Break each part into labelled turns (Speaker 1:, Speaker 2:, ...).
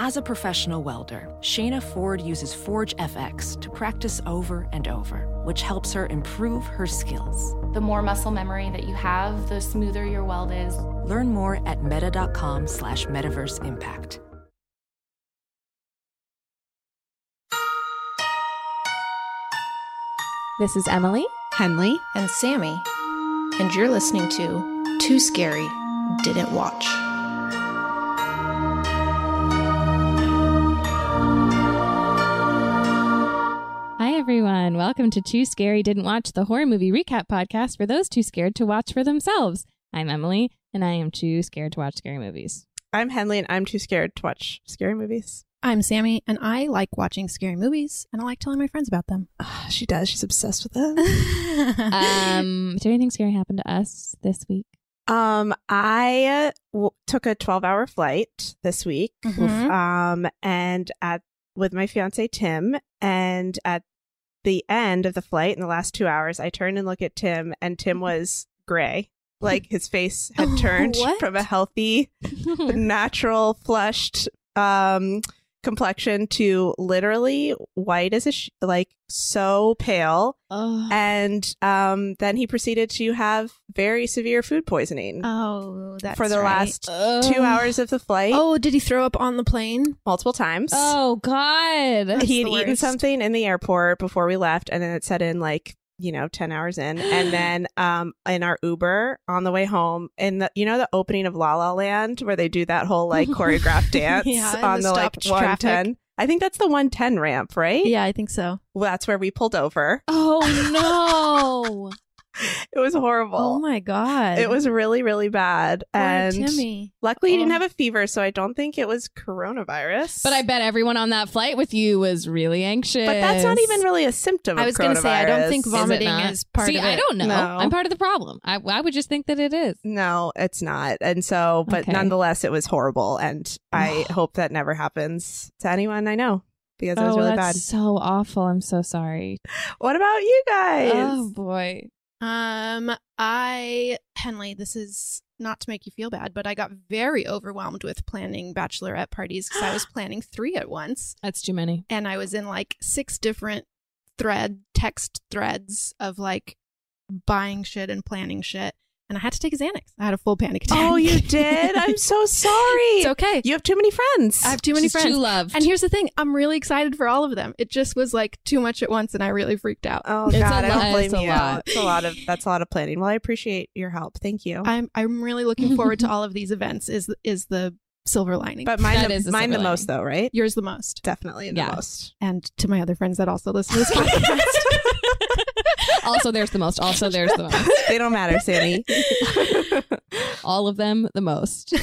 Speaker 1: As a professional welder, Shayna Ford uses Forge FX to practice over and over, which helps her improve her skills.
Speaker 2: The more muscle memory that you have, the smoother your weld is.
Speaker 1: Learn more at meta.com slash metaverse impact.
Speaker 3: This is Emily,
Speaker 4: Henley,
Speaker 5: and Sammy, and you're listening to Too Scary Didn't Watch.
Speaker 3: Hi, everyone. Welcome to Too Scary Didn't Watch, the horror movie recap podcast for those too scared to watch for themselves. I'm Emily, and I am too scared to watch scary movies.
Speaker 4: I'm Henley, and I'm too scared to watch scary movies.
Speaker 5: I'm Sammy, and I like watching scary movies, and I like telling my friends about them.
Speaker 4: Ugh, she does. She's obsessed with them.
Speaker 3: Um, did anything scary happen to us this week?
Speaker 4: um, I w- took a 12 hour flight this week,
Speaker 5: Mhm.
Speaker 4: um, and at with my fiance Tim, and at the end of the flight, in the last two hours, I turned and looked at Tim, and Tim was gray. Like his face had turned
Speaker 5: What?
Speaker 4: from a healthy, natural, flushed um, complexion to literally white as a sh- like so pale.
Speaker 5: Uh-huh.
Speaker 3: oh.
Speaker 4: and um, then he proceeded to have very severe food poisoning
Speaker 5: Oh, that's
Speaker 4: for the
Speaker 5: right.
Speaker 4: last
Speaker 3: Oh.
Speaker 4: two hours of the flight
Speaker 5: Oh, did he throw up on the plane?
Speaker 4: multiple times
Speaker 3: Oh, God.
Speaker 4: he had
Speaker 5: the
Speaker 4: eaten
Speaker 5: worst.
Speaker 4: something in the airport before we left and then it set in like you know 10 hours in and then um in our uber on the way home in the you know the opening of la la land where they do that whole like choreographed dance
Speaker 5: Yeah, and
Speaker 4: on
Speaker 5: the
Speaker 4: the, like
Speaker 5: stopped traffic.
Speaker 4: 110 i think that's the 110 ramp right
Speaker 5: Yeah, I think so.
Speaker 4: well, that's where we pulled over
Speaker 3: Oh, no.
Speaker 4: it was horrible
Speaker 5: Oh my god,
Speaker 4: It was really, really bad.
Speaker 5: Poor
Speaker 4: and
Speaker 5: Timmy.
Speaker 4: luckily, he didn't
Speaker 5: Oh.
Speaker 4: have a fever, so I don't think it was coronavirus.
Speaker 3: But I bet everyone on that flight with you was really anxious.
Speaker 4: But that's not even really a symptom.
Speaker 5: I
Speaker 4: of
Speaker 5: was gonna say, I don't think
Speaker 4: coronavirus.
Speaker 5: vom-
Speaker 3: Is it
Speaker 5: Vomiting
Speaker 3: not?
Speaker 5: is part
Speaker 3: See,
Speaker 5: of
Speaker 3: I
Speaker 5: it.
Speaker 3: don't know.
Speaker 4: No.
Speaker 3: I'm part of the problem. I, I would just think that it is.
Speaker 4: No, it's not. And so, but
Speaker 3: Okay.
Speaker 4: nonetheless, it was horrible. And I hope that never happens to anyone I know because it was
Speaker 3: oh,
Speaker 4: really
Speaker 3: that's so awful. I'm so sorry.
Speaker 4: bad. What about you guys?
Speaker 3: Oh boy.
Speaker 6: Um, I Henley, this is not to make you feel bad, but I got very overwhelmed with planning bachelorette parties because I was planning three at once,
Speaker 3: That's too many.
Speaker 6: and I was in like six different thread text threads of like buying shit and planning shit, and I had to take a Xanax. I had a full panic attack.
Speaker 4: Oh, you did? I'm so sorry.
Speaker 6: it's okay.
Speaker 4: You have too many friends.
Speaker 6: I have too many
Speaker 3: She's
Speaker 6: friends.
Speaker 3: Too loved.
Speaker 6: and here's the thing: I'm really excited for all of them. It just was like too much at once, and I really freaked out.
Speaker 4: Oh
Speaker 3: It's a
Speaker 4: God, I
Speaker 3: lot.
Speaker 4: don't blame
Speaker 3: It's a
Speaker 4: you.
Speaker 3: lot.
Speaker 4: It's a lot of that's a lot of planning. Well, I appreciate your help. Thank you.
Speaker 6: I'm I'm really looking forward to all of these events. Is is the silver lining?
Speaker 4: But mine,
Speaker 3: That
Speaker 4: the,
Speaker 3: is a
Speaker 4: mine
Speaker 3: silver
Speaker 4: the most though, right?
Speaker 6: yours the most.
Speaker 4: Definitely the
Speaker 3: Yeah.
Speaker 4: most.
Speaker 6: And to my other friends that also listen to this podcast.
Speaker 3: also, there's the most. Also, there's the most.
Speaker 4: they don't matter, Sammy.
Speaker 3: All of them, the most.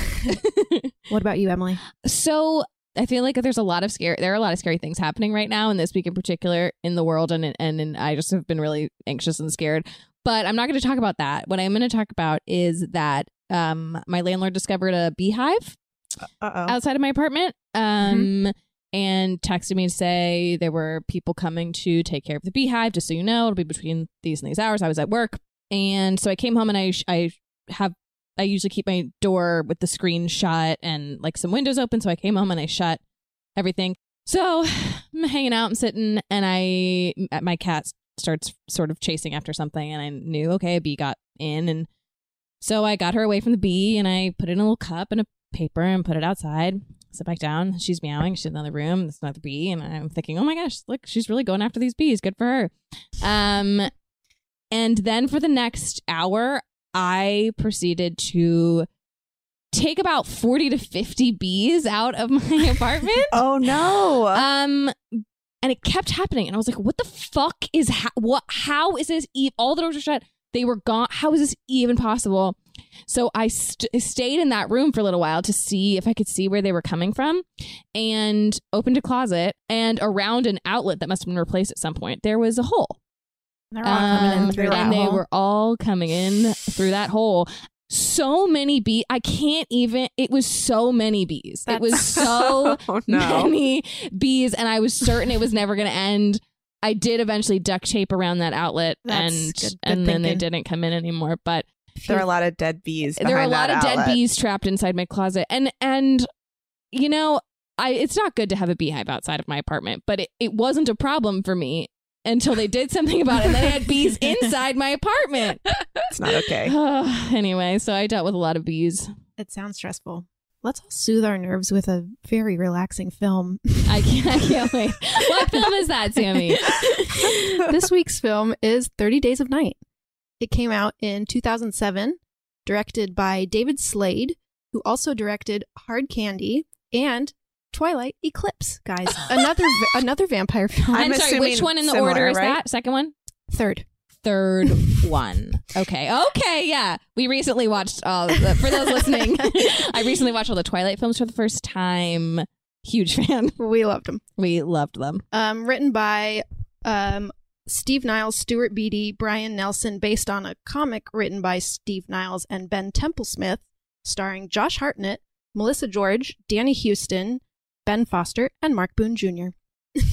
Speaker 6: what about you, Emily?
Speaker 3: so I feel like there's a lot of scary. There are a lot of scary things happening right now, and this week in particular in the world, and and, and I just have been really anxious and scared. But I'm not going to talk about that. What I'm going to talk about is that um, my landlord discovered a beehive
Speaker 4: Uh
Speaker 3: outside of my apartment um and texted me to say there were people coming to take care of the beehive just so you know it'll be between these and these hours i was at work and so i came home and i i have i usually keep my door with the screen shut and like some windows open so i came home and i shut everything so i'm hanging out and sitting and i my cat starts sort of chasing after something and i knew okay a bee got in and so I got her away from the bee and I put it in a little cup and a paper and put it outside. Sit back down. She's meowing. She's in another room. There's another bee. And I'm thinking, oh my gosh, look, she's really going after these bees. Good for her. Um, and then for the next hour, I proceeded to take about 40 to 50 bees out of my apartment.
Speaker 4: oh. Oh no.
Speaker 3: Um, and it kept happening, and I was like, "What the fuck is ha- what? How is this? E- All the doors are shut. They were gone. How is this even possible?" So I st- stayed in that room for a little while to see if I could see where they were coming from, and opened a closet, and around an outlet that must have been replaced at some point, there was a hole.
Speaker 5: They're
Speaker 3: Um,
Speaker 5: through that
Speaker 3: and they
Speaker 5: hole.
Speaker 3: were all coming in through that hole. So many bees. I can't even. It was so many bees. it was so
Speaker 4: oh, no.
Speaker 3: many bees, and I was certain it was never going to end. I did eventually duct tape around that outlet,
Speaker 5: That's
Speaker 3: and
Speaker 5: good- good
Speaker 3: and then they
Speaker 5: thinking.
Speaker 3: didn't come in anymore. But
Speaker 4: There are a lot of dead bees.
Speaker 3: there are a
Speaker 4: behind
Speaker 3: lot
Speaker 4: that
Speaker 3: of dead
Speaker 4: outlet.
Speaker 3: bees trapped inside my closet, and and you know I it's not good to have a beehive outside of my apartment, but it, it wasn't a problem for me until they did something about it. And then I had bees inside my apartment.
Speaker 4: It's not okay.
Speaker 3: anyway, so I dealt with a lot of bees.
Speaker 6: It sounds stressful. Let's all soothe our nerves with a very relaxing film.
Speaker 3: I can't, I can't wait. What film is that, Sammy?
Speaker 6: this week's film is 30 Days of Night. It came out in 2007, directed by David Slade, who also directed Hard Candy and Twilight Eclipse, guys. Another another vampire film.
Speaker 4: I'm
Speaker 3: I'm, sorry, which
Speaker 4: assuming
Speaker 3: one in the
Speaker 4: similar,
Speaker 3: order is
Speaker 4: right?
Speaker 3: that? Second one?
Speaker 6: Third.
Speaker 3: Third one. Okay. Okay. Yeah. We recently watched all, the, for those listening, I recently watched all the Twilight films for the first time. Huge fan.
Speaker 6: We loved him.
Speaker 3: We loved them.
Speaker 6: Um, written by um, Steve Niles, Stuart Beatty, Brian Nelson, based on a comic written by Steve Niles and Ben Temple Smith, starring Josh Hartnett, Melissa George, Danny Houston, Ben Foster, and Mark Boone Jr.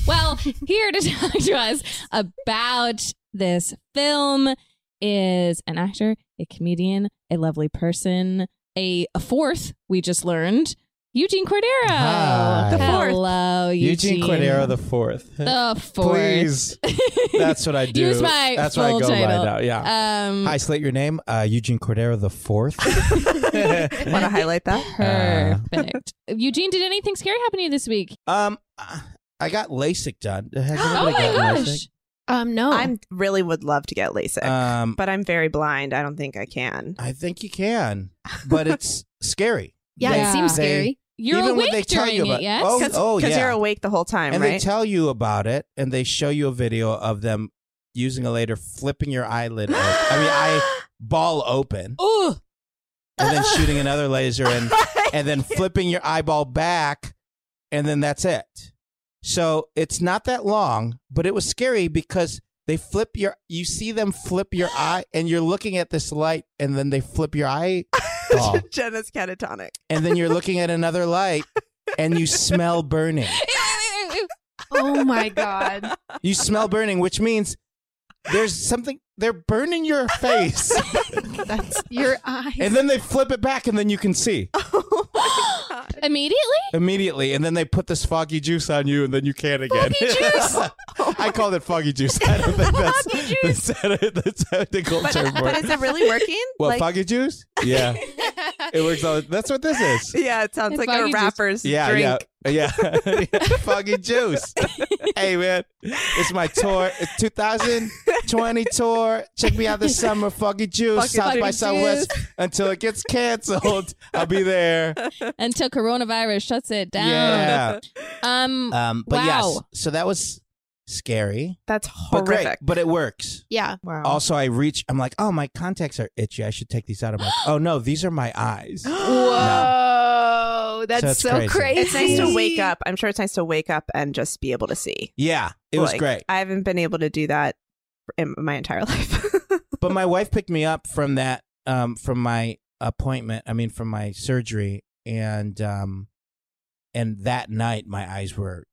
Speaker 3: Well, here to talk to us about this film is an actor, a comedian, a lovely person, a, a fourth we just learned, Eugene Cordero.
Speaker 7: Hi. The
Speaker 4: fourth.
Speaker 3: Hello, Eugene.
Speaker 7: Eugene Cordero the fourth.
Speaker 3: The fourth.
Speaker 7: Please, that's what I do.
Speaker 3: Use my
Speaker 7: that's
Speaker 3: full
Speaker 7: what I go
Speaker 3: title.
Speaker 7: by now. Yeah.
Speaker 3: um,
Speaker 7: Hi, slate your name. Uh, Eugene Cordero the fourth.
Speaker 4: Want to highlight that?
Speaker 3: perfect. Eugene, did anything scary happen to you this week?
Speaker 7: um, I got LASIK done. Has
Speaker 3: Oh
Speaker 7: anybody
Speaker 3: my
Speaker 7: gotten
Speaker 3: gosh.
Speaker 6: Um,
Speaker 3: Oh.
Speaker 6: no,
Speaker 4: I'm really would love to get LASIK,
Speaker 7: LASIK? Um,
Speaker 4: but I'm very blind. I don't think I can.
Speaker 7: I think you can, but it's scary.
Speaker 6: yeah,
Speaker 3: Yeah.
Speaker 6: it seems
Speaker 7: They-
Speaker 6: scary.
Speaker 3: You're
Speaker 7: Even when
Speaker 3: awake
Speaker 7: they tell
Speaker 3: during
Speaker 7: you
Speaker 3: it,
Speaker 7: about-
Speaker 3: yes?
Speaker 7: Oh,
Speaker 4: Because
Speaker 7: yeah.
Speaker 4: you're awake the whole time,
Speaker 7: and
Speaker 4: right?
Speaker 7: they tell you about it, and they show you a video of them using a later flipping your eyelid. open. I mean, I ball open.
Speaker 3: Ooh.
Speaker 7: and then shooting another laser and and then flipping your eyeball back and then that's it so it's not that long but it was scary because they flip your you see them flip your eye and you're looking at this light and then they flip your eye ball,
Speaker 4: Jenna's catatonic.
Speaker 7: and then you're looking at another light and you smell burning
Speaker 6: Oh my god.
Speaker 7: you smell burning which means there's something they're burning your face
Speaker 6: That's your eyes.
Speaker 7: and then they flip it back and then you can see
Speaker 4: Oh my God.
Speaker 3: Immediately?
Speaker 7: immediately, and then they put this foggy juice on you, and then you can't again. Foggy juice. I called it foggy juice. I don't think that's that's, that's a technical
Speaker 4: But, uh,
Speaker 7: term for
Speaker 4: but
Speaker 7: it.
Speaker 4: is it really working?
Speaker 7: What
Speaker 4: Like-
Speaker 7: foggy juice? Yeah, it works. All, that's what this is.
Speaker 4: yeah, it sounds
Speaker 3: It's
Speaker 4: like
Speaker 3: foggy
Speaker 4: a
Speaker 3: juice.
Speaker 4: rapper's
Speaker 7: Yeah,
Speaker 4: drink.
Speaker 7: yeah, yeah. foggy juice. hey man, it's my tour. It's 2020 tour. Check me out this summer. Foggy juice,
Speaker 4: Foggy
Speaker 7: South by
Speaker 3: juice.
Speaker 7: Southwest. Until it gets canceled, I'll be there.
Speaker 3: Until coronavirus shuts it down.
Speaker 7: Yeah.
Speaker 3: Um,
Speaker 7: Um, but yes,
Speaker 3: Wow.
Speaker 7: so that was scary,
Speaker 4: That's
Speaker 7: but
Speaker 4: horrific.
Speaker 7: great. But it works.
Speaker 6: yeah.
Speaker 4: wow.
Speaker 7: Also, I reach. I'm like, oh, my contacts are itchy. I should take these out. I'm like, oh no, these are my eyes.
Speaker 6: Whoa.
Speaker 7: it's
Speaker 6: That's so,
Speaker 7: crazy.
Speaker 6: crazy.
Speaker 4: it's nice to wake up. I'm sure it's nice to wake up and just be able to see.
Speaker 7: Yeah, it was
Speaker 4: Like,
Speaker 7: great.
Speaker 4: I haven't been able to do that in my entire life.
Speaker 7: But my wife picked me up from that, um, from my appointment. I mean, from my surgery, and um, and that night my eyes were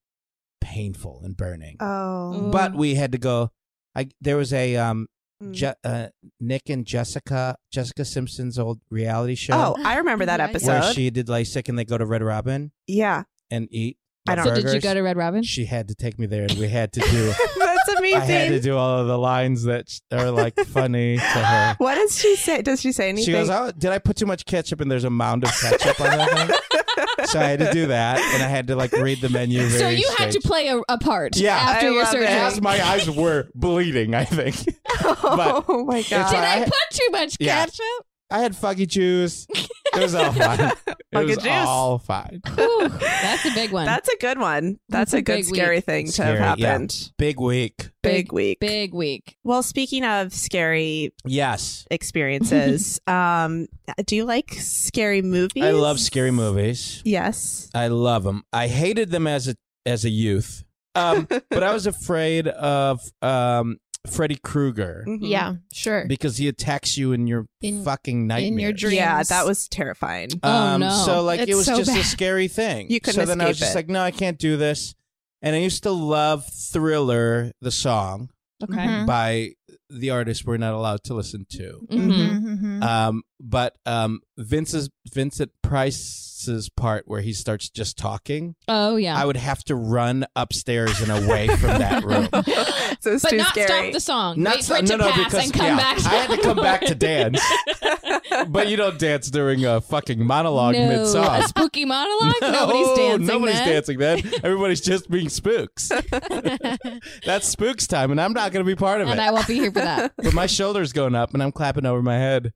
Speaker 7: painful and burning.
Speaker 4: oh.
Speaker 7: but we had to go. I there was a um,
Speaker 3: Mm.
Speaker 4: Mm.
Speaker 7: Je- uh, Nick and Jessica Jessica Simpson's old reality show.
Speaker 4: oh, I remember that
Speaker 6: Yeah,
Speaker 4: episode.
Speaker 7: where she did LASIK and they go to Red Robin
Speaker 4: yeah.
Speaker 7: and eat.
Speaker 4: I don't-
Speaker 3: so did you go to Red Robin?
Speaker 7: She had to take me there, and we had to do.
Speaker 4: That's
Speaker 7: I had to
Speaker 4: amazing.
Speaker 7: do all of the lines that sh- are like funny to her.
Speaker 4: What does she say? Does she say anything?
Speaker 7: She goes, "Oh, did I put too much ketchup?" And there's a mound of ketchup on that thing. "Oh, So I had to do that, and I had to like read the menu. Very
Speaker 3: So you had to
Speaker 7: straight.
Speaker 3: play a, a part
Speaker 7: Yeah.
Speaker 3: after
Speaker 4: I
Speaker 3: your
Speaker 4: love it.
Speaker 3: surgery.
Speaker 7: As my eyes were bleeding, I think
Speaker 4: oh my
Speaker 7: it's-
Speaker 3: Did
Speaker 4: god.
Speaker 3: I
Speaker 7: I-
Speaker 3: put too much
Speaker 7: Yeah.
Speaker 3: ketchup?
Speaker 7: I had foggy juice. It was all fine. It
Speaker 4: Foggy
Speaker 7: was
Speaker 4: juice.
Speaker 7: all fine.
Speaker 3: Whew, that's a big one.
Speaker 4: That's a good one. That's,
Speaker 3: That's a
Speaker 4: a good
Speaker 3: big
Speaker 4: scary
Speaker 3: week.
Speaker 4: thing to
Speaker 7: Scary,
Speaker 4: have
Speaker 7: yeah.
Speaker 4: happened.
Speaker 7: Big week.
Speaker 4: Big, week.
Speaker 3: Big week.
Speaker 4: Well, speaking of scary
Speaker 7: Yes,
Speaker 4: experiences, um, do you like scary movies?
Speaker 7: I love scary movies.
Speaker 4: Yes.
Speaker 7: I love them. I hated them as a as a youth, um, but I was afraid of um, Freddy Krueger
Speaker 4: Mhm.
Speaker 6: Yeah, Mm, sure.
Speaker 7: because he attacks you in your
Speaker 6: In-
Speaker 7: fucking nightmare.
Speaker 6: in your dreams.
Speaker 4: Yeah, that was terrifying.
Speaker 3: Oh,
Speaker 7: Um,
Speaker 3: no.
Speaker 7: So like it
Speaker 6: It's
Speaker 7: was
Speaker 6: so
Speaker 7: just a
Speaker 6: bad.
Speaker 7: scary thing.
Speaker 4: You couldn't
Speaker 7: So then I was
Speaker 4: escape
Speaker 7: just
Speaker 4: it.
Speaker 7: like, no, I can't do this. And I used to love Thriller, the song
Speaker 3: Okay.
Speaker 6: Mhm.
Speaker 7: by the artists were not allowed to listen to.
Speaker 3: Mhm.
Speaker 6: Mhm.
Speaker 7: Um, but um, Vince's Vincent Price's part where he starts just talking,
Speaker 3: Oh yeah.
Speaker 7: I would have to run upstairs and away from that room.
Speaker 4: so it's
Speaker 3: but
Speaker 4: too
Speaker 3: not
Speaker 4: scary.
Speaker 3: stop the song. Wait
Speaker 7: so-
Speaker 3: for it to pass and come
Speaker 7: yeah,
Speaker 3: back.
Speaker 7: I had to come back to dance, but you don't dance during a fucking monologue
Speaker 3: no,
Speaker 7: mid song.
Speaker 3: a spooky monologue. nobody's
Speaker 7: No,
Speaker 3: dancing.
Speaker 7: Nobody's
Speaker 3: then.
Speaker 7: dancing then. Everybody's just being spooks. That's spooks time, and I'm not going to be part of
Speaker 3: and
Speaker 7: it.
Speaker 3: I won't be here for that.
Speaker 7: but my shoulder's going up, and I'm clapping over my head.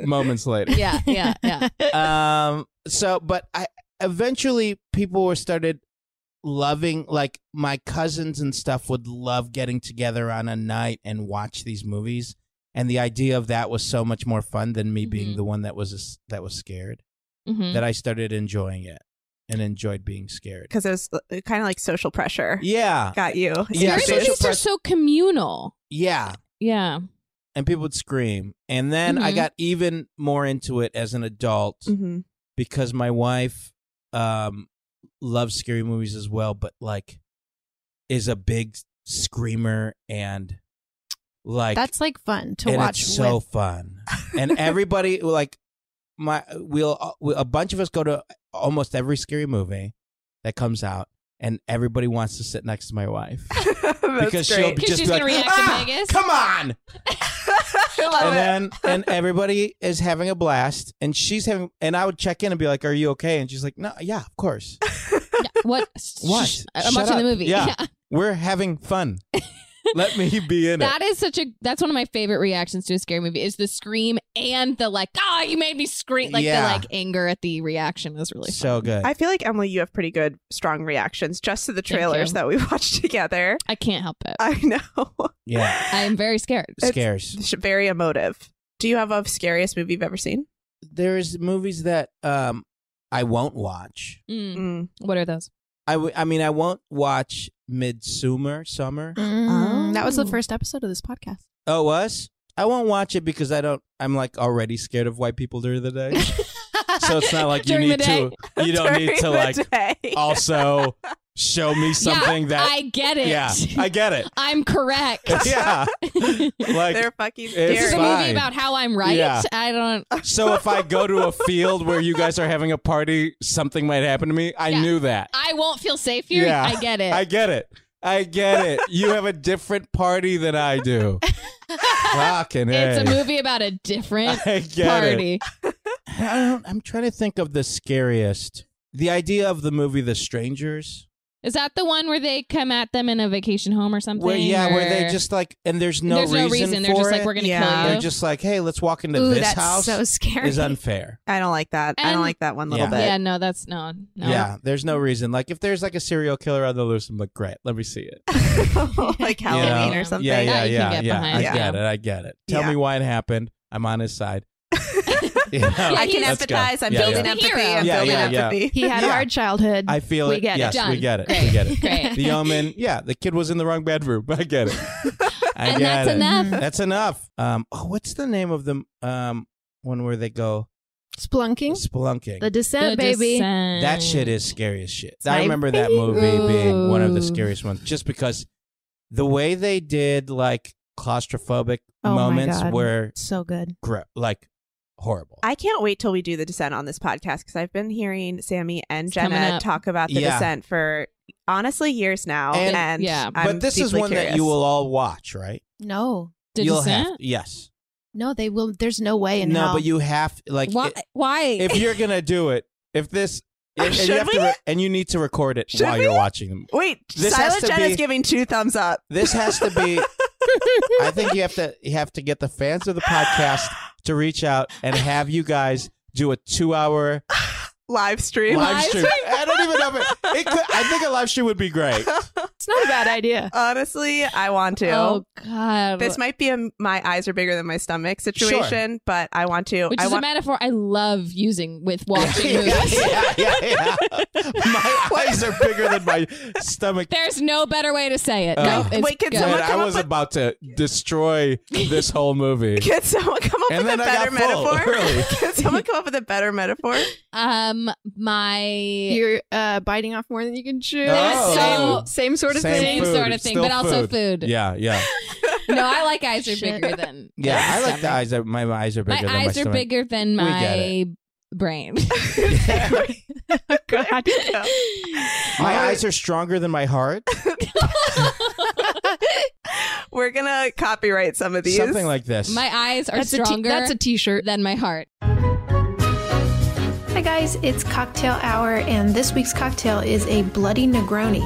Speaker 7: Moments later.
Speaker 3: Yeah, yeah, yeah.
Speaker 7: um so but i eventually people were started loving like my cousins and stuff would love getting together on a night and watch these movies and the idea of that was so much more fun than me being
Speaker 3: Mhm.
Speaker 7: the one that was that was scared
Speaker 3: Mhm.
Speaker 7: that i started enjoying it and enjoyed being scared
Speaker 4: Because it was kind of like social pressure.
Speaker 7: yeah
Speaker 4: Got you.
Speaker 7: Yeah,
Speaker 3: Scary
Speaker 7: social
Speaker 3: movies are
Speaker 7: press-
Speaker 3: so communal.
Speaker 7: yeah
Speaker 3: Yeah.
Speaker 7: and people would scream and then i
Speaker 3: Mhm.
Speaker 7: got even more into it as an adult
Speaker 4: Mhm.
Speaker 7: because my wife um loves scary movies as well but like is a big screamer and like
Speaker 6: That's like fun to
Speaker 7: and
Speaker 6: watch.
Speaker 7: it's so
Speaker 6: with.
Speaker 7: fun and everybody like my we'll, we a bunch of us go to almost every scary movie that comes out and everybody wants to sit next to my wife
Speaker 4: That's
Speaker 7: because she'll
Speaker 4: great.
Speaker 7: be
Speaker 3: 'Cause
Speaker 7: just
Speaker 3: she's
Speaker 7: be like,
Speaker 3: gonna react to
Speaker 7: "Ah,
Speaker 3: Vegas."
Speaker 7: come on
Speaker 4: I love
Speaker 7: and
Speaker 4: it.
Speaker 7: then and everybody is having a blast and she's having and i would check in and be like are you okay and she's like no yeah of course
Speaker 3: What?
Speaker 7: What?
Speaker 3: Shh, I'm
Speaker 7: Shut
Speaker 3: watching
Speaker 7: up.
Speaker 3: the movie.
Speaker 7: Yeah. We're having fun. Let me be in
Speaker 3: That is such a. That's one of my favorite reactions to a scary movie is the scream and the like. Ah, you made me scream. Like
Speaker 7: Yeah.
Speaker 3: the like anger at the reaction is really
Speaker 7: it. So good.
Speaker 4: I feel like Emily, you have pretty good, strong reactions just to the
Speaker 3: Thank
Speaker 4: trailers
Speaker 3: you.
Speaker 4: that we watched together.
Speaker 3: I can't help it.
Speaker 4: I know.
Speaker 7: yeah.
Speaker 3: I am very scared.
Speaker 4: It's-
Speaker 7: Scares.
Speaker 4: It's very emotive. Do you have a scariest movie you've ever seen?
Speaker 7: There's movies that um I won't watch.
Speaker 3: Mm.
Speaker 4: Mm.
Speaker 3: What are those?
Speaker 7: I, w- I mean I won't watch Midsummer Summer.
Speaker 6: Mm, That was the
Speaker 3: Oh.
Speaker 6: first episode of this podcast.
Speaker 7: Oh, us? I won't watch it because I don't I'm like already scared of white people during the day. so it's not like you
Speaker 3: During the
Speaker 7: need
Speaker 3: day.
Speaker 7: to you don't need
Speaker 4: During
Speaker 7: to
Speaker 4: the
Speaker 7: like oh,
Speaker 4: day.
Speaker 7: also show me something
Speaker 3: yeah,
Speaker 7: that
Speaker 3: I get it.
Speaker 7: Yeah, I get it.
Speaker 3: I'm correct.
Speaker 7: yeah. Like
Speaker 4: They're fucking
Speaker 7: it's
Speaker 3: This is a
Speaker 4: scary.
Speaker 3: movie
Speaker 7: fine.
Speaker 3: about how I'm right.
Speaker 7: Yeah.
Speaker 3: I don't.
Speaker 7: So if I go to a field where you guys are having a party, something might happen to me. I
Speaker 3: Yeah.
Speaker 7: knew that.
Speaker 3: I won't feel safe here.
Speaker 7: Yeah.
Speaker 3: I get it.
Speaker 7: I get it. I get it. You have a different party than I do. Fucking
Speaker 3: it's
Speaker 7: A.
Speaker 3: a movie about a different
Speaker 7: I get it.
Speaker 3: party.
Speaker 7: I don't, I'm trying to think of the scariest. The idea of the movie The Strangers,
Speaker 3: Is that the one where they come at them in a vacation home or something?
Speaker 7: where yeah, where
Speaker 3: or-
Speaker 7: they just like, and there's no
Speaker 3: there's
Speaker 7: reason
Speaker 3: no reason. They're
Speaker 7: for
Speaker 3: just like
Speaker 7: it.
Speaker 3: we're gonna
Speaker 4: Yeah.
Speaker 3: kill you.
Speaker 7: They're just like, hey, let's walk into
Speaker 6: Ooh,
Speaker 7: this
Speaker 6: that's
Speaker 7: house.
Speaker 6: so scary.
Speaker 7: is unfair.
Speaker 4: I don't like that. I
Speaker 3: And-
Speaker 4: don't like that one little
Speaker 7: Yeah.
Speaker 4: bit.
Speaker 3: yeah, no, that's no, no.
Speaker 7: Yeah, there's no reason. Like if there's like a serial killer on the loose, I'm like, great, let me see it.
Speaker 4: like
Speaker 3: You know?
Speaker 4: Halloween or something.
Speaker 7: Yeah, yeah,
Speaker 3: That you can
Speaker 7: yeah,
Speaker 3: get
Speaker 7: yeah.
Speaker 3: behind.
Speaker 7: I
Speaker 4: Yeah.
Speaker 7: get it. I get it. Tell
Speaker 4: Yeah.
Speaker 7: me why it happened. I'm on his side. You know?
Speaker 4: I can
Speaker 7: Let's go.
Speaker 4: empathize. I'm
Speaker 7: Yeah,
Speaker 4: building
Speaker 3: yeah.
Speaker 4: empathy.
Speaker 3: Hero.
Speaker 4: I'm
Speaker 7: Yeah,
Speaker 4: building
Speaker 7: yeah, yeah.
Speaker 4: empathy.
Speaker 6: He had a
Speaker 7: Yeah.
Speaker 6: hard childhood.
Speaker 7: I feel
Speaker 6: We
Speaker 7: it.
Speaker 6: get
Speaker 7: yes,
Speaker 6: it.
Speaker 7: we
Speaker 3: Done.
Speaker 7: get it. We
Speaker 3: Great.
Speaker 7: get it.
Speaker 3: Great.
Speaker 7: The omen. Yeah, the kid was in the wrong bedroom. I get it. I
Speaker 3: and
Speaker 7: get
Speaker 3: that's
Speaker 7: it.
Speaker 3: enough.
Speaker 7: That's enough. Um, oh, what's the name of the um one where they go
Speaker 6: Splunking.
Speaker 7: spelunking?
Speaker 6: The
Speaker 3: The
Speaker 6: Descent, baby.
Speaker 3: Descent.
Speaker 7: that
Speaker 4: Mm.
Speaker 7: shit is scary as shit. I
Speaker 6: my
Speaker 7: remember that movie
Speaker 3: favorite.
Speaker 7: being one of the scariest ones, just because the way they did like claustrophobic
Speaker 6: Oh my
Speaker 7: moments
Speaker 6: God.
Speaker 7: were
Speaker 6: So good.
Speaker 7: gr- like horrible.
Speaker 4: I can't wait till we do the descent on this podcast because I've been hearing Sammy and
Speaker 3: It's coming
Speaker 4: Jenna
Speaker 3: up.
Speaker 4: talk about the
Speaker 7: Yeah.
Speaker 4: descent for honestly years now.
Speaker 7: And-
Speaker 4: And,
Speaker 3: Yeah.
Speaker 4: I'm
Speaker 7: but this is
Speaker 4: deeply
Speaker 7: one
Speaker 4: curious.
Speaker 7: that you will all watch, right?
Speaker 6: No.
Speaker 3: The
Speaker 7: You'll
Speaker 3: Descent?
Speaker 7: have yes.
Speaker 6: No, they will. There's no way in
Speaker 7: no,
Speaker 6: hell.
Speaker 7: but you have like
Speaker 3: why?
Speaker 7: i-
Speaker 3: why?
Speaker 7: if you're gonna do it, if this and, and you
Speaker 4: Should
Speaker 7: have to
Speaker 4: we?
Speaker 7: re- and you need to record it
Speaker 4: Should
Speaker 7: while
Speaker 4: we?
Speaker 7: you're watching them.
Speaker 4: Wait,
Speaker 7: This has
Speaker 4: Silent
Speaker 7: to
Speaker 4: Jenna's
Speaker 7: be-
Speaker 4: giving two thumbs up.
Speaker 7: This has to be. I think you have to you have to get the fans of the podcast to reach out and have you guys do a two hour
Speaker 4: Live stream.
Speaker 7: live stream. I don't even know. If it, it could, I think a live stream would be great.
Speaker 6: it's not a bad idea.
Speaker 4: Honestly, I want to.
Speaker 3: oh god,
Speaker 4: This might be a my eyes are bigger than my stomach situation, but I want to.
Speaker 3: which
Speaker 4: I
Speaker 3: is
Speaker 4: want
Speaker 3: a metaphor I love using with watching
Speaker 7: yeah,
Speaker 3: movies.
Speaker 7: yeah, yeah, yeah. My eyes are bigger than my stomach.
Speaker 3: There's no better way to say it.
Speaker 7: Oh.
Speaker 3: No, it's
Speaker 4: Wait, can
Speaker 3: good.
Speaker 4: someone
Speaker 7: Man, I
Speaker 4: come up
Speaker 7: was
Speaker 4: with-
Speaker 7: about to destroy this whole movie.
Speaker 4: Can someone come up
Speaker 7: And
Speaker 4: with a
Speaker 7: then I
Speaker 4: better
Speaker 7: got full,
Speaker 4: metaphor?
Speaker 7: really.
Speaker 4: Can someone come up with a better metaphor?
Speaker 3: Um, my
Speaker 6: You're uh, biting off more than you can chew.
Speaker 7: Oh.
Speaker 6: Same sort of
Speaker 7: Same
Speaker 6: thing.
Speaker 3: same
Speaker 7: food,
Speaker 3: sort of thing,
Speaker 7: still
Speaker 3: but also
Speaker 7: food.
Speaker 3: food.
Speaker 7: Yeah, yeah.
Speaker 3: No, I like eyes are
Speaker 6: Shit.
Speaker 3: bigger than. than
Speaker 7: Yeah, I like the
Speaker 3: stomach.
Speaker 7: eyes. Are, my eyes are bigger.
Speaker 3: My
Speaker 7: than
Speaker 3: eyes
Speaker 7: my
Speaker 3: are
Speaker 7: stomach.
Speaker 3: bigger than
Speaker 7: We
Speaker 3: my
Speaker 7: get
Speaker 3: brain.
Speaker 4: God.
Speaker 7: My
Speaker 4: Alright.
Speaker 7: eyes are stronger than my heart.
Speaker 4: We're gonna copyright some of these.
Speaker 7: Something like this.
Speaker 3: my eyes are
Speaker 6: that's
Speaker 3: stronger
Speaker 6: A t- that's a t-shirt.
Speaker 3: than my heart.
Speaker 5: Hi guys, it's cocktail hour, and this week's cocktail is a bloody Negroni.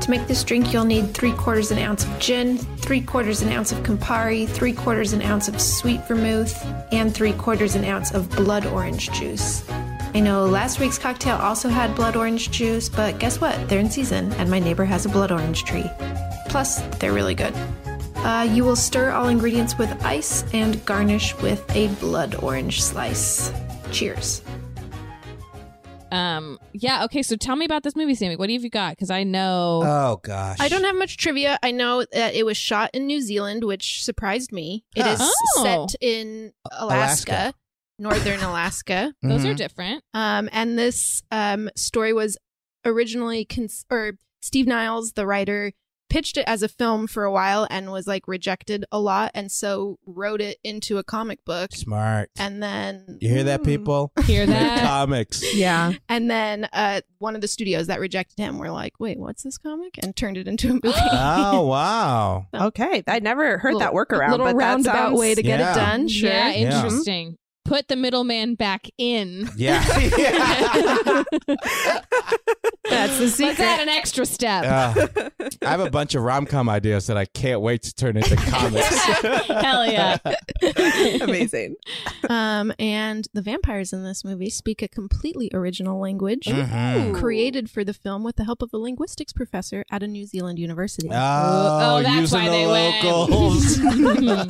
Speaker 5: To make this drink, you'll need three quarters an ounce of gin, three quarters an ounce of Campari, three quarters an ounce of sweet vermouth, and three quarters an ounce of blood orange juice. I know last week's cocktail also had blood orange juice, but guess what? They're in season, and my neighbor has a blood orange tree. Plus, they're really good. Uh, you will stir all ingredients with ice and garnish with a blood orange slice. Cheers.
Speaker 3: Um. Yeah. Okay. So tell me about this movie, Sammy. What have you got? Because I know.
Speaker 7: oh gosh.
Speaker 6: I don't have much trivia. I know that it was shot in New Zealand, which surprised me. It
Speaker 7: Huh.
Speaker 6: is
Speaker 3: Oh.
Speaker 6: set in Alaska,
Speaker 7: Alaska.
Speaker 6: northern Alaska.
Speaker 3: those are
Speaker 7: Mhm.
Speaker 3: different.
Speaker 6: Um, and this um, story was originally cons- or Steve Niles, the writer, pitched it as a film for a while and was like rejected a lot, and so wrote it into a comic book.
Speaker 7: smart.
Speaker 6: And then
Speaker 7: You hear that, people?
Speaker 3: Hear
Speaker 7: Make
Speaker 3: that?
Speaker 7: comics.
Speaker 4: yeah.
Speaker 6: and then uh, one of the studios that rejected him were like, "Wait, what's this comic?" and turned it into a movie.
Speaker 7: Oh wow.
Speaker 4: Okay. I never heard that
Speaker 6: Little-
Speaker 4: workaround.
Speaker 6: Little
Speaker 4: but
Speaker 6: roundabout
Speaker 4: that sounds-
Speaker 6: way to get
Speaker 7: Yeah.
Speaker 6: it done. Sure.
Speaker 3: Yeah.
Speaker 7: Yeah.
Speaker 3: Interesting. Put the middleman back in.
Speaker 7: Yeah. yeah.
Speaker 6: That's the secret.
Speaker 3: Let's add an extra step.
Speaker 7: Uh, I have a bunch of rom com ideas that I can't wait to turn into comics. Uh,
Speaker 3: Hell yeah.
Speaker 4: Amazing.
Speaker 6: Um, and the vampires in this movie speak a completely original language
Speaker 7: Mhm.
Speaker 6: created for the film with the help of a linguistics professor at a New Zealand university.
Speaker 7: Oh,
Speaker 3: Oh, that's
Speaker 7: using
Speaker 3: why
Speaker 7: the
Speaker 3: they win.
Speaker 7: locals.
Speaker 4: I'm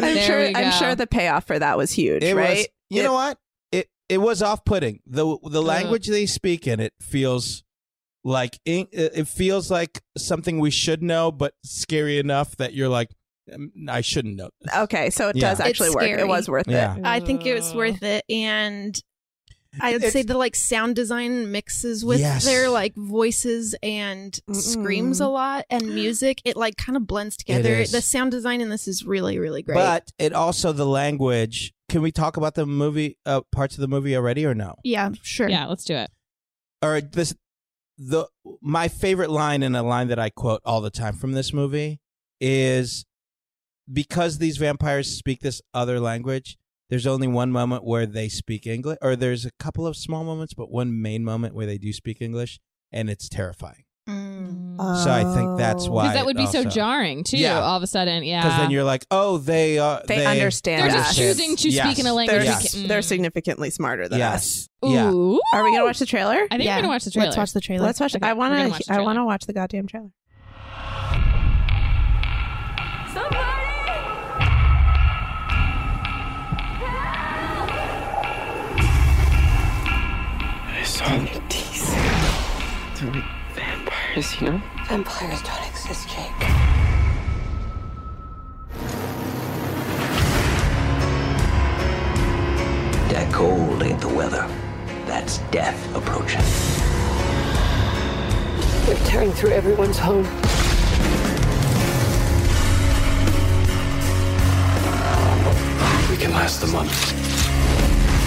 Speaker 3: There
Speaker 4: sure.
Speaker 3: we go.
Speaker 4: I'm sure the payoff for that was huge,
Speaker 7: It
Speaker 4: right?
Speaker 7: was. You
Speaker 4: It-
Speaker 7: know what? It it was off putting. the The language they speak in it feels like in- it feels like something we should know, but scary enough that you're like, "Mm, I shouldn't know. This.
Speaker 4: okay, so it
Speaker 7: Yeah.
Speaker 4: does
Speaker 6: It's
Speaker 4: actually work.
Speaker 6: scary.
Speaker 4: It was worth
Speaker 7: Yeah.
Speaker 4: it.
Speaker 6: I think it was worth it, and I would
Speaker 7: It's-
Speaker 6: say the like sound design mixes with
Speaker 7: Yes.
Speaker 6: their like voices and screams a lot, and music. It like kind of blends together.
Speaker 7: is.
Speaker 6: The sound design in this is really, really great.
Speaker 7: But it also the language. Can we talk about the movie uh, parts of the movie already or no?
Speaker 6: yeah, sure.
Speaker 3: Yeah. Let's do it.
Speaker 7: Or this the my favorite line and a line that I quote all the time from this movie is because these vampires speak this other language. There's only one moment where they speak English, or there's a couple of small moments, but one main moment where they do speak English, and it's terrifying.
Speaker 6: Mm.
Speaker 7: So I think that's why Oh,
Speaker 3: Because that would be so jarring too.
Speaker 7: Yeah.
Speaker 3: All of a sudden. Yeah.
Speaker 7: Because then you're like, oh, they are.
Speaker 4: They understand
Speaker 3: They're
Speaker 4: us.
Speaker 3: just choosing to
Speaker 7: Yes.
Speaker 3: speak in a language.
Speaker 4: They're,
Speaker 3: we
Speaker 7: Yes.
Speaker 3: can-
Speaker 4: they're significantly smarter than us.
Speaker 7: yes. Yeah.
Speaker 3: Ooh.
Speaker 4: Are we gonna watch the trailer?
Speaker 3: I think
Speaker 6: Yeah.
Speaker 3: we're gonna watch the trailer.
Speaker 6: Let's watch the trailer.
Speaker 4: Let's watch.
Speaker 3: Okay,
Speaker 4: I
Speaker 3: we're gonna
Speaker 4: want
Speaker 3: watch
Speaker 4: to.
Speaker 3: the
Speaker 4: I
Speaker 3: trailer.
Speaker 4: want to watch the goddamn trailer.
Speaker 8: It's on your teeth. They're like vampires, you know?
Speaker 9: Vampires don't exist, Jake.
Speaker 10: That cold ain't the weather. That's death approaching.
Speaker 9: They're tearing through everyone's home.
Speaker 8: We can last the month.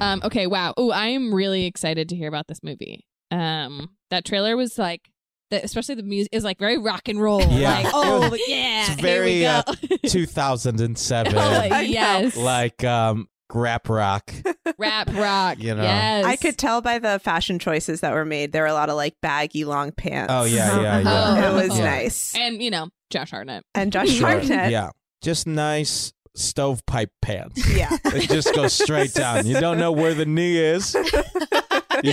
Speaker 3: Um, okay, wow. Ooh, I am really excited to hear about this movie. Um, that trailer was like, the, especially the music is like very rock and roll.
Speaker 7: Yeah.
Speaker 3: Like, oh yeah,
Speaker 7: It's
Speaker 3: here we go.
Speaker 7: very, uh, 2007.
Speaker 3: Oh,
Speaker 4: I know.
Speaker 3: yes,
Speaker 7: like um, rap rock.
Speaker 3: rap rock.
Speaker 7: you know.
Speaker 3: yes.
Speaker 4: I could tell by the fashion choices that were made. There were a lot of like baggy long pants.
Speaker 7: Oh, yeah, yeah,
Speaker 3: Uh-huh.
Speaker 7: yeah.
Speaker 3: Oh.
Speaker 4: it was
Speaker 7: Yeah.
Speaker 4: nice.
Speaker 3: and you know Josh Hartnett.
Speaker 4: And Josh
Speaker 7: Sure.
Speaker 4: Hartnett.
Speaker 7: Yeah. Just nice stovepipe pants.
Speaker 4: Yeah.
Speaker 7: It just goes straight down. You don't know where the knee is. You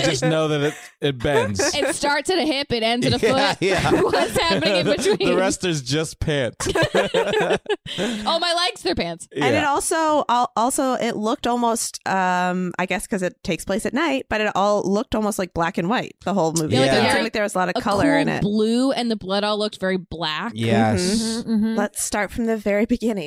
Speaker 7: just know that it, it bends.
Speaker 3: It starts at a hip, it ends at a
Speaker 7: Yeah,
Speaker 3: foot.
Speaker 7: yeah.
Speaker 3: What's happening in between?
Speaker 7: The rest is just pants.
Speaker 3: Oh, my legs, their pants.
Speaker 4: And it
Speaker 7: Yeah.
Speaker 4: also, al- also, it looked almost, um, I guess, because it takes place at night, but it all looked almost like black and white. The whole movie,
Speaker 7: Yeah, like a
Speaker 4: it seemed
Speaker 3: very-
Speaker 4: like there was a lot of
Speaker 3: A
Speaker 4: color
Speaker 3: cool
Speaker 4: in it.
Speaker 3: blue, and the blood all looked very black.
Speaker 7: Yes.
Speaker 4: Mm-hmm. Let's start from the very beginning.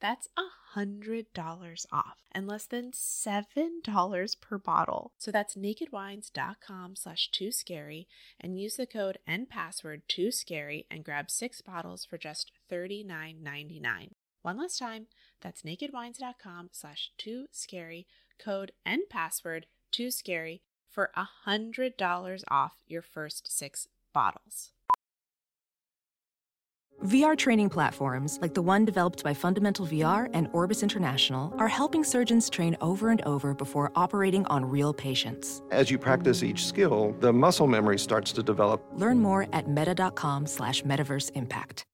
Speaker 4: That's $100 off and less than $7 per bottle. So that's nakedwines.com slash too scary and use the code and password too scary and grab six bottles for just $39.99. One last time, that's nakedwines.com slash too scary, code and password too scary for $100 off your first six bottles.
Speaker 1: VR training platforms, like the one developed by Fundamental VR and Orbis International, are helping surgeons train over and over before operating on real patients.
Speaker 8: As you practice each skill, the muscle memory starts to develop.
Speaker 1: Learn more at meta.com slash metaverse impact.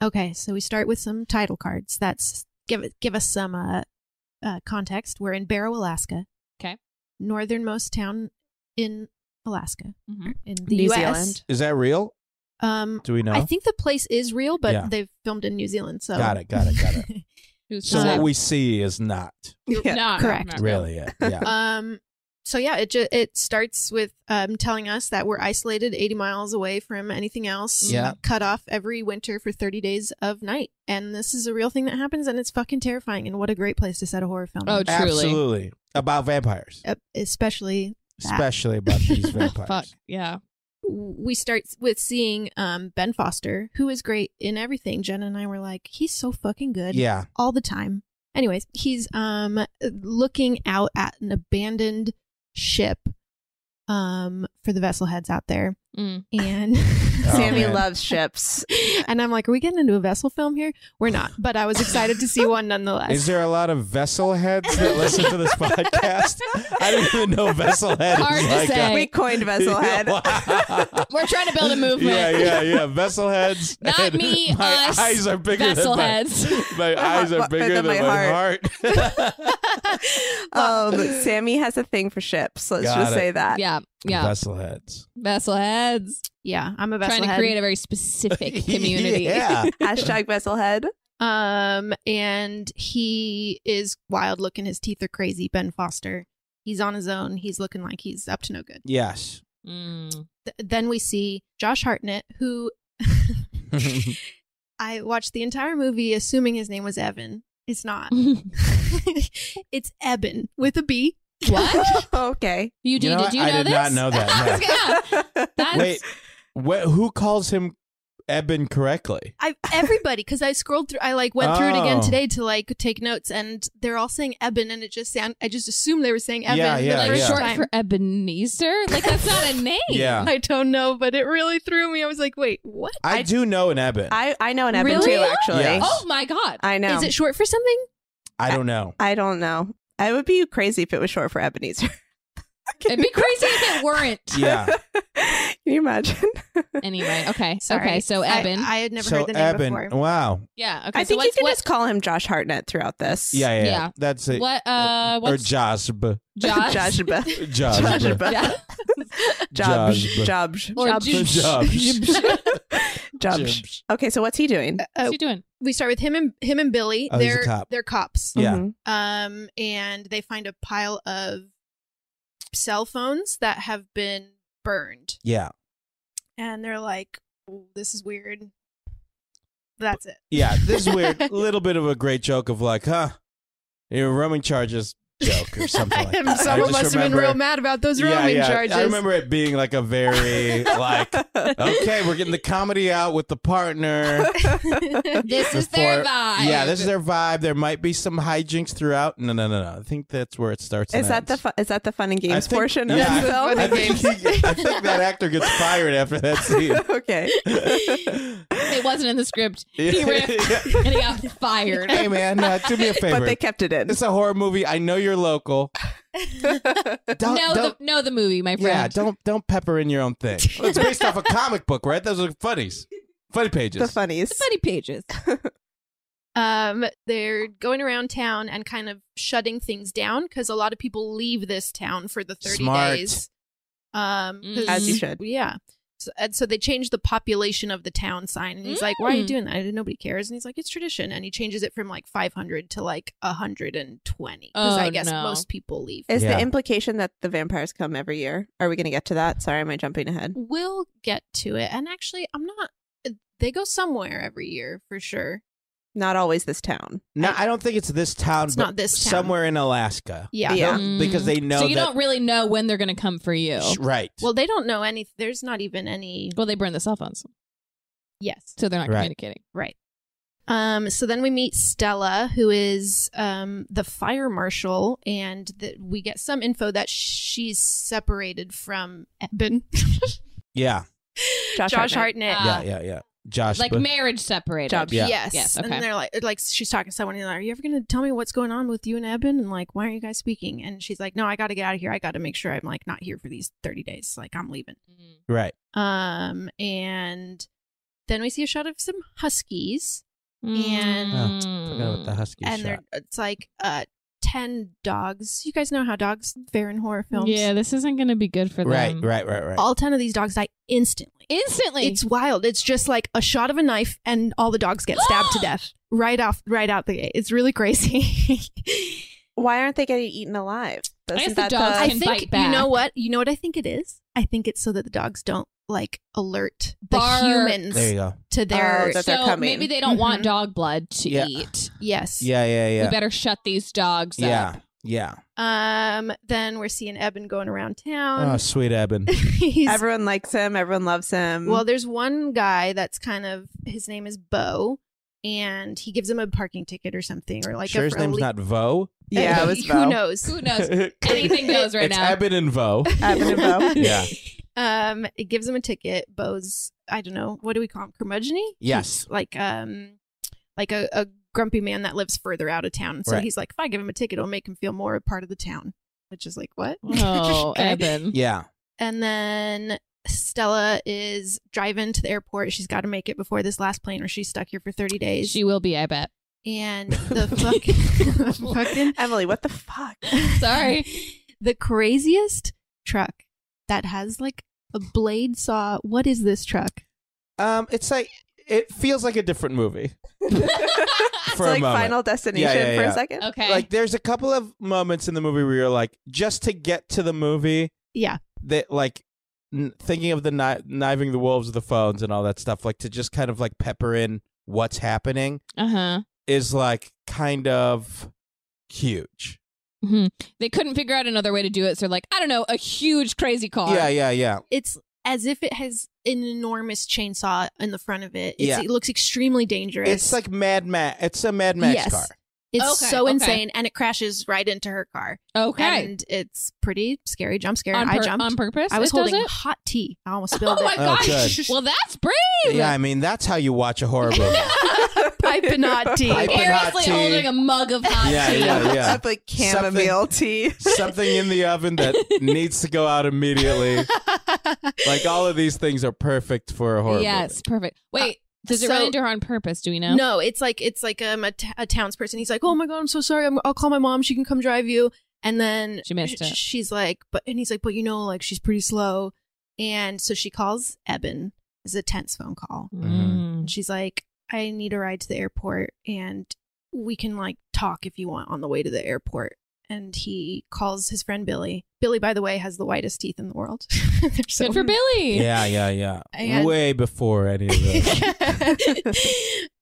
Speaker 6: Okay, so we start with some title cards. That's give it- give us some uh, uh, context. We're in Barrow, Alaska.
Speaker 3: Okay.
Speaker 6: northernmost town in Alaska,
Speaker 3: Mhm.
Speaker 6: in the
Speaker 11: New
Speaker 6: U.S.
Speaker 11: Zealand.
Speaker 7: Is that real?
Speaker 6: Um,
Speaker 7: Do we know?
Speaker 6: I think the place is real, but
Speaker 7: Yeah.
Speaker 6: they've filmed in New Zealand. So
Speaker 7: Got it. Got it. Got it.
Speaker 3: Who's
Speaker 7: so
Speaker 6: Um,
Speaker 7: what we see is not
Speaker 6: Yeah,
Speaker 3: not
Speaker 6: correct.
Speaker 3: not Uh,
Speaker 7: really it. Yeah.
Speaker 6: Um, so yeah, it ju- it starts with um, telling us that we're isolated 80 miles away from anything else.
Speaker 7: Yeah.
Speaker 6: Cut off every winter for 30 days of night, and this is a real thing that happens, and it's fucking terrifying. And what a great place to set a horror film.
Speaker 3: Oh,
Speaker 6: on.
Speaker 3: truly.
Speaker 7: Absolutely. About vampires.
Speaker 6: Uh, especially that.
Speaker 7: Especially about these vampires.
Speaker 3: Fuck. Yeah.
Speaker 6: we start with seeing um, Ben Foster, who is great in everything. Jen and I were like, he's so fucking good.
Speaker 7: Yeah.
Speaker 6: all the time. Anyways, he's um looking out at an abandoned ship um for the vessel heads out there.
Speaker 3: Mm.
Speaker 6: And
Speaker 11: Sammy
Speaker 7: Oh, man.
Speaker 11: loves ships.
Speaker 6: and I'm like, are we getting into a vessel film here? We're not, but I was excited to see one nonetheless.
Speaker 7: Is there a lot of vessel heads that listen to this podcast? I didn't even know vessel head
Speaker 3: Hard
Speaker 7: is
Speaker 3: to
Speaker 7: like
Speaker 3: say.
Speaker 7: a-
Speaker 11: We coined Vessel Head.
Speaker 7: Yeah.
Speaker 3: We're trying to build a movement.
Speaker 7: Yeah, yeah, yeah. Vessel heads.
Speaker 3: Not
Speaker 7: and
Speaker 3: me,
Speaker 7: My
Speaker 3: us,
Speaker 7: eyes are bigger
Speaker 3: vessel
Speaker 7: than my,
Speaker 3: heads.
Speaker 7: My eyes are
Speaker 11: heart-
Speaker 7: bigger than, my heart.
Speaker 11: um, Sammy has a thing for ships. Let's
Speaker 7: Got
Speaker 11: just
Speaker 7: it.
Speaker 11: say that.
Speaker 3: Yeah. Yeah.
Speaker 7: Vessel heads.
Speaker 3: Vessel heads.
Speaker 6: yeah, I'm a vessel
Speaker 3: Trying to
Speaker 6: head.
Speaker 3: create a very specific community.
Speaker 7: yeah.
Speaker 11: Hashtag Vessel Head.
Speaker 6: um, and he is wild looking. His teeth are crazy. Ben Foster. He's on his own. He's looking like he's up to no good.
Speaker 7: Yes.
Speaker 3: Mm.
Speaker 6: Th- then we see Josh Hartnett, who I watched the entire movie assuming his name was Evan. It's not. it's Eben with a B.
Speaker 3: what?
Speaker 11: okay.
Speaker 3: You, did?
Speaker 7: know
Speaker 3: did
Speaker 7: what?
Speaker 3: you
Speaker 7: I
Speaker 3: know
Speaker 7: did
Speaker 3: this?
Speaker 7: not know that, no.
Speaker 3: I was gonna- That's,
Speaker 7: Wait, wh- who calls him Eben correctly?
Speaker 6: I everybody because I scrolled through. I like went through it again
Speaker 7: Oh.
Speaker 6: today to like take notes, and they're all saying Eben, and it just sound. I just assumed they were saying Evan
Speaker 7: Yeah, yeah,
Speaker 6: the
Speaker 3: Like,
Speaker 6: first
Speaker 7: yeah.
Speaker 3: short
Speaker 6: time.
Speaker 3: for Ebenezer? Like that's not a name.
Speaker 7: Yeah.
Speaker 6: I don't know, but it really threw me. I was like, wait, what?
Speaker 7: I, do know an Eben. I,
Speaker 11: I, I know an Evan
Speaker 3: Really?
Speaker 11: too, actually.
Speaker 7: Yeah.
Speaker 3: Oh my god.
Speaker 11: I know.
Speaker 6: Is it short for something?
Speaker 7: don't know.
Speaker 11: I don't know. I would be crazy if it was short for Ebenezer.
Speaker 3: It'd be crazy if it weren't.
Speaker 7: Yeah.
Speaker 4: Can you imagine?
Speaker 3: Anyway, okay.
Speaker 6: Sorry.
Speaker 3: Okay, so
Speaker 6: I-
Speaker 3: Eben.
Speaker 6: I, had never
Speaker 7: so
Speaker 6: heard the name
Speaker 7: Eben,
Speaker 6: before.
Speaker 7: wow.
Speaker 3: yeah, okay.
Speaker 4: I
Speaker 3: so
Speaker 4: think you
Speaker 3: what's
Speaker 4: can
Speaker 3: what,
Speaker 4: just call him Josh Hartnett throughout this.
Speaker 7: Yeah, yeah,
Speaker 3: Yeah.
Speaker 7: That's it.
Speaker 3: what uh
Speaker 7: or
Speaker 3: what's
Speaker 7: Josb.
Speaker 3: Josh?
Speaker 4: Josh.
Speaker 7: Josb.
Speaker 3: Yeah.
Speaker 4: Jobs.
Speaker 7: Jobs.
Speaker 4: Jobs.
Speaker 3: Or
Speaker 4: Jobs.
Speaker 7: Jobs.
Speaker 4: Jobs. Okay, so what's he doing?
Speaker 3: What's he doing?
Speaker 6: Uh, oh, we start with him and him and Billy.
Speaker 7: Oh, he's a
Speaker 6: they're
Speaker 7: cop.
Speaker 6: they're cops.
Speaker 7: Yeah.
Speaker 4: Mhm.
Speaker 6: Um, and they find a pile of cell phones that have been burned,
Speaker 7: Yeah.
Speaker 6: and they're like, "Ooh, "This is weird." That's it.
Speaker 7: Yeah. This is weird. Little bit of a great joke of like, huh? Your roaming charges joke or something like that. I
Speaker 6: Someone
Speaker 7: just
Speaker 6: must have been real
Speaker 7: remember-
Speaker 6: mad about those
Speaker 7: Yeah,
Speaker 6: roaming
Speaker 7: yeah.
Speaker 6: charges.
Speaker 7: I remember it being like a very like okay, we're getting the comedy out with the partner.
Speaker 3: This is their
Speaker 7: Before-
Speaker 3: vibe.
Speaker 7: Yeah, this is their vibe. There might be some hijinks throughout. No, no, no, no. I think that's where it starts. and
Speaker 4: Is that the
Speaker 7: ends.
Speaker 4: fu- is that the fun and
Speaker 7: I
Speaker 4: games
Speaker 7: think-
Speaker 4: portion of
Speaker 7: yeah.
Speaker 4: the film?
Speaker 7: I think, he- I think that actor gets fired after that scene.
Speaker 4: okay.
Speaker 3: It wasn't in the script. He ripped
Speaker 7: Yeah.
Speaker 3: and he got fired.
Speaker 7: Hey man, uh, do me a favor.
Speaker 4: But they kept it in.
Speaker 7: it's a horror movie. I know you're local. Don't,
Speaker 3: no, the,
Speaker 7: don't,
Speaker 3: no, the movie, my friend.
Speaker 7: yeah, don't don't pepper in your own thing. It's based off a comic book, right? Those are funnies, funny pages.
Speaker 4: The funnies.
Speaker 3: Funny pages.
Speaker 6: Um, they're going around town and kind of shutting things down because a lot of people leave this town for the 30
Speaker 7: Smart.
Speaker 6: days. Um, 'cause-
Speaker 4: As you should.
Speaker 6: Yeah. So, and so they changed the population of the town sign. And he's like, why are you
Speaker 3: Mm.
Speaker 6: doing that? Nobody cares. And he's like, it's tradition. And he changes it from like 500 to like 120. Because
Speaker 3: Oh,
Speaker 6: I guess
Speaker 3: no.
Speaker 6: most people leave.
Speaker 4: Is
Speaker 7: Yeah.
Speaker 4: the implication that the vampires come every year? Are we going to get to that? Sorry, am I jumping ahead?
Speaker 6: We'll get to it. And actually, I'm not. They go somewhere every year for sure.
Speaker 4: Not always this town.
Speaker 7: No, I don't think it's this town.
Speaker 6: It's
Speaker 7: but
Speaker 6: not this town.
Speaker 7: Somewhere in Alaska.
Speaker 6: Yeah.
Speaker 4: Yeah.
Speaker 7: They'll- because they know
Speaker 3: Mm. So you
Speaker 7: that.
Speaker 3: don't really know when they're going to come for you.
Speaker 7: Sh- right.
Speaker 6: Well, they don't know any. There's not even any.
Speaker 3: Well, they burn the cell phones,
Speaker 6: Yes.
Speaker 3: so they're not
Speaker 7: Right.
Speaker 3: communicating.
Speaker 6: Right. Um, so then we meet Stella, who is um, the fire marshal, and that we get some info that she's separated from Eben,
Speaker 7: yeah.
Speaker 6: Josh, Hartnett. Um,
Speaker 3: Uh,
Speaker 7: Yeah. Yeah. Yeah. Josh.
Speaker 3: Like
Speaker 7: but-
Speaker 3: marriage separated.
Speaker 4: Job.
Speaker 7: Yeah.
Speaker 6: Yes.
Speaker 3: Yes, okay.
Speaker 6: And they're like, like she's talking to someone, and they're like, "Are you ever gonna tell me what's going on with you and Eben? And like, why aren't you guys speaking?" And she's like, "No, I got to get out of here. I got to make sure I'm like not here for these thirty days. Like, I'm leaving."
Speaker 7: right.
Speaker 6: Um, and then we see a shot of some huskies,
Speaker 3: Mm.
Speaker 6: And-
Speaker 7: Oh, Forgot about the husky
Speaker 6: and
Speaker 7: shot.
Speaker 6: they're it's like uh ten dogs. You guys know how dogs fare in horror films.
Speaker 3: yeah, this isn't going to be good for
Speaker 7: Right.
Speaker 3: them.
Speaker 7: Right. Right. Right.
Speaker 6: All ten of these dogs die instantly.
Speaker 3: Instantly,
Speaker 6: It's wild. It's just like a shot of a knife and all the dogs get stabbed to death right off right out the gate. It's really crazy.
Speaker 4: Why aren't they getting eaten alive?
Speaker 3: I guess
Speaker 4: Isn't
Speaker 3: the dogs
Speaker 6: I
Speaker 3: can bite
Speaker 6: think you
Speaker 3: back.
Speaker 6: know what? You know what I think it is? I think it's so that the dogs don't like alert the
Speaker 3: Bark.
Speaker 6: humans
Speaker 7: there you go.
Speaker 6: to their
Speaker 4: Oh, that
Speaker 3: so
Speaker 4: they're coming.
Speaker 3: maybe they don't want
Speaker 6: Mhm.
Speaker 3: dog blood to
Speaker 7: Yeah.
Speaker 3: eat.
Speaker 6: yes.
Speaker 7: Yeah. Yeah.
Speaker 3: We
Speaker 7: Yeah.
Speaker 3: better shut these dogs
Speaker 7: Yeah.
Speaker 3: up.
Speaker 7: Yeah.
Speaker 6: Um then we're seeing Eben going around
Speaker 3: Um,
Speaker 7: Oh,
Speaker 6: town.
Speaker 7: sweet Eben.
Speaker 6: He's
Speaker 4: Everyone likes him. Everyone loves him.
Speaker 6: Well, there's one guy that's kind of his name is Bo, and he gives him a parking ticket or something, or like
Speaker 7: sure,
Speaker 6: a,
Speaker 7: his name's
Speaker 6: a
Speaker 7: not Vo.
Speaker 4: yeah, it was
Speaker 6: who
Speaker 4: Bo.
Speaker 6: knows?
Speaker 3: Who knows? Anything goes right
Speaker 7: it's
Speaker 3: now.
Speaker 7: Eben and Vo.
Speaker 4: Eben and Bo.
Speaker 7: Yeah.
Speaker 6: Um, it gives him a ticket. Bo's I don't know what do we call him? Curmudgeon?
Speaker 7: Yes.
Speaker 6: Like um, like a, a grumpy man that lives further out of town. So
Speaker 7: Right.
Speaker 6: he's like, if I give him a ticket, it'll make him feel more a part of the town. Which is like what?
Speaker 3: Oh,
Speaker 6: Okay.
Speaker 3: Eben.
Speaker 7: Yeah.
Speaker 6: And then Stella is driving to the airport. She's got to make it before this last plane, or she's stuck here for thirty days.
Speaker 3: She will be, I bet.
Speaker 6: and the fucking, fucking
Speaker 4: Emily, what the fuck?
Speaker 3: Sorry.
Speaker 6: the craziest truck that has like a blade saw. What is this truck?
Speaker 7: Um, it's like it feels like a different movie
Speaker 4: It's
Speaker 7: for a
Speaker 4: like
Speaker 7: moment.
Speaker 4: Final Destination
Speaker 7: yeah,
Speaker 4: for
Speaker 7: yeah.
Speaker 4: a second.
Speaker 3: Okay.
Speaker 7: Like there's a couple of moments in the movie where you're like, just to get to the movie,
Speaker 6: Yeah,
Speaker 7: that like n- thinking of the kni- kniving the wolves with the phones and all that stuff, like to just kind of like pepper in what's happening
Speaker 3: uh huh.
Speaker 7: is like kind of huge.
Speaker 3: hmm They couldn't figure out another way to do it, so they're like, I don't know, a huge crazy car.
Speaker 7: Yeah, yeah, yeah.
Speaker 6: it's as if it has an enormous chainsaw in the front of it. It's,
Speaker 7: Yeah.
Speaker 6: It looks extremely dangerous.
Speaker 7: It's like Mad Max. It's a Mad Max
Speaker 6: Yes.
Speaker 7: car.
Speaker 6: it's
Speaker 3: Okay,
Speaker 6: so
Speaker 3: okay.
Speaker 6: insane, and it crashes right into her car.
Speaker 3: Okay.
Speaker 6: and it's pretty scary. Jump scare.
Speaker 3: on,
Speaker 6: I
Speaker 3: pur-
Speaker 6: jumped.
Speaker 3: on purpose.
Speaker 6: I was
Speaker 3: it does
Speaker 6: holding
Speaker 3: it?
Speaker 6: hot tea. I almost
Speaker 3: Oh
Speaker 6: spilled
Speaker 3: my
Speaker 6: it.
Speaker 7: Oh,
Speaker 3: gosh.
Speaker 7: good.
Speaker 3: well, that's brave.
Speaker 7: Yeah, I mean that's how you watch a horror movie.
Speaker 6: Piping hot tea.
Speaker 7: Piping hot
Speaker 3: Seriously
Speaker 7: tea.
Speaker 3: holding a mug of hot
Speaker 7: Yeah,
Speaker 3: tea.
Speaker 7: yeah, yeah.
Speaker 4: Up like chamomile tea.
Speaker 7: Something in the oven that needs to go out immediately. like all of these things are perfect for a horror
Speaker 3: Yes, perfect. Wait,
Speaker 7: uh,
Speaker 3: does it
Speaker 6: Uh, so-
Speaker 3: run into her on purpose? Do we know?
Speaker 6: No, it's like it's like um, a, t- a townsperson. He's like, "Oh my god, I'm so sorry. I'm, I'll call my mom. She can come drive you." And then
Speaker 3: She missed
Speaker 6: sh-
Speaker 3: it.
Speaker 6: She's like, "But," and he's like, "But you know, like she's pretty slow." And so she calls Eben. It's a tense phone call.
Speaker 3: Mm.
Speaker 6: And she's like, "I need a ride to the airport, and we can like talk if you want on the way to the airport." And he calls his friend Billy. Billy, by the way, has the whitest teeth in the world. They're so
Speaker 3: Good for Billy.
Speaker 7: movie. Yeah, yeah, yeah.
Speaker 6: And-
Speaker 7: Way before any of this.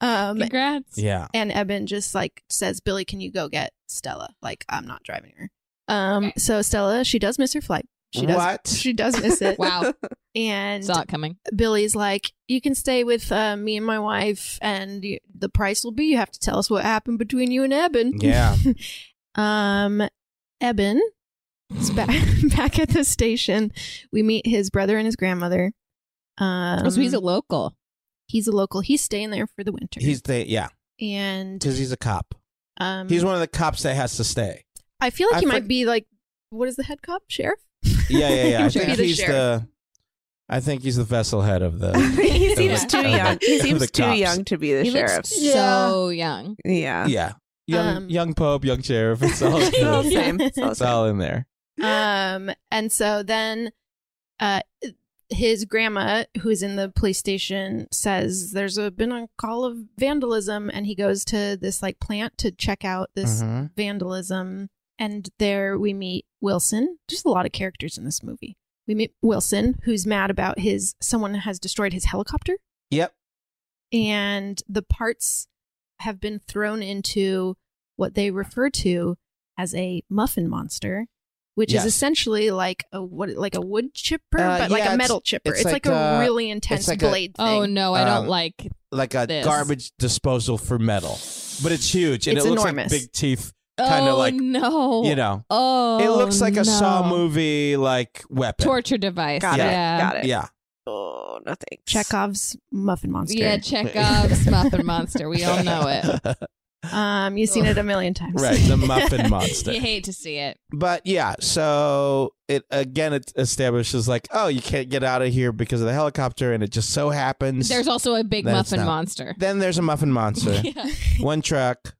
Speaker 6: um,
Speaker 3: Congrats.
Speaker 7: yeah.
Speaker 6: and Eben just like says, "Billy, can you go get Stella? Like, I'm not driving her." Um, so Stella, she does miss her flight. She does.
Speaker 7: What?
Speaker 6: She does miss it.
Speaker 3: Wow.
Speaker 6: And
Speaker 3: Saw it coming.
Speaker 6: Billy's like, "You can stay with uh, me and my wife, and y- the price will be you have to tell us what happened between you and Eben."
Speaker 7: Yeah.
Speaker 6: Um, Eben is back back at the station. We meet his brother and his grandmother. Um,
Speaker 3: Oh, so he's a local.
Speaker 6: he's a local. He's staying there for the winter.
Speaker 7: He's the yeah,
Speaker 6: and
Speaker 7: because he's a cop.
Speaker 6: um,
Speaker 7: He's one of the cops that has to stay.
Speaker 6: I feel like
Speaker 7: I
Speaker 6: he
Speaker 7: for-
Speaker 6: might be like, what is the head cop? Sheriff?
Speaker 7: Yeah, yeah, yeah. I
Speaker 6: Should be
Speaker 7: think
Speaker 6: the
Speaker 7: he's
Speaker 6: sheriff.
Speaker 7: the. I think he's the vessel head of the.
Speaker 4: he
Speaker 7: Of
Speaker 4: seems
Speaker 7: the-
Speaker 4: too
Speaker 7: of the-
Speaker 4: young. He
Speaker 7: of the
Speaker 4: seems too
Speaker 7: cops.
Speaker 4: young to be the
Speaker 3: he
Speaker 4: sheriff.
Speaker 3: looks so young.
Speaker 4: yeah.
Speaker 7: Yeah, young
Speaker 6: Um,
Speaker 7: young pope, young sheriff. It's all,
Speaker 4: It's all the
Speaker 3: Yeah.
Speaker 4: same. It's all the
Speaker 7: it's
Speaker 4: same.
Speaker 7: all in there.
Speaker 6: Um, and so then, uh, his grandma, who's in the police station, says there's a, been a call of vandalism, and he goes to this like plant to check out this
Speaker 7: Mhm.
Speaker 6: vandalism. And there we meet Wilson. Just a lot of characters in this movie. We meet Wilson, who's mad about his someone has destroyed his helicopter.
Speaker 7: Yep.
Speaker 6: and the parts have been thrown into what they refer to as a muffin monster, which
Speaker 7: Yes.
Speaker 6: is essentially like a what like a wood chipper,
Speaker 7: Uh,
Speaker 6: but
Speaker 7: yeah,
Speaker 6: like a
Speaker 7: it's-
Speaker 6: metal chipper.
Speaker 7: it's
Speaker 6: It's,
Speaker 7: like
Speaker 6: like,
Speaker 7: a-
Speaker 6: a really intense
Speaker 7: like a-
Speaker 6: blade
Speaker 3: Oh
Speaker 6: thing.
Speaker 3: no, I don't
Speaker 7: Um,
Speaker 3: like.
Speaker 7: Like a
Speaker 3: This.
Speaker 7: garbage disposal for metal, but it's huge and
Speaker 6: It's
Speaker 7: it looks
Speaker 6: enormous.
Speaker 7: like big teeth. Kinda
Speaker 3: Oh
Speaker 7: like,
Speaker 3: no.
Speaker 7: You know,
Speaker 3: Oh.
Speaker 7: it looks like
Speaker 3: no.
Speaker 7: a Saw movie like weapon.
Speaker 3: Torture device.
Speaker 4: Got
Speaker 3: yeah.
Speaker 4: it. Got it.
Speaker 7: Yeah,
Speaker 4: Oh, no thanks.
Speaker 6: Chekhov's muffin monster.
Speaker 3: Yeah, Chekhov's muffin monster. We all know it.
Speaker 6: Um, you've seen it a million times.
Speaker 7: right, the muffin monster.
Speaker 3: You hate to see it.
Speaker 7: but yeah, so it again it establishes like, oh, you can't get out of here because of the helicopter, and it just so happens.
Speaker 3: There's also a big
Speaker 7: That it's
Speaker 3: muffin
Speaker 7: not.
Speaker 3: monster.
Speaker 7: then there's a muffin monster,
Speaker 3: Yeah.
Speaker 7: one truck,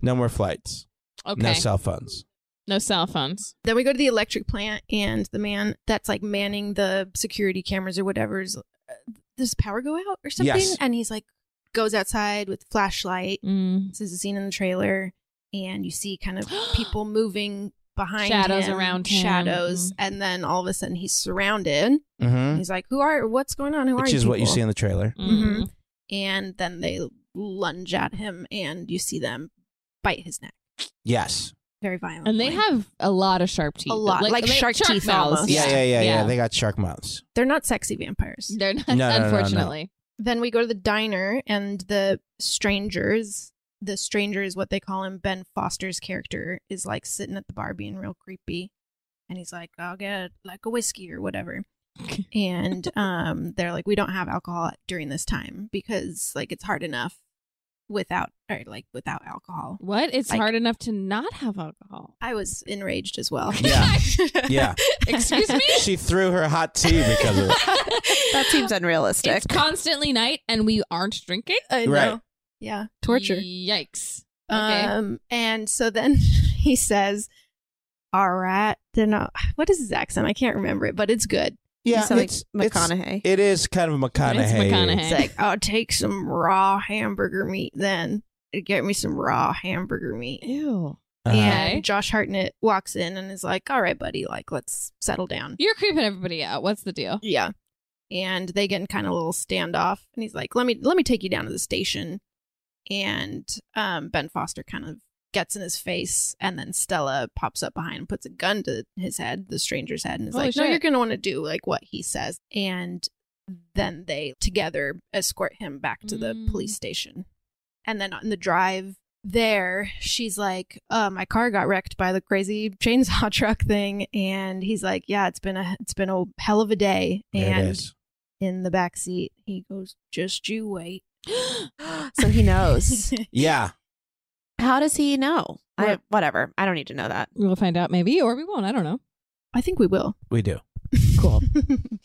Speaker 7: no more flights,
Speaker 3: Okay.
Speaker 7: no cell phones.
Speaker 3: No cell phones.
Speaker 6: Then we go to the electric plant, and the man that's like manning the security cameras or whatever's uh, does power go out or something,
Speaker 7: Yes.
Speaker 6: and he's like goes outside with flashlight.
Speaker 3: Mm.
Speaker 6: This is a scene in the trailer, and you see kind of people moving behind
Speaker 3: Shadows
Speaker 6: him,
Speaker 3: around him.
Speaker 6: shadows,
Speaker 3: Mhm.
Speaker 6: and then all of a sudden he's surrounded.
Speaker 7: Mm-hmm.
Speaker 6: He's like, "Who are? What's going on? Who are
Speaker 7: Which
Speaker 6: you?"
Speaker 7: is what you
Speaker 6: people?" Mm-hmm.
Speaker 7: see in Mm-hmm. the trailer.
Speaker 3: Mm.
Speaker 6: And then they lunge at him, and you see them bite his neck
Speaker 7: Yes.
Speaker 6: very violently.
Speaker 3: And they have a lot of sharp teeth.
Speaker 6: A lot, like
Speaker 3: they-
Speaker 6: shark teeth
Speaker 3: mouths.
Speaker 6: almost.
Speaker 7: Yeah, yeah, yeah, yeah. They got shark mouths.
Speaker 6: they're not sexy vampires.
Speaker 3: They're not,
Speaker 7: No, no, no, no.
Speaker 3: unfortunately.
Speaker 6: Then we go to the diner, and the strangers, the stranger is what they call him. Ben Foster's character is like sitting at the bar being real creepy. And he's like, I'll get like a whiskey or whatever. and um, they're like, we don't have alcohol during this time because like it's hard enough without or like without alcohol.
Speaker 3: What? It's
Speaker 6: Like-
Speaker 3: hard enough to not have alcohol.
Speaker 6: I was enraged as well.
Speaker 7: Yeah. Yeah.
Speaker 3: Excuse me?
Speaker 7: she threw her hot tea because of it.
Speaker 4: That seems unrealistic.
Speaker 3: It's constantly night and we aren't drinking?
Speaker 7: Right.
Speaker 6: I know. Yeah, torture.
Speaker 3: Yikes. Okay.
Speaker 6: Um, and so then he says, "All right, then I'll, what is his accent? I can't remember it, but it's good."
Speaker 7: Yeah,
Speaker 4: You sound like
Speaker 7: it's, it's
Speaker 4: McConaughey.
Speaker 7: it is kind of McConaughey.
Speaker 3: McConaughey.
Speaker 6: It's like, "I'll take some raw hamburger meat then. Get me some raw hamburger meat."
Speaker 3: Ew.
Speaker 7: Uh-huh.
Speaker 3: Okay.
Speaker 6: And Josh Hartnett walks in and is like, "All right, buddy, like let's settle down."
Speaker 3: You're creeping everybody out. What's the deal?
Speaker 6: Yeah. And they get in kind of a little standoff and he's like, Let me let me take you down to the station. And um Ben Foster kind of gets in his face and then Stella pops up behind and puts a gun to his head, the stranger's head, and is
Speaker 3: Holy
Speaker 6: like, No,
Speaker 3: shit.
Speaker 6: you're gonna want to do like what he says. And then they together escort him back to the
Speaker 3: Mm.
Speaker 6: police station. And then on the drive there, she's like, uh, "My car got wrecked by the crazy chainsaw truck thing," and he's like, "Yeah, it's been a it's been a hell of a day."
Speaker 7: There it
Speaker 6: And
Speaker 7: is.
Speaker 6: in the back seat, he goes, "Just you wait."
Speaker 4: so he knows.
Speaker 7: Yeah.
Speaker 4: How does he know? I, whatever. I don't need to know that.
Speaker 3: We'll find out maybe, or we won't. I don't know.
Speaker 6: I think we will.
Speaker 7: We do.
Speaker 3: Cool.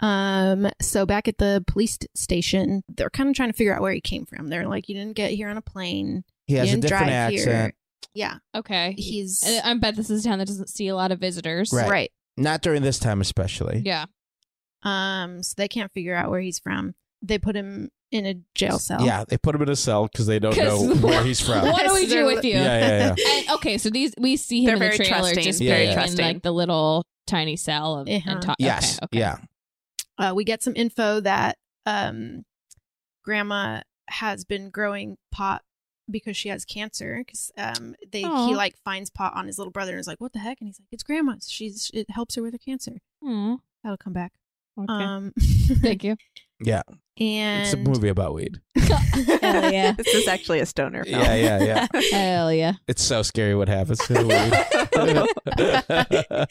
Speaker 6: Um, so back at the police st- station, they're kind of trying to figure out where he came from. They're like, you didn't get here on a plane.
Speaker 7: He has a
Speaker 6: you didn't
Speaker 7: different
Speaker 6: drive
Speaker 7: accent.
Speaker 6: Here. Yeah.
Speaker 3: Okay. Uh,
Speaker 6: He's-
Speaker 4: Uh,
Speaker 3: I I bet this is a town that doesn't see a lot of visitors.
Speaker 7: Right. Not during this time, especially.
Speaker 3: Yeah.
Speaker 6: Um, so they can't figure out where he's from. They put him in a jail cell.
Speaker 7: Yeah, they put him in a cell because they don't
Speaker 3: 'Cause
Speaker 7: know where he's from.
Speaker 3: What do we do with you?
Speaker 7: Yeah, yeah,
Speaker 3: And, oh, okay, so these we see him
Speaker 4: They're
Speaker 3: in the
Speaker 4: very
Speaker 3: trailer
Speaker 4: trusting,
Speaker 3: just
Speaker 7: very
Speaker 3: being
Speaker 4: trusting.
Speaker 3: in like the little tiny cell of,
Speaker 6: Uh-huh.
Speaker 3: and talk.
Speaker 7: Yes.
Speaker 3: Okay, okay.
Speaker 7: Yeah.
Speaker 6: Uh, we get some info that um, grandma has been growing pot because she has cancer. Because um, they
Speaker 3: Aw.
Speaker 6: he like finds pot on his little brother and is like, "What the heck?" And he's like, "It's grandma's. She's it helps her with her cancer.
Speaker 3: Aw,
Speaker 6: That'll come back."
Speaker 3: Hmm. okay.
Speaker 6: Um,
Speaker 3: Thank you.
Speaker 7: Yeah.
Speaker 6: and
Speaker 7: It's a movie about weed.
Speaker 3: Hell yeah.
Speaker 4: this is actually a stoner film.
Speaker 7: Yeah, yeah, yeah.
Speaker 3: Hell yeah.
Speaker 7: It's so scary what happens to the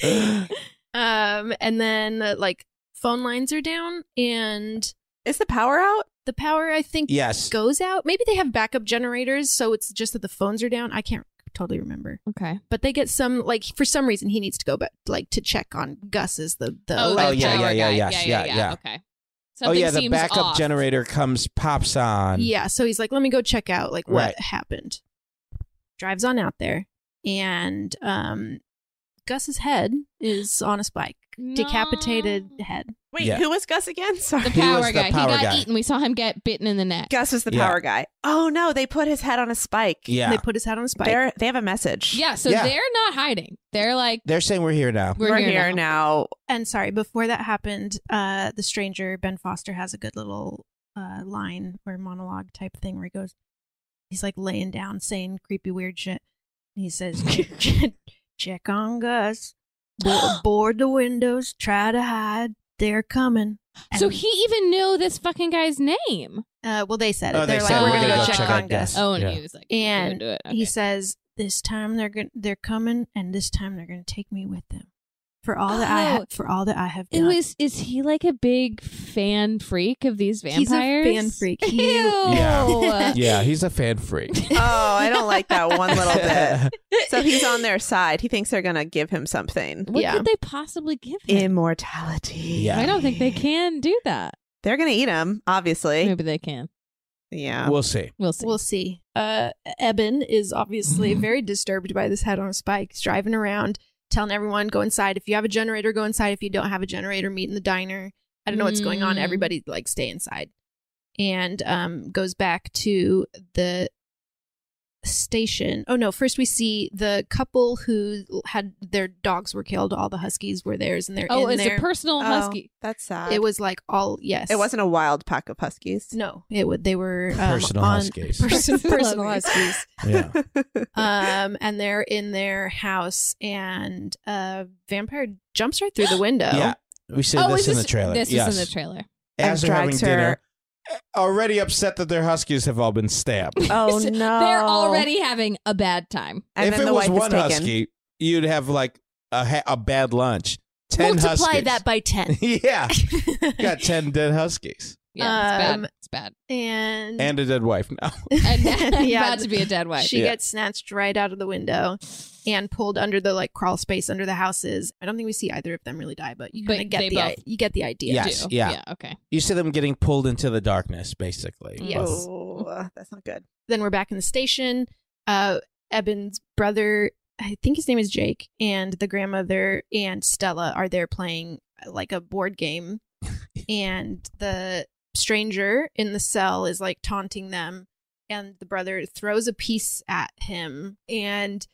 Speaker 7: weed.
Speaker 6: Um, and then uh, like phone lines are down and
Speaker 4: Is the power out?
Speaker 6: the power I think
Speaker 7: yes.
Speaker 6: goes out. Maybe they have backup generators, so it's just that the phones are down. I can't totally remember,
Speaker 3: Okay.
Speaker 6: but they get some like for some reason he needs to go back like to check on Gus as the the
Speaker 7: Oh,
Speaker 6: electric-
Speaker 7: yeah, yeah,
Speaker 3: power
Speaker 7: yeah,
Speaker 3: guy.
Speaker 7: yes,
Speaker 3: yeah,
Speaker 7: yeah,
Speaker 3: yeah,
Speaker 7: yeah.
Speaker 3: Okay.
Speaker 7: oh
Speaker 3: Something
Speaker 7: yeah, the
Speaker 3: seems
Speaker 7: backup
Speaker 3: off.
Speaker 7: generator comes pops on.
Speaker 6: Yeah, so he's like, let me go check out like what
Speaker 7: Right.
Speaker 6: happened. Drives on out there, and um, Gus's head is on a spike, decapitated
Speaker 3: No.
Speaker 6: head.
Speaker 4: Wait,
Speaker 7: Yeah.
Speaker 4: who was Gus again? Sorry.
Speaker 3: The
Speaker 7: He was
Speaker 3: power
Speaker 7: the
Speaker 3: guy.
Speaker 7: power
Speaker 3: he got
Speaker 7: guy.
Speaker 3: eaten. We saw him get bitten in the neck.
Speaker 4: Gus was the
Speaker 7: Yeah.
Speaker 4: power guy. Oh no, they put his head on a spike.
Speaker 7: Yeah.
Speaker 6: They
Speaker 7: They
Speaker 6: put his head on a spike.
Speaker 4: They're, they have a message.
Speaker 3: Yeah. So
Speaker 7: Yeah.
Speaker 3: they're not hiding. They're like
Speaker 7: are saying we're here now.
Speaker 3: we're, here, now.
Speaker 4: now.
Speaker 6: and sorry, before that happened, uh, the stranger Ben Foster has a good little uh, line or monologue type thing where he goes, he's like laying down saying creepy weird shit. And he says, "Check- "Check on Gus, Bo- board the windows, try to hide. They're coming."
Speaker 3: So
Speaker 6: And,
Speaker 3: he even knew this fucking guy's name.
Speaker 6: uh, well, they said it.
Speaker 7: Oh, they
Speaker 6: They're like,
Speaker 7: said,
Speaker 6: "We're
Speaker 3: "We're
Speaker 6: gonna
Speaker 3: gonna
Speaker 6: go
Speaker 3: go
Speaker 6: check,
Speaker 3: check
Speaker 7: on
Speaker 6: on Gus."
Speaker 7: Gus.
Speaker 3: Oh, and
Speaker 7: Yeah.
Speaker 3: he was like,
Speaker 6: And
Speaker 3: do it, do it.
Speaker 6: He
Speaker 3: Okay.
Speaker 6: says, "This time they're gonna they're coming, and this time they're gonna take me with them." For all that I
Speaker 3: Oh.
Speaker 6: have, for all that I have
Speaker 3: It
Speaker 6: done.
Speaker 3: was. Is he like a big fan freak of these
Speaker 6: He's a
Speaker 3: vampires?
Speaker 6: fan freak.
Speaker 3: Ew.
Speaker 6: He-
Speaker 7: Yeah. Yeah, he's a fan freak.
Speaker 4: Oh, I don't like that one little bit. So he's on their side. He thinks they're gonna give him something.
Speaker 3: What
Speaker 6: Yeah.
Speaker 3: could they possibly give him?
Speaker 4: Immortality.
Speaker 7: Yeah.
Speaker 3: I don't think they can do that.
Speaker 4: They're gonna eat him, obviously.
Speaker 3: Maybe they can.
Speaker 4: Yeah.
Speaker 7: We'll see.
Speaker 3: We'll see.
Speaker 6: We'll see. Uh, Eben is obviously very disturbed by this head on a spike. He's driving around, telling everyone, go inside. If you have a generator, go inside. If you don't have a generator, meet in the diner. I don't know what's going on.
Speaker 3: Mm.
Speaker 6: Everybody, like, stay inside. And um, goes back to the station. Oh, no. First, we see the couple who had their dogs were killed. All the huskies were theirs, and they're
Speaker 3: oh,
Speaker 6: in
Speaker 3: it's
Speaker 6: there.
Speaker 3: a personal
Speaker 4: Oh,
Speaker 3: husky.
Speaker 4: That's sad.
Speaker 6: it was like all, yes.
Speaker 4: It wasn't a wild pack of huskies.
Speaker 6: No, it would. They were um,
Speaker 7: Personal
Speaker 6: on-
Speaker 7: huskies.
Speaker 6: person- personal huskies.
Speaker 7: Yeah.
Speaker 6: um and they're in their house and a vampire jumps right through the window
Speaker 7: Yeah. We see
Speaker 3: oh,
Speaker 7: this
Speaker 3: is
Speaker 7: in the trailer.
Speaker 3: This
Speaker 7: yes.
Speaker 3: is in the trailer.
Speaker 7: As
Speaker 4: And
Speaker 7: they're having
Speaker 4: drags her-
Speaker 7: dinner. Already upset that their huskies have all been stabbed.
Speaker 4: Oh
Speaker 3: So
Speaker 4: no.
Speaker 3: They're already having a bad time.
Speaker 4: And
Speaker 7: if
Speaker 4: then
Speaker 7: it
Speaker 4: the
Speaker 7: was
Speaker 4: wife is
Speaker 7: one
Speaker 4: taken.
Speaker 7: husky, you'd have like a ha- a bad lunch. Ten
Speaker 6: multiply
Speaker 7: huskies.
Speaker 6: that by 10
Speaker 7: yeah, got ten dead huskies
Speaker 3: Yeah,
Speaker 6: Um,
Speaker 3: it's bad.
Speaker 6: and,
Speaker 7: and a dead wife now.
Speaker 3: It's bad. And
Speaker 6: yeah,
Speaker 3: about to be a dead wife.
Speaker 6: she
Speaker 7: Yeah.
Speaker 6: gets snatched right out of the window and pulled under the like crawl space under the houses i don't think we see either of them really die but you
Speaker 3: But
Speaker 6: kinda
Speaker 3: they
Speaker 6: get the i-
Speaker 3: both
Speaker 6: you get the idea
Speaker 7: Yes.
Speaker 3: Do.
Speaker 7: yeah.
Speaker 3: Yeah. Okay.
Speaker 7: You see them getting pulled into the darkness, basically.
Speaker 6: Yes.
Speaker 4: Oh, that's not good.
Speaker 6: then we're back in the station. Uh, Eben's brother, I think his name is Jake, and the grandmother and Stella are there playing uh, like a board game, and the stranger in the cell is like taunting them, and the brother throws a piece at him, and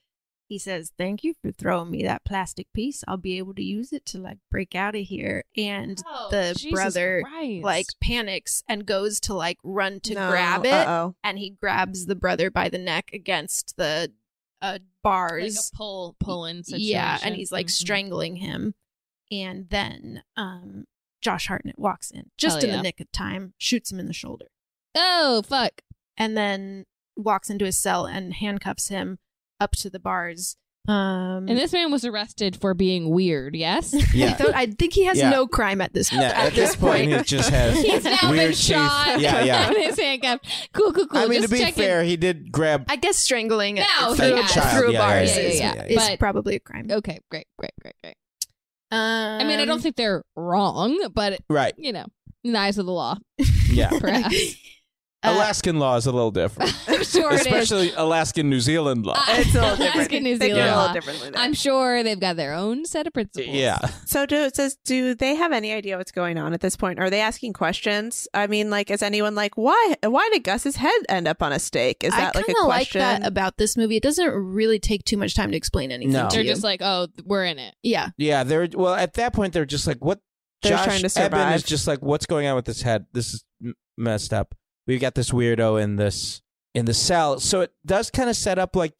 Speaker 6: he says, "Thank you for throwing me that plastic piece. I'll be able to use it to like break out of here." And
Speaker 3: Oh,
Speaker 6: the brother like panics and goes to like run to
Speaker 4: No, uh,
Speaker 6: grab it
Speaker 4: Uh-oh.
Speaker 6: and he grabs the brother by the neck against the uh, bars.
Speaker 3: pull pull in situation. Mm-hmm.
Speaker 6: yeah, and he's like strangling him. And then um, Josh Hartnett walks in just
Speaker 3: Hell
Speaker 6: in
Speaker 3: yeah.
Speaker 6: the nick of time, shoots him in the shoulder,
Speaker 3: Oh fuck!
Speaker 6: and then walks into his cell and handcuffs him up to the bars. Um,
Speaker 3: And this man was arrested for being weird, yes?
Speaker 7: Yeah.
Speaker 6: So I think he has
Speaker 7: Yeah.
Speaker 6: no crime at this
Speaker 7: No,
Speaker 6: at,
Speaker 7: at this point, it just has
Speaker 3: He's now
Speaker 7: weird
Speaker 3: been
Speaker 7: teeth.
Speaker 3: shot.
Speaker 7: Yeah, yeah.
Speaker 3: And is handcuffed. Cool, cool, cool.
Speaker 7: I mean, to
Speaker 3: Just
Speaker 7: be
Speaker 3: checking.
Speaker 7: fair, he did grab.
Speaker 6: I guess strangling
Speaker 3: No,
Speaker 6: through,
Speaker 3: he
Speaker 6: a-
Speaker 7: has.
Speaker 6: through a
Speaker 7: Yeah,
Speaker 6: bar
Speaker 7: yeah,
Speaker 6: is,
Speaker 7: yeah, yeah,
Speaker 3: yeah.
Speaker 6: is
Speaker 3: But-
Speaker 6: probably a crime.
Speaker 3: Okay, great, great, great, great.
Speaker 6: Um,
Speaker 3: I mean, I don't think they're wrong, but,
Speaker 7: right.
Speaker 3: you know, in the eyes of the law,
Speaker 7: Yeah.
Speaker 3: Uh, perhaps.
Speaker 7: Alaskan law is a little different.
Speaker 3: I'm sure it is.
Speaker 7: Especially Alascan New Zealand law.
Speaker 4: Uh, It's a little different.
Speaker 3: Alaska, New
Speaker 4: They do it
Speaker 3: Zealand
Speaker 4: a
Speaker 3: law.
Speaker 4: little differently. there.
Speaker 3: I'm sure they've got their own set of principles.
Speaker 7: yeah.
Speaker 4: So do does do they have any idea what's going on at this point? Are they asking questions? I mean, like, is anyone like why why did Gus's head end up on a stake? Is that
Speaker 6: I
Speaker 4: like a
Speaker 6: kinda
Speaker 4: question?
Speaker 6: like that about this movie. It doesn't really take too much time to explain anything.
Speaker 7: No.
Speaker 6: to
Speaker 3: They're
Speaker 6: you.
Speaker 3: just like, oh, we're in it.
Speaker 6: yeah,
Speaker 7: Yeah. They're well at that point. They're just like, what?
Speaker 4: They're
Speaker 7: Josh
Speaker 4: trying to
Speaker 7: Eben is
Speaker 4: survive.
Speaker 7: just like, what's going on with this head? This is m- messed up. We've got this weirdo in this in the cell. So it does kind of set up like,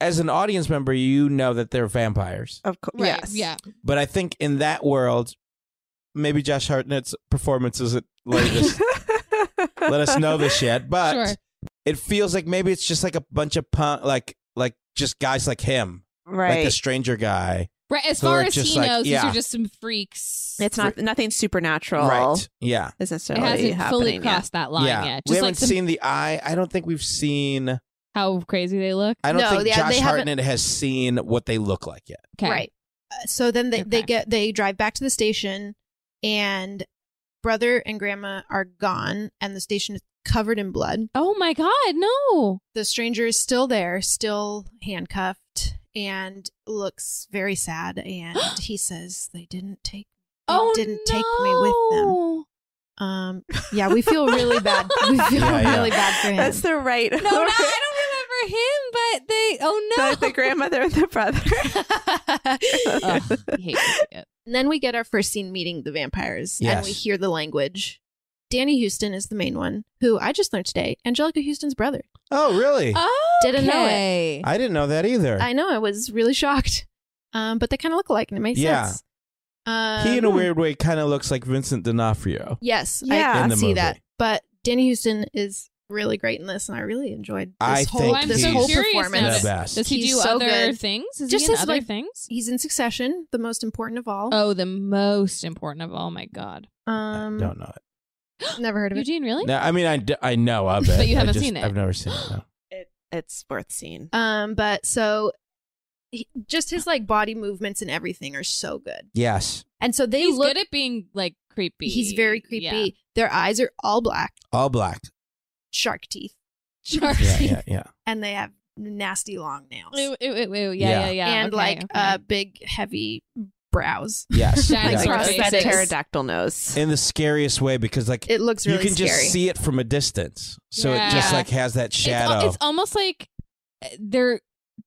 Speaker 7: as an audience member, you know that they're vampires.
Speaker 4: of course,
Speaker 3: Right.
Speaker 4: yes,
Speaker 3: Yeah.
Speaker 7: But I think in that world, maybe Josh Hartnett's performance isn't latest. let us know this yet, but
Speaker 3: Sure.
Speaker 7: it feels like maybe it's just like a bunch of punk, like like just guys like him, like
Speaker 4: Right.
Speaker 7: the stranger guy,
Speaker 3: Right. As
Speaker 7: So
Speaker 3: far
Speaker 7: they're
Speaker 3: as
Speaker 7: just
Speaker 3: he
Speaker 7: like,
Speaker 3: knows, these
Speaker 7: yeah.
Speaker 3: are just some freaks.
Speaker 4: it's not nothing supernatural.
Speaker 7: right? Yeah,
Speaker 4: Is
Speaker 3: it
Speaker 4: necessarily
Speaker 3: hasn't fully
Speaker 4: happening yet.
Speaker 3: crossed that line
Speaker 7: yeah.
Speaker 3: yet.
Speaker 7: we
Speaker 3: Just
Speaker 7: haven't
Speaker 3: like some,
Speaker 7: seen the eye. I don't think we've seen.
Speaker 3: how crazy they look.
Speaker 7: I don't
Speaker 6: No,
Speaker 7: think
Speaker 6: yeah,
Speaker 7: Josh
Speaker 6: they haven't-
Speaker 7: Hartnett has seen what they look like yet.
Speaker 3: Okay.
Speaker 6: right. Uh, so then they, they
Speaker 3: Okay.
Speaker 6: get they drive back to the station, and brother and grandma are gone, and the station is covered in blood.
Speaker 3: Oh my God. No.
Speaker 6: The stranger is still there, still handcuffed, and looks very sad. And he says they didn't take. They
Speaker 3: Oh,
Speaker 6: didn't take me with them. Um, yeah, we feel really bad. We feel
Speaker 7: Yeah, yeah.
Speaker 6: really bad for him.
Speaker 4: That's the right.
Speaker 3: No, no, I don't remember him, oh but they. Oh no.
Speaker 4: the, the grandmother and the brother.
Speaker 3: Ugh, I hate this shit.
Speaker 6: And then we get our first scene meeting the vampires
Speaker 7: Yes.
Speaker 6: and we hear the language. Danny Houston is the main one, who I just learned today, Angelica Houston's brother.
Speaker 7: Oh, really?
Speaker 3: Oh,
Speaker 6: Didn't know it.
Speaker 3: okay.
Speaker 7: I didn't know that either.
Speaker 6: I know, I was really shocked. Um, but they kind of look alike and it makes
Speaker 7: Yeah.
Speaker 6: sense. Um,
Speaker 7: he, in a weird way, kind of looks like Vincent D'Onofrio.
Speaker 6: Yes,
Speaker 4: Yeah.
Speaker 6: I
Speaker 7: In
Speaker 6: can
Speaker 7: the
Speaker 6: see
Speaker 7: movie.
Speaker 6: that. But Danny Houston is really great in this and I really enjoyed this
Speaker 7: I
Speaker 6: whole
Speaker 3: Oh,
Speaker 7: think
Speaker 3: I'm
Speaker 6: this
Speaker 3: so
Speaker 6: whole
Speaker 3: curious now
Speaker 6: performance.
Speaker 7: The best.
Speaker 3: Does he
Speaker 6: He's
Speaker 3: do
Speaker 6: so
Speaker 3: other
Speaker 6: good.
Speaker 3: things? Is
Speaker 6: Just
Speaker 3: he in
Speaker 6: his,
Speaker 3: other
Speaker 6: like-
Speaker 3: things?
Speaker 6: He's in Succession, the most important of all.
Speaker 3: Oh, the most important of all. My God.
Speaker 6: um
Speaker 7: I don't know it.
Speaker 6: never heard of it.
Speaker 3: Eugene, really?
Speaker 7: No, I mean, I, d- I know of it.
Speaker 3: But you
Speaker 7: I
Speaker 3: haven't
Speaker 7: just-
Speaker 3: seen it.
Speaker 7: I've never seen it. No.
Speaker 4: it's worth seeing.
Speaker 6: Um, but so he, just his like body movements and everything are so good.
Speaker 7: Yes,
Speaker 6: And so they
Speaker 3: he's
Speaker 6: look
Speaker 3: good at being like creepy.
Speaker 6: he's very creepy.
Speaker 3: Yeah.
Speaker 6: Their eyes are all black,
Speaker 7: all black.
Speaker 6: shark teeth,
Speaker 3: Shark
Speaker 7: Yeah,
Speaker 3: teeth.
Speaker 7: yeah, yeah.
Speaker 6: and they have nasty long nails.
Speaker 3: Ew, ew, ew, ew. Yeah, yeah,
Speaker 7: Yeah.
Speaker 3: yeah.
Speaker 6: and
Speaker 3: Okay,
Speaker 6: like
Speaker 3: okay.
Speaker 6: uh big heavy brows.
Speaker 7: Yes.
Speaker 3: Shag
Speaker 7: Yeah.
Speaker 6: Like
Speaker 3: sort of
Speaker 6: prosthetics.
Speaker 3: faces.
Speaker 4: Pterodactyl nose.
Speaker 7: in the scariest way because like
Speaker 6: It looks
Speaker 7: you
Speaker 6: really
Speaker 7: can
Speaker 6: scary.
Speaker 7: just see it from a distance so it just
Speaker 3: Yeah.
Speaker 7: like has that
Speaker 3: It's al-
Speaker 7: shadow
Speaker 3: It's, almost like eh, they're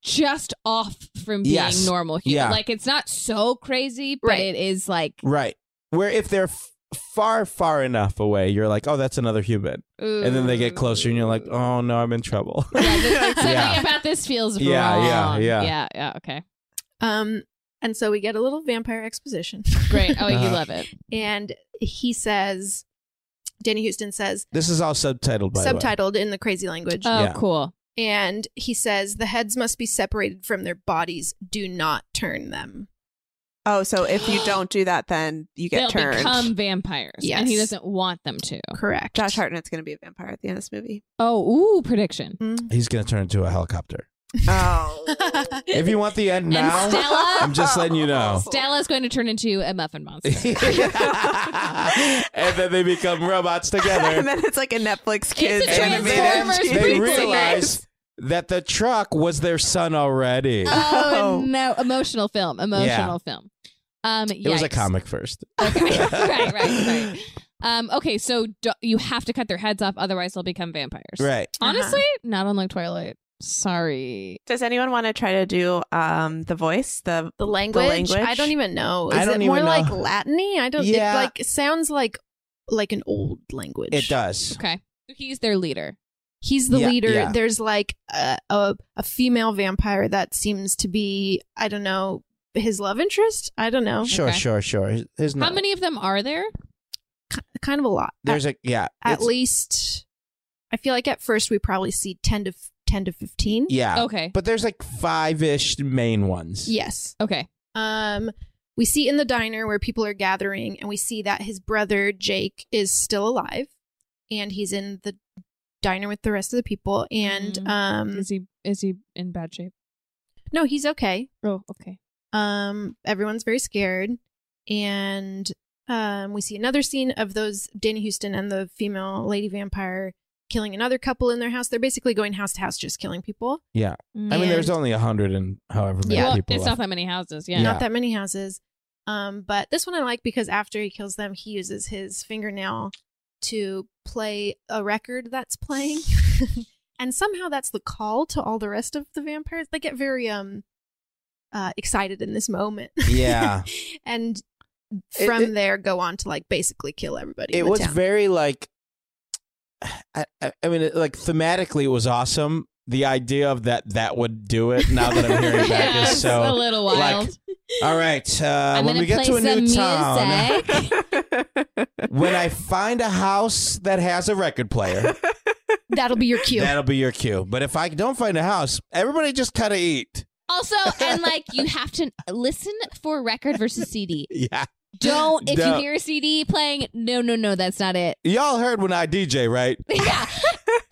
Speaker 3: just off from being
Speaker 7: Yes.
Speaker 3: normal here.
Speaker 7: Yeah.
Speaker 3: Like it's not so crazy, but
Speaker 6: Right.
Speaker 3: it is like
Speaker 7: right where if they're f- far far enough away you're like oh that's another human and then they get closer and you're like
Speaker 3: ooh.
Speaker 7: oh no i'm in trouble
Speaker 3: Yeah, this- something
Speaker 7: Yeah.
Speaker 3: about this feels
Speaker 7: Yeah,
Speaker 3: wrong.
Speaker 7: yeah, yeah.
Speaker 3: yeah, yeah. Okay,
Speaker 6: Um and so we get a little vampire exposition.
Speaker 3: great. Oh, you
Speaker 7: Uh-huh.
Speaker 3: love it.
Speaker 6: and he says Danny Houston says
Speaker 7: this is all subtitled by
Speaker 6: subtitled in the crazy language.
Speaker 3: Oh,
Speaker 7: Yeah.
Speaker 3: cool.
Speaker 6: and he says the heads must be separated from their bodies. Do not turn them.
Speaker 4: Oh, so if you don't do that, then you get
Speaker 3: They'll
Speaker 4: turned.
Speaker 3: become vampires, and he
Speaker 6: Yes.
Speaker 3: doesn't want them to.
Speaker 6: Correct.
Speaker 4: Josh Hartnett's going to be a vampire at the end of this movie.
Speaker 3: Oh, ooh, prediction.
Speaker 6: Mm-hmm.
Speaker 7: the way he's gonna turn into a helicopter
Speaker 4: Oh.
Speaker 7: if you want the end
Speaker 3: And
Speaker 7: now
Speaker 3: Stella-
Speaker 7: i'm just letting you know
Speaker 3: Stella's going to turn into a muffin monster.
Speaker 7: and then they become robots together
Speaker 4: and then it's like a Netflix kids
Speaker 3: It's a
Speaker 4: animated
Speaker 3: Transformers
Speaker 4: TV
Speaker 7: they
Speaker 4: series.
Speaker 7: realize that the truck was their son already.
Speaker 3: Oh,
Speaker 4: Oh.
Speaker 3: no. Emotional film. Emotional film. Um,
Speaker 7: it was a
Speaker 3: yikes.
Speaker 7: comic first.
Speaker 3: Okay. right, right, right. Um, okay, so do- you have to cut their heads off, otherwise they'll become vampires.
Speaker 7: Right.
Speaker 12: Uh-huh.
Speaker 3: Honestly, not unlike Twilight. Sorry.
Speaker 4: Does anyone want to try to do um the voice? The
Speaker 6: The language,
Speaker 4: language?
Speaker 6: I don't even know. Is
Speaker 7: I don't
Speaker 6: it more
Speaker 7: even know.
Speaker 6: like Latiny? I don't.
Speaker 7: Yeah.
Speaker 6: It like sounds like like an old language.
Speaker 7: It does.
Speaker 3: Okay. He's their leader.
Speaker 6: He's the
Speaker 7: Yeah,
Speaker 6: leader.
Speaker 7: yeah.
Speaker 6: There's like a, a a female vampire that seems to be I don't know his love interest. I don't know.
Speaker 7: Sure,
Speaker 3: Okay.
Speaker 7: sure, sure. His
Speaker 3: How
Speaker 7: number.
Speaker 3: many of them are there?
Speaker 6: Ki- kind of a lot.
Speaker 7: There's a yeah.
Speaker 6: at, at
Speaker 7: it's-
Speaker 6: least I feel like at first we probably see ten to 10 to 15.
Speaker 7: Yeah. Uh, But there's like five ish main ones.
Speaker 6: Yes.
Speaker 3: Okay.
Speaker 6: Um, we see in the diner where people are gathering, and we see that his brother Jake is still alive, and he's in the diner with the rest of the people. And um,
Speaker 7: Mm.
Speaker 3: is he is he in bad shape?
Speaker 6: No, he's okay.
Speaker 3: Oh, okay.
Speaker 6: Um, everyone's very scared, and um, we see another scene of those Danny Houston and the female lady vampire killing another couple in their house. They're basically going house to house, just killing people.
Speaker 7: Yeah. I mean, there's only a hundred and however many
Speaker 6: Yeah. Well,
Speaker 7: people.
Speaker 3: Mm. it's
Speaker 7: left.
Speaker 3: not that many houses. Yeah.
Speaker 6: Not that many houses. Um, but this one I like because after he kills them, he uses his fingernail to play a record that's playing. and somehow that's the call to all the rest of the vampires. They get very um uh excited in this moment.
Speaker 7: Yeah.
Speaker 6: and from
Speaker 7: it-
Speaker 6: there go on to like basically kill everybody. in
Speaker 7: it
Speaker 6: the
Speaker 7: was
Speaker 6: town.
Speaker 7: very like I, I, I mean it- like thematically it was awesome the idea of that that would do it now that i'm hearing back
Speaker 3: Yeah,
Speaker 7: is
Speaker 3: it's
Speaker 7: so
Speaker 3: a little wild.
Speaker 7: like, all right uh,
Speaker 3: I'm
Speaker 7: when
Speaker 3: gonna
Speaker 7: we
Speaker 3: play
Speaker 7: get to a new
Speaker 3: some
Speaker 7: town
Speaker 3: music.
Speaker 7: when i find a house that has a record player
Speaker 6: That'll be your cue.
Speaker 7: that'll be your cue but if i don't find a house everybody just kind of eat
Speaker 12: Also, and like you have to listen for record versus CD.
Speaker 7: yeah
Speaker 12: Don't if
Speaker 7: No.
Speaker 12: you hear a CD playing, no, no, no, that's not it.
Speaker 7: y'all heard when i dj right
Speaker 12: yeah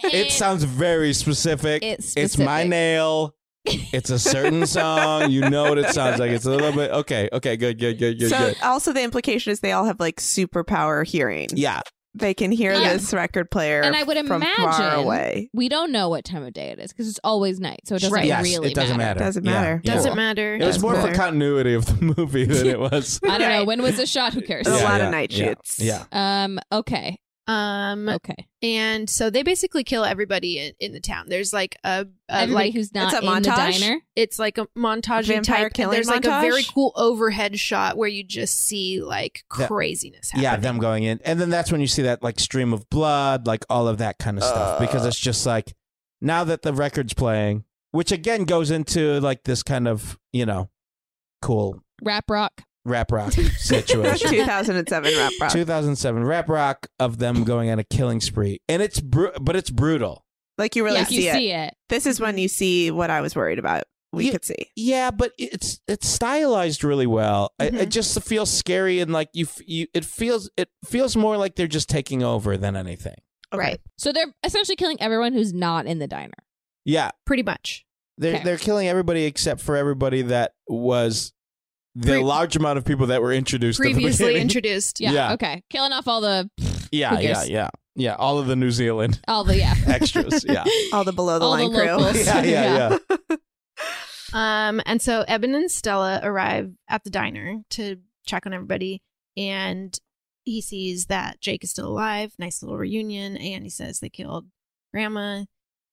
Speaker 7: it sounds very specific
Speaker 12: Eh. It's
Speaker 7: it's my
Speaker 12: specific.
Speaker 7: nail it's a certain song you know what it sounds like it's a little bit okay okay good good good good
Speaker 4: so
Speaker 7: good
Speaker 4: also the implication is they all have like superpower hearing.
Speaker 7: Yeah.
Speaker 4: They can hear
Speaker 12: Yeah.
Speaker 4: this record player
Speaker 12: And I would
Speaker 4: from far
Speaker 12: imagine
Speaker 4: away.
Speaker 12: we don't know what time of day it is because it's always night, so it doesn't
Speaker 7: Right. Yes,
Speaker 12: really
Speaker 7: it doesn't matter.
Speaker 4: Doesn't
Speaker 7: Yeah,
Speaker 4: matter.
Speaker 7: yeah.
Speaker 6: Doesn't matter.
Speaker 7: It was more for continuity of the movie than it was.
Speaker 3: I don't know. When was the shot? Who cares?
Speaker 4: A lot of
Speaker 7: yeah,
Speaker 4: night
Speaker 7: yeah,
Speaker 4: shoots.
Speaker 7: Yeah.
Speaker 3: Um. Okay.
Speaker 4: uh,
Speaker 6: Um
Speaker 3: Okay.
Speaker 6: and so they basically kill everybody in, in the town. There's like a, a
Speaker 12: Everybody
Speaker 6: like
Speaker 12: who's not
Speaker 4: It's a
Speaker 12: in the
Speaker 4: montage?
Speaker 12: diner.
Speaker 6: it's like a montage
Speaker 4: Vampire
Speaker 6: type.
Speaker 4: killing
Speaker 6: There's like a
Speaker 4: montage?
Speaker 6: very cool overhead shot where you just see like
Speaker 7: That-
Speaker 6: craziness
Speaker 7: Yeah,
Speaker 6: happening.
Speaker 7: them going in. And then that's when you see that like stream of blood, like all of that kind of stuff. Because it's just like now that the record's playing, which again goes into like this kind of, you know, cool
Speaker 3: Rap rock.
Speaker 7: rap rock situation.
Speaker 4: 2007 rap rock.
Speaker 7: 2007 rap rock of them going on a killing spree. And it's bru- but it's brutal.
Speaker 4: Like you really
Speaker 3: yeah,
Speaker 4: see,
Speaker 3: you
Speaker 4: it.
Speaker 3: see it.
Speaker 4: This is when you see what I was worried about. We
Speaker 7: Yeah.
Speaker 4: could see.
Speaker 7: Yeah, but it's it's stylized really well. I, it
Speaker 4: Mhm.
Speaker 7: just feels scary and like you f- you it feels it feels more like they're just taking over than anything.
Speaker 6: Right.
Speaker 3: So they're essentially killing everyone who's not in the diner.
Speaker 7: Yeah,
Speaker 6: Pretty much.
Speaker 7: they're
Speaker 3: Okay.
Speaker 7: they're killing everybody except for everybody that was the
Speaker 6: Pre-
Speaker 7: large amount of people that were introduced at the
Speaker 6: Previously
Speaker 7: beginning.
Speaker 6: introduced.
Speaker 3: Yeah.
Speaker 7: Yeah.
Speaker 3: Okay. Killing off all the
Speaker 7: yeah,
Speaker 3: Who
Speaker 7: yeah,
Speaker 3: cares?
Speaker 7: yeah, yeah. All of the New Zealand
Speaker 3: all the yeah.
Speaker 7: extras. Yeah,
Speaker 4: All the below the
Speaker 3: All the
Speaker 4: line crew.
Speaker 3: locals.
Speaker 7: yeah, yeah,
Speaker 3: Yeah.
Speaker 7: yeah.
Speaker 6: Um, and so Eben and Stella arrive at the diner to check on everybody, and he sees that Jake is still alive. Nice little reunion, and he says they killed Grandma.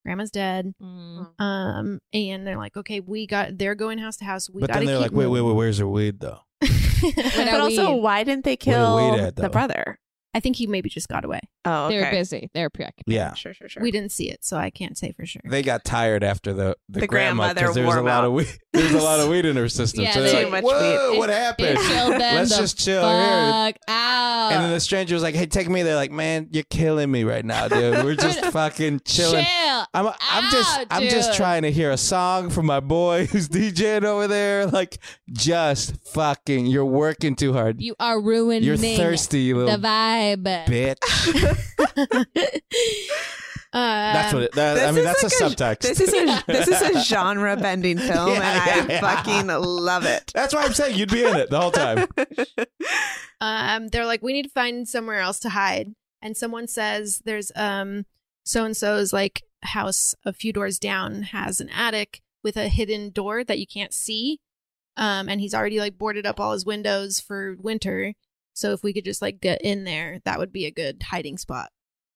Speaker 6: Grandma's dead.
Speaker 3: Mm.
Speaker 6: Um, and they're like, okay, we got. They're going house to house. We
Speaker 7: But
Speaker 6: gotta
Speaker 7: then they're
Speaker 6: keep
Speaker 7: like, wait, wait,
Speaker 6: moving."
Speaker 7: wait. Where's her weed though?
Speaker 3: Without
Speaker 4: But also,
Speaker 3: weed.
Speaker 4: why didn't they
Speaker 7: Where are we
Speaker 4: kill
Speaker 7: at, though?
Speaker 4: the brother?
Speaker 6: I think he maybe just got away.
Speaker 4: Oh, okay.
Speaker 3: they were busy. They were preoccupied.
Speaker 7: Yeah,
Speaker 4: Sure, sure, sure.
Speaker 6: We didn't see it, so I can't say for sure.
Speaker 7: they got tired after the the,
Speaker 4: The
Speaker 7: grandma
Speaker 4: grandmother
Speaker 7: because there was a
Speaker 4: warm
Speaker 7: lot
Speaker 4: up.
Speaker 7: of weed. There's a lot of weed in her system.
Speaker 3: Yeah,
Speaker 7: so they're
Speaker 3: too
Speaker 7: like,
Speaker 4: much
Speaker 7: Whoa,
Speaker 4: weed.
Speaker 7: what happened?
Speaker 3: It chilled them
Speaker 7: Let's
Speaker 3: the
Speaker 7: just chill here.
Speaker 3: Fuck out.
Speaker 7: And then the stranger was like, "Hey, take me." They're like, "Man, you're killing me right now, dude. We're just fucking chilling.
Speaker 3: Chill.
Speaker 7: I'm, I'm just,
Speaker 3: out,
Speaker 7: I'm just
Speaker 3: dude."
Speaker 7: trying to hear a song from my boy who's DJing over there. Like, just fucking, you're working too hard.
Speaker 3: You are ruining
Speaker 7: You're thirsty, you
Speaker 3: the
Speaker 7: little
Speaker 3: vibe.
Speaker 7: bitch. That's what. It, that,
Speaker 4: This
Speaker 7: I mean,
Speaker 4: is
Speaker 7: that's
Speaker 4: like
Speaker 7: a subtext.
Speaker 4: This is a this is a genre bending film,
Speaker 7: Yeah,
Speaker 4: and
Speaker 7: yeah, yeah.
Speaker 4: I fucking love it.
Speaker 7: that's why I'm saying you'd be in it the whole time.
Speaker 6: um they're like we need to find somewhere else to hide and someone says there's um so and so's like house a few doors down has an attic with a hidden door that you can't see um and he's already like boarded up all his windows for winter so if we could just like get in there that would be a good hiding spot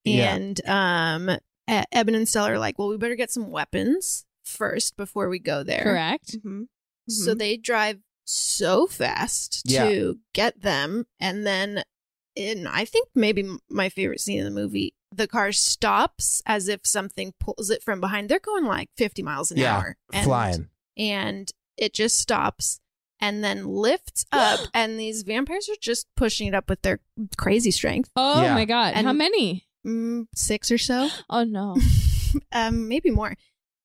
Speaker 7: Yeah.
Speaker 6: and um E- Eben and Stella are like well we better get some weapons first before we go there
Speaker 3: Correct.
Speaker 4: Mm-hmm.
Speaker 6: so they drive so fast
Speaker 7: Mm-hmm. Yeah.
Speaker 6: to get them. And then, in I think maybe m- my favorite scene in the movie, the car stops as if something pulls it from behind. They're going like 50 miles an
Speaker 7: Yeah,
Speaker 6: hour. And,
Speaker 7: Flying.
Speaker 6: And it just stops and then lifts up. and these vampires are just pushing it up with their crazy strength.
Speaker 3: Oh
Speaker 7: Yeah.
Speaker 3: my god.
Speaker 6: And-
Speaker 3: How many?
Speaker 6: Mm, six or so,
Speaker 3: Oh no.
Speaker 6: um, maybe more.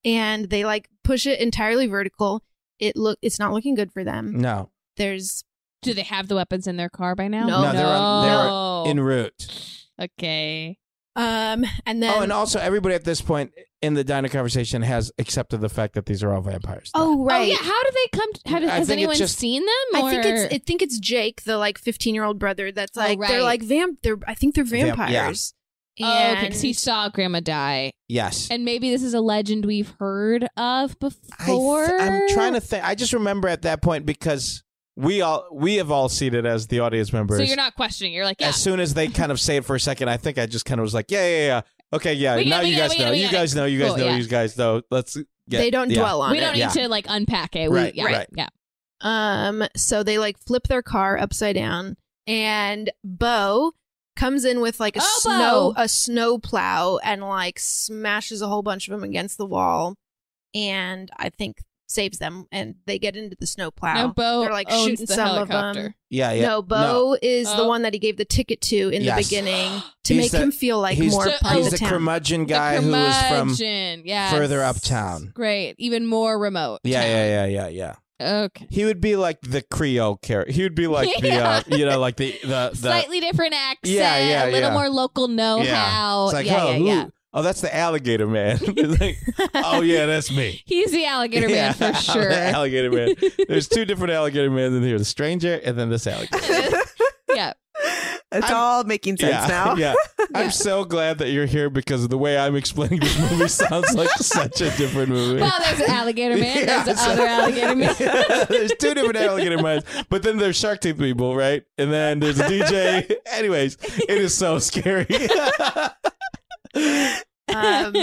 Speaker 6: and they like push it entirely vertical. It look it's not looking good for them.
Speaker 7: No.
Speaker 6: There's
Speaker 3: Do they have the weapons in their car by now?
Speaker 6: No. No,
Speaker 7: they're on- they're
Speaker 3: Oh, No.
Speaker 7: en route.
Speaker 3: Okay.
Speaker 6: um and then
Speaker 7: oh, and also everybody at this point in the diner conversation has accepted the fact that these are all vampires.
Speaker 6: Oh right.
Speaker 3: Oh yeah. How do they come? To, have,
Speaker 7: I
Speaker 3: has
Speaker 7: think it's
Speaker 3: anyone
Speaker 7: just-
Speaker 3: seen them?
Speaker 6: I think it's
Speaker 3: or-
Speaker 6: I think it's Jake, the like 15 year old brother. That's
Speaker 3: Oh,
Speaker 6: like
Speaker 3: right.
Speaker 6: they're like vamp. They're I think they're
Speaker 7: Vamp- yeah.
Speaker 6: vampires.
Speaker 3: Oh, okay, 'cause he
Speaker 6: And-
Speaker 3: saw Grandma die,
Speaker 7: Yes.
Speaker 3: and maybe this is a legend we've heard of
Speaker 7: I th-
Speaker 3: before.
Speaker 7: I'm trying to think. I just remember at that point because we all we have all seen it as the audience members.
Speaker 3: So you're not questioning. You're like, yeah,
Speaker 7: As soon as they kind of say it for a second, I think I just kind of was like, yeah, yeah, yeah. Okay, yeah.
Speaker 3: We get it,
Speaker 7: now
Speaker 3: we
Speaker 7: you
Speaker 3: get it,
Speaker 7: guys
Speaker 3: we get it,
Speaker 7: know.
Speaker 3: we
Speaker 7: You
Speaker 3: get it.
Speaker 7: guys know. You guys
Speaker 3: Cool,
Speaker 7: know.
Speaker 3: yeah.
Speaker 7: You guys know. Let's get.
Speaker 6: They don't
Speaker 7: yeah.
Speaker 6: dwell on
Speaker 3: we
Speaker 6: it.
Speaker 3: don't
Speaker 7: Yeah.
Speaker 3: need to like unpack it. We,
Speaker 7: Right,
Speaker 3: yeah,
Speaker 7: right.
Speaker 3: yeah.
Speaker 6: Um, so they like flip their car upside down, and Bo comes in with like a
Speaker 3: Oh,
Speaker 6: snow
Speaker 3: Bo!
Speaker 6: a snow plow and like smashes a whole bunch of them against the wall, and I think saves them, and they get into the snow plow.
Speaker 3: No, Bo
Speaker 6: they're like
Speaker 3: owns
Speaker 6: shooting
Speaker 3: the
Speaker 6: some of them.
Speaker 3: helicopter.
Speaker 7: Yeah, yeah.
Speaker 6: No, Bo is the
Speaker 3: Oh.
Speaker 6: one that he gave the ticket to in
Speaker 7: Yes.
Speaker 6: the beginning to
Speaker 7: He's
Speaker 6: make
Speaker 7: the-
Speaker 6: him feel like
Speaker 7: he's
Speaker 6: more
Speaker 7: the,
Speaker 6: part
Speaker 7: he's
Speaker 6: of
Speaker 7: the
Speaker 6: the, town.
Speaker 7: curmudgeon guy who was from
Speaker 3: yes.
Speaker 7: further uptown.
Speaker 3: Great, even more remote.
Speaker 7: Yeah,
Speaker 3: town.
Speaker 7: yeah, yeah, yeah, yeah.
Speaker 3: Okay.
Speaker 7: He would be like the Creole character. He would be like the, uh, you know, like the the, the
Speaker 3: Slightly different accent,
Speaker 7: Yeah, yeah,
Speaker 3: a little
Speaker 7: yeah.
Speaker 3: more local know-how.
Speaker 7: Yeah. It's like,
Speaker 3: yeah,
Speaker 7: oh,
Speaker 3: yeah,
Speaker 7: who-
Speaker 3: yeah.
Speaker 7: oh, that's the alligator man. It's like, oh yeah, that's me.
Speaker 3: He's the alligator man
Speaker 7: Yeah,
Speaker 3: for sure.
Speaker 7: the alligator man. There's two different alligator men in here: the stranger and then this alligator.
Speaker 3: yeah.
Speaker 4: It's
Speaker 7: I'm-
Speaker 4: all making sense
Speaker 7: yeah,
Speaker 4: now.
Speaker 7: yeah. I'm so glad that you're here because the way I'm explaining this movie sounds like such a different movie.
Speaker 3: Well, there's an alligator man.
Speaker 7: Yeah,
Speaker 3: there's the
Speaker 7: so-
Speaker 3: other alligator man.
Speaker 7: there's two different alligator minds, but then there's Shark Tooth people, right? And then there's a DJ. Anyways, it is so scary.
Speaker 6: um,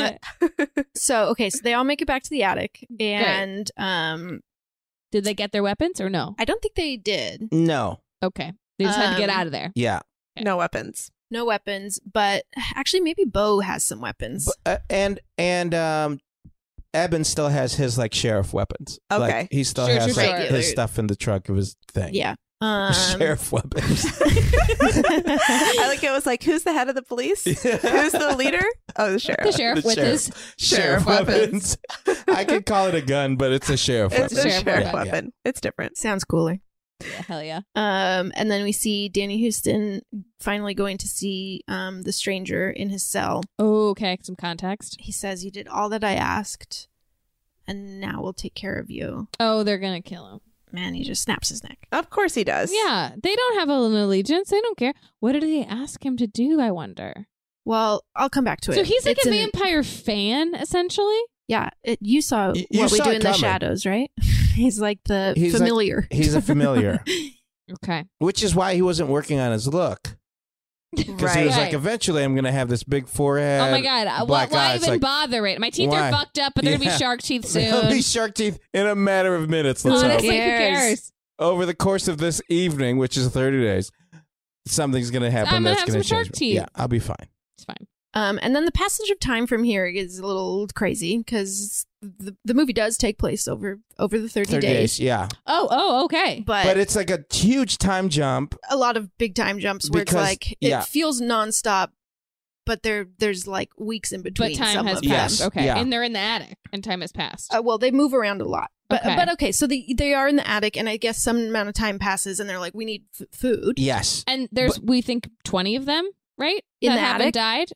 Speaker 6: so okay, so they all make it back to the attic, and um,
Speaker 3: Did they get their weapons or no?
Speaker 6: I don't think they did.
Speaker 7: no.
Speaker 3: Okay. They just had to get
Speaker 6: Um,
Speaker 3: out of there.
Speaker 7: Yeah.
Speaker 4: No weapons.
Speaker 6: No weapons, but actually, maybe Bo has some weapons.
Speaker 7: But, uh, and and um, Eben still has his like sheriff weapons.
Speaker 4: Okay.
Speaker 7: Like, he still
Speaker 3: Sure,
Speaker 7: has
Speaker 3: sure,
Speaker 7: like,
Speaker 6: sure.
Speaker 7: his stuff in the trunk of his thing.
Speaker 6: yeah. Um,
Speaker 7: sheriff weapons.
Speaker 4: I like it was like, who's the head of the police? Who's the leader? Oh, the sheriff.
Speaker 3: The sheriff
Speaker 7: The
Speaker 3: with
Speaker 7: sheriff.
Speaker 3: his
Speaker 7: sheriff weapons. I could call it a gun, but it's a sheriff
Speaker 4: It's
Speaker 7: weapon.
Speaker 4: a sheriff
Speaker 3: Sheriff
Speaker 4: weapon.
Speaker 7: weapon.
Speaker 4: It's different.
Speaker 6: sounds cooler.
Speaker 3: Yeah, hell yeah.
Speaker 6: Um, and then we see Danny Houston finally going to see um, the stranger in his cell.
Speaker 3: Oh, okay. Some context.
Speaker 6: He says, "You did all that I asked, and now we'll take care of you."
Speaker 3: Oh, they're gonna kill him.
Speaker 6: Man, he just snaps his neck.
Speaker 4: Of course he does.
Speaker 3: Yeah, they don't have an allegiance. They don't care. What did they ask him to do? I wonder.
Speaker 6: Well, I'll come back to it.
Speaker 3: So he's like
Speaker 6: It's
Speaker 3: a
Speaker 6: an-
Speaker 3: vampire fan, essentially.
Speaker 6: Yeah, it, you saw
Speaker 7: Y- you
Speaker 6: what we
Speaker 7: saw
Speaker 6: do
Speaker 7: it
Speaker 6: in the
Speaker 7: coming.
Speaker 6: shadows, right? He's like the
Speaker 7: He's like-
Speaker 6: familiar.
Speaker 7: He's a familiar,
Speaker 3: Okay.
Speaker 7: which is why he wasn't working on his look. Because he
Speaker 4: Right.
Speaker 7: was like, eventually I'm going to have this big forehead.
Speaker 3: oh my god. Uh, Why,
Speaker 7: black
Speaker 3: why
Speaker 7: eyes,
Speaker 3: even
Speaker 7: like-
Speaker 3: bother it? My teeth
Speaker 7: why?
Speaker 3: are fucked up, but they're gonna
Speaker 7: Yeah.
Speaker 3: be shark teeth
Speaker 7: There'll be
Speaker 3: soon.
Speaker 7: shark teeth in a matter of minutes. Let's hope.
Speaker 3: Honestly, who
Speaker 6: Cares.
Speaker 3: cares?
Speaker 7: Over the course of this evening, which is 30 days, something's going to happen
Speaker 3: I'm gonna
Speaker 7: that's
Speaker 3: have
Speaker 7: going to
Speaker 3: some shark
Speaker 7: change. me.
Speaker 3: teeth.
Speaker 7: Yeah, I'll be fine.
Speaker 3: It's fine.
Speaker 6: Um, and then the passage of time from here is a little crazy because the, the movie does take place over over the 30,
Speaker 7: 30
Speaker 6: days,
Speaker 7: days, yeah.
Speaker 3: Oh, oh, okay.
Speaker 6: but,
Speaker 7: But it's like a huge time jump.
Speaker 6: a lot of big time jumps where
Speaker 7: Because-
Speaker 6: it's like
Speaker 7: yeah.
Speaker 6: it feels nonstop, but there there's like weeks in
Speaker 3: But
Speaker 6: between.
Speaker 3: time
Speaker 6: some
Speaker 3: has
Speaker 6: of
Speaker 7: Yeah.
Speaker 3: passed.
Speaker 7: Yes,
Speaker 6: Them.
Speaker 3: Okay.
Speaker 7: yeah.
Speaker 3: And they're in the attic and time has passed.
Speaker 6: Uh, well, they move around a lot, but
Speaker 3: Okay.
Speaker 6: but okay. So they they are in the attic, and I guess some amount of time passes, and they're like, we need f- food
Speaker 7: Yes.
Speaker 3: and there's we think 20 of them, right?
Speaker 6: In
Speaker 3: that
Speaker 6: the
Speaker 3: haven't
Speaker 6: attic?
Speaker 3: died.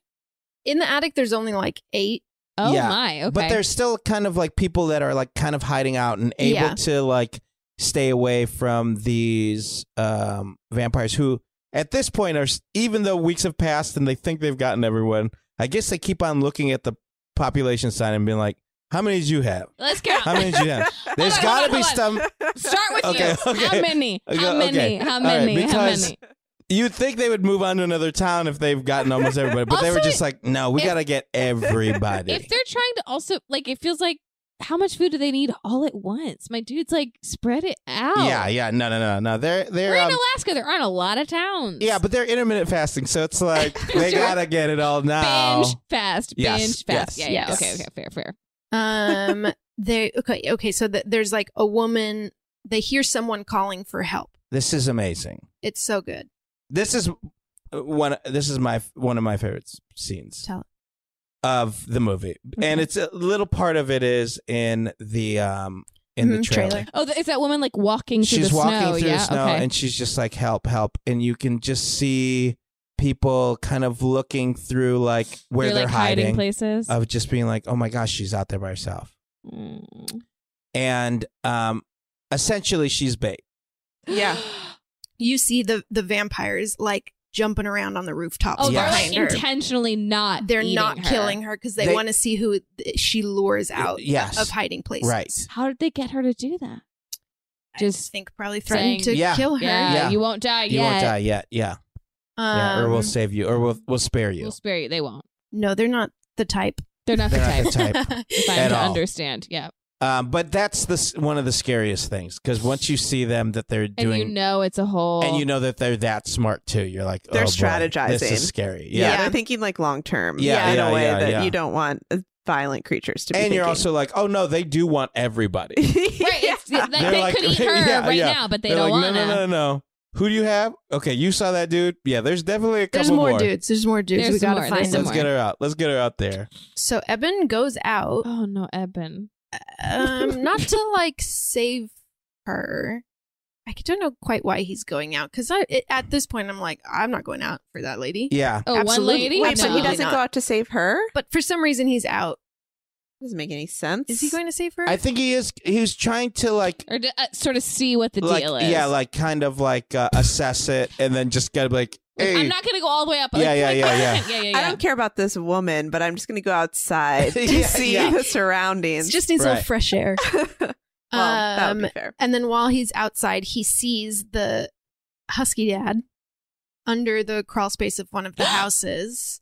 Speaker 6: in the attic. There's only like eight.
Speaker 3: Oh
Speaker 7: Yeah.
Speaker 3: my. Okay.
Speaker 7: But there's still kind of like people that are like kind of hiding out and able
Speaker 6: Yeah.
Speaker 7: to like stay away from these um, vampires who at this point are s- even though weeks have passed and they think they've gotten everyone. I guess they keep on looking at the population sign and being like, "How many did you have?
Speaker 3: Let's count.
Speaker 7: How many did you have? There's
Speaker 3: Hold on,
Speaker 7: got to be
Speaker 3: hold on,
Speaker 7: some.
Speaker 3: Start with
Speaker 7: Okay,
Speaker 3: you.
Speaker 7: okay.
Speaker 3: How many?
Speaker 7: Okay,
Speaker 3: How many?
Speaker 7: okay.
Speaker 3: How
Speaker 7: All right,
Speaker 3: many? How
Speaker 7: because-
Speaker 3: many?
Speaker 7: You'd think they would move on to another town if they've gotten almost everybody, but they were
Speaker 3: Also,
Speaker 7: just like, "No, we
Speaker 3: if-
Speaker 7: got to get everybody."
Speaker 3: If they're trying to also like, it feels like how much food do they need all at once? My dude's like, spread it out.
Speaker 7: yeah, yeah, no, no, no, no. They're they're
Speaker 3: We're in
Speaker 7: um,
Speaker 3: Alaska. There aren't a lot of towns.
Speaker 7: Yeah, but they're intermittent fasting, so it's like they
Speaker 3: Sure.
Speaker 7: gotta get it all now.
Speaker 3: binge fast,
Speaker 7: oh. Yes,
Speaker 3: binge fast.
Speaker 7: yes,
Speaker 3: yeah, yeah.
Speaker 6: yes.
Speaker 3: Okay, okay, fair, fair.
Speaker 6: Um, they okay, okay. So th- there's like a woman. They hear someone calling for help.
Speaker 7: This is amazing. uh,
Speaker 6: It's so good.
Speaker 7: This is one. This is my one of my favorite scenes.
Speaker 6: Tell
Speaker 7: of the movie, and it's a little part of it is in the um in the
Speaker 3: Mhm,
Speaker 7: trailer.
Speaker 3: Oh, th- is that woman like walking through
Speaker 7: she's
Speaker 3: the
Speaker 7: walking
Speaker 3: snow?
Speaker 7: through
Speaker 3: yeah.
Speaker 7: the snow,
Speaker 3: okay.
Speaker 7: and she's just like help, help, and you can just see people kind of looking through like where
Speaker 3: They're,
Speaker 7: they're,
Speaker 3: like, hiding
Speaker 7: hiding,
Speaker 3: places.
Speaker 7: of just being like, oh my gosh, she's out there by herself,
Speaker 3: Mm.
Speaker 7: and um essentially she's bait.
Speaker 4: Yeah.
Speaker 6: you see the the vampires like jumping around on the rooftops.
Speaker 3: Oh, they're
Speaker 6: behind
Speaker 3: like
Speaker 6: her.
Speaker 3: intentionally not.
Speaker 6: They're
Speaker 3: eating
Speaker 6: not
Speaker 3: her.
Speaker 6: killing her because they,
Speaker 7: They-
Speaker 6: want to see who th- she lures out
Speaker 7: yes.
Speaker 6: of hiding places.
Speaker 7: Right.
Speaker 3: How did they get her to do that? Just
Speaker 6: think probably threatened
Speaker 3: saying-
Speaker 6: to
Speaker 7: Yeah.
Speaker 4: Oh,
Speaker 6: kill her.
Speaker 3: Yeah,
Speaker 7: Yeah.
Speaker 3: you won't die
Speaker 7: You
Speaker 3: yet.
Speaker 7: won't die yet, yeah. yeah, or we'll
Speaker 6: Um,
Speaker 7: save you, or we'll we'll spare you.
Speaker 3: We'll spare you. They won't.
Speaker 6: No, they're not the type.
Speaker 3: They're not
Speaker 7: They're
Speaker 3: the
Speaker 7: not
Speaker 3: type.
Speaker 7: the type
Speaker 3: if I'm
Speaker 7: at
Speaker 3: to
Speaker 7: all.
Speaker 3: understand, yeah.
Speaker 7: Um, but that's the s- one of the scariest things because once you see them that they're
Speaker 3: And
Speaker 7: doing,
Speaker 3: you know it's a whole.
Speaker 7: and you know that they're that smart too. You're like,
Speaker 4: They're
Speaker 7: "Oh, boy,
Speaker 4: strategizing.
Speaker 7: This is scary.
Speaker 4: Yeah.
Speaker 7: Yeah,
Speaker 4: they're thinking like long term.
Speaker 7: Yeah,
Speaker 4: in
Speaker 7: yeah,
Speaker 4: a way
Speaker 7: yeah,
Speaker 4: that
Speaker 7: yeah.
Speaker 4: you don't want uh, violent creatures to be.
Speaker 7: and you're
Speaker 4: thinking.
Speaker 7: also like, oh no, they do want everybody.
Speaker 3: right? It's, like,
Speaker 7: They're
Speaker 3: they could eat her
Speaker 7: yeah,
Speaker 3: right
Speaker 7: yeah.
Speaker 3: now, but they
Speaker 7: They're
Speaker 3: don't
Speaker 7: like,
Speaker 3: want
Speaker 7: No, no, no,
Speaker 3: to.
Speaker 7: no. Who do you have? Okay, you saw that dude. Yeah, there's definitely a couple
Speaker 6: There's more, dudes. There's more dudes.
Speaker 3: There's
Speaker 6: we gotta
Speaker 3: more,
Speaker 6: find
Speaker 3: there's
Speaker 6: them.
Speaker 7: Let's get her out. Let's get her out there.
Speaker 6: So Eben goes out,
Speaker 3: Oh no, Eben.
Speaker 6: um, not to like save her. I don't know quite why he's going out because I it, at this point I'm like I'm not going out for that lady.
Speaker 7: Yeah,
Speaker 3: Oh, one
Speaker 6: Absolutely.
Speaker 3: lady.
Speaker 4: Wait, so
Speaker 6: No.
Speaker 4: he doesn't go out to save her?
Speaker 6: But for some reason he's out.
Speaker 4: Doesn't make any sense.
Speaker 6: Is he going to save her?
Speaker 7: I think he is. He was trying to like.
Speaker 3: or to, uh, sort of see what the
Speaker 7: like,
Speaker 3: deal is.
Speaker 7: Yeah, like kind of like uh, assess it and then just get like, hey,
Speaker 3: I'm not gonna go all the way up. but,
Speaker 7: Yeah,
Speaker 3: like,
Speaker 7: yeah, yeah, yeah.
Speaker 3: yeah, yeah,
Speaker 4: I don't care about this woman, but I'm just going to go outside to
Speaker 7: Yeah,
Speaker 4: see
Speaker 7: yeah.
Speaker 4: the surroundings.
Speaker 6: He just needs a little
Speaker 7: Right.
Speaker 6: fresh air.
Speaker 4: well, that would be
Speaker 6: Um,
Speaker 4: fair.
Speaker 6: And then while he's outside, he sees the husky dad under the crawl space of one of the houses.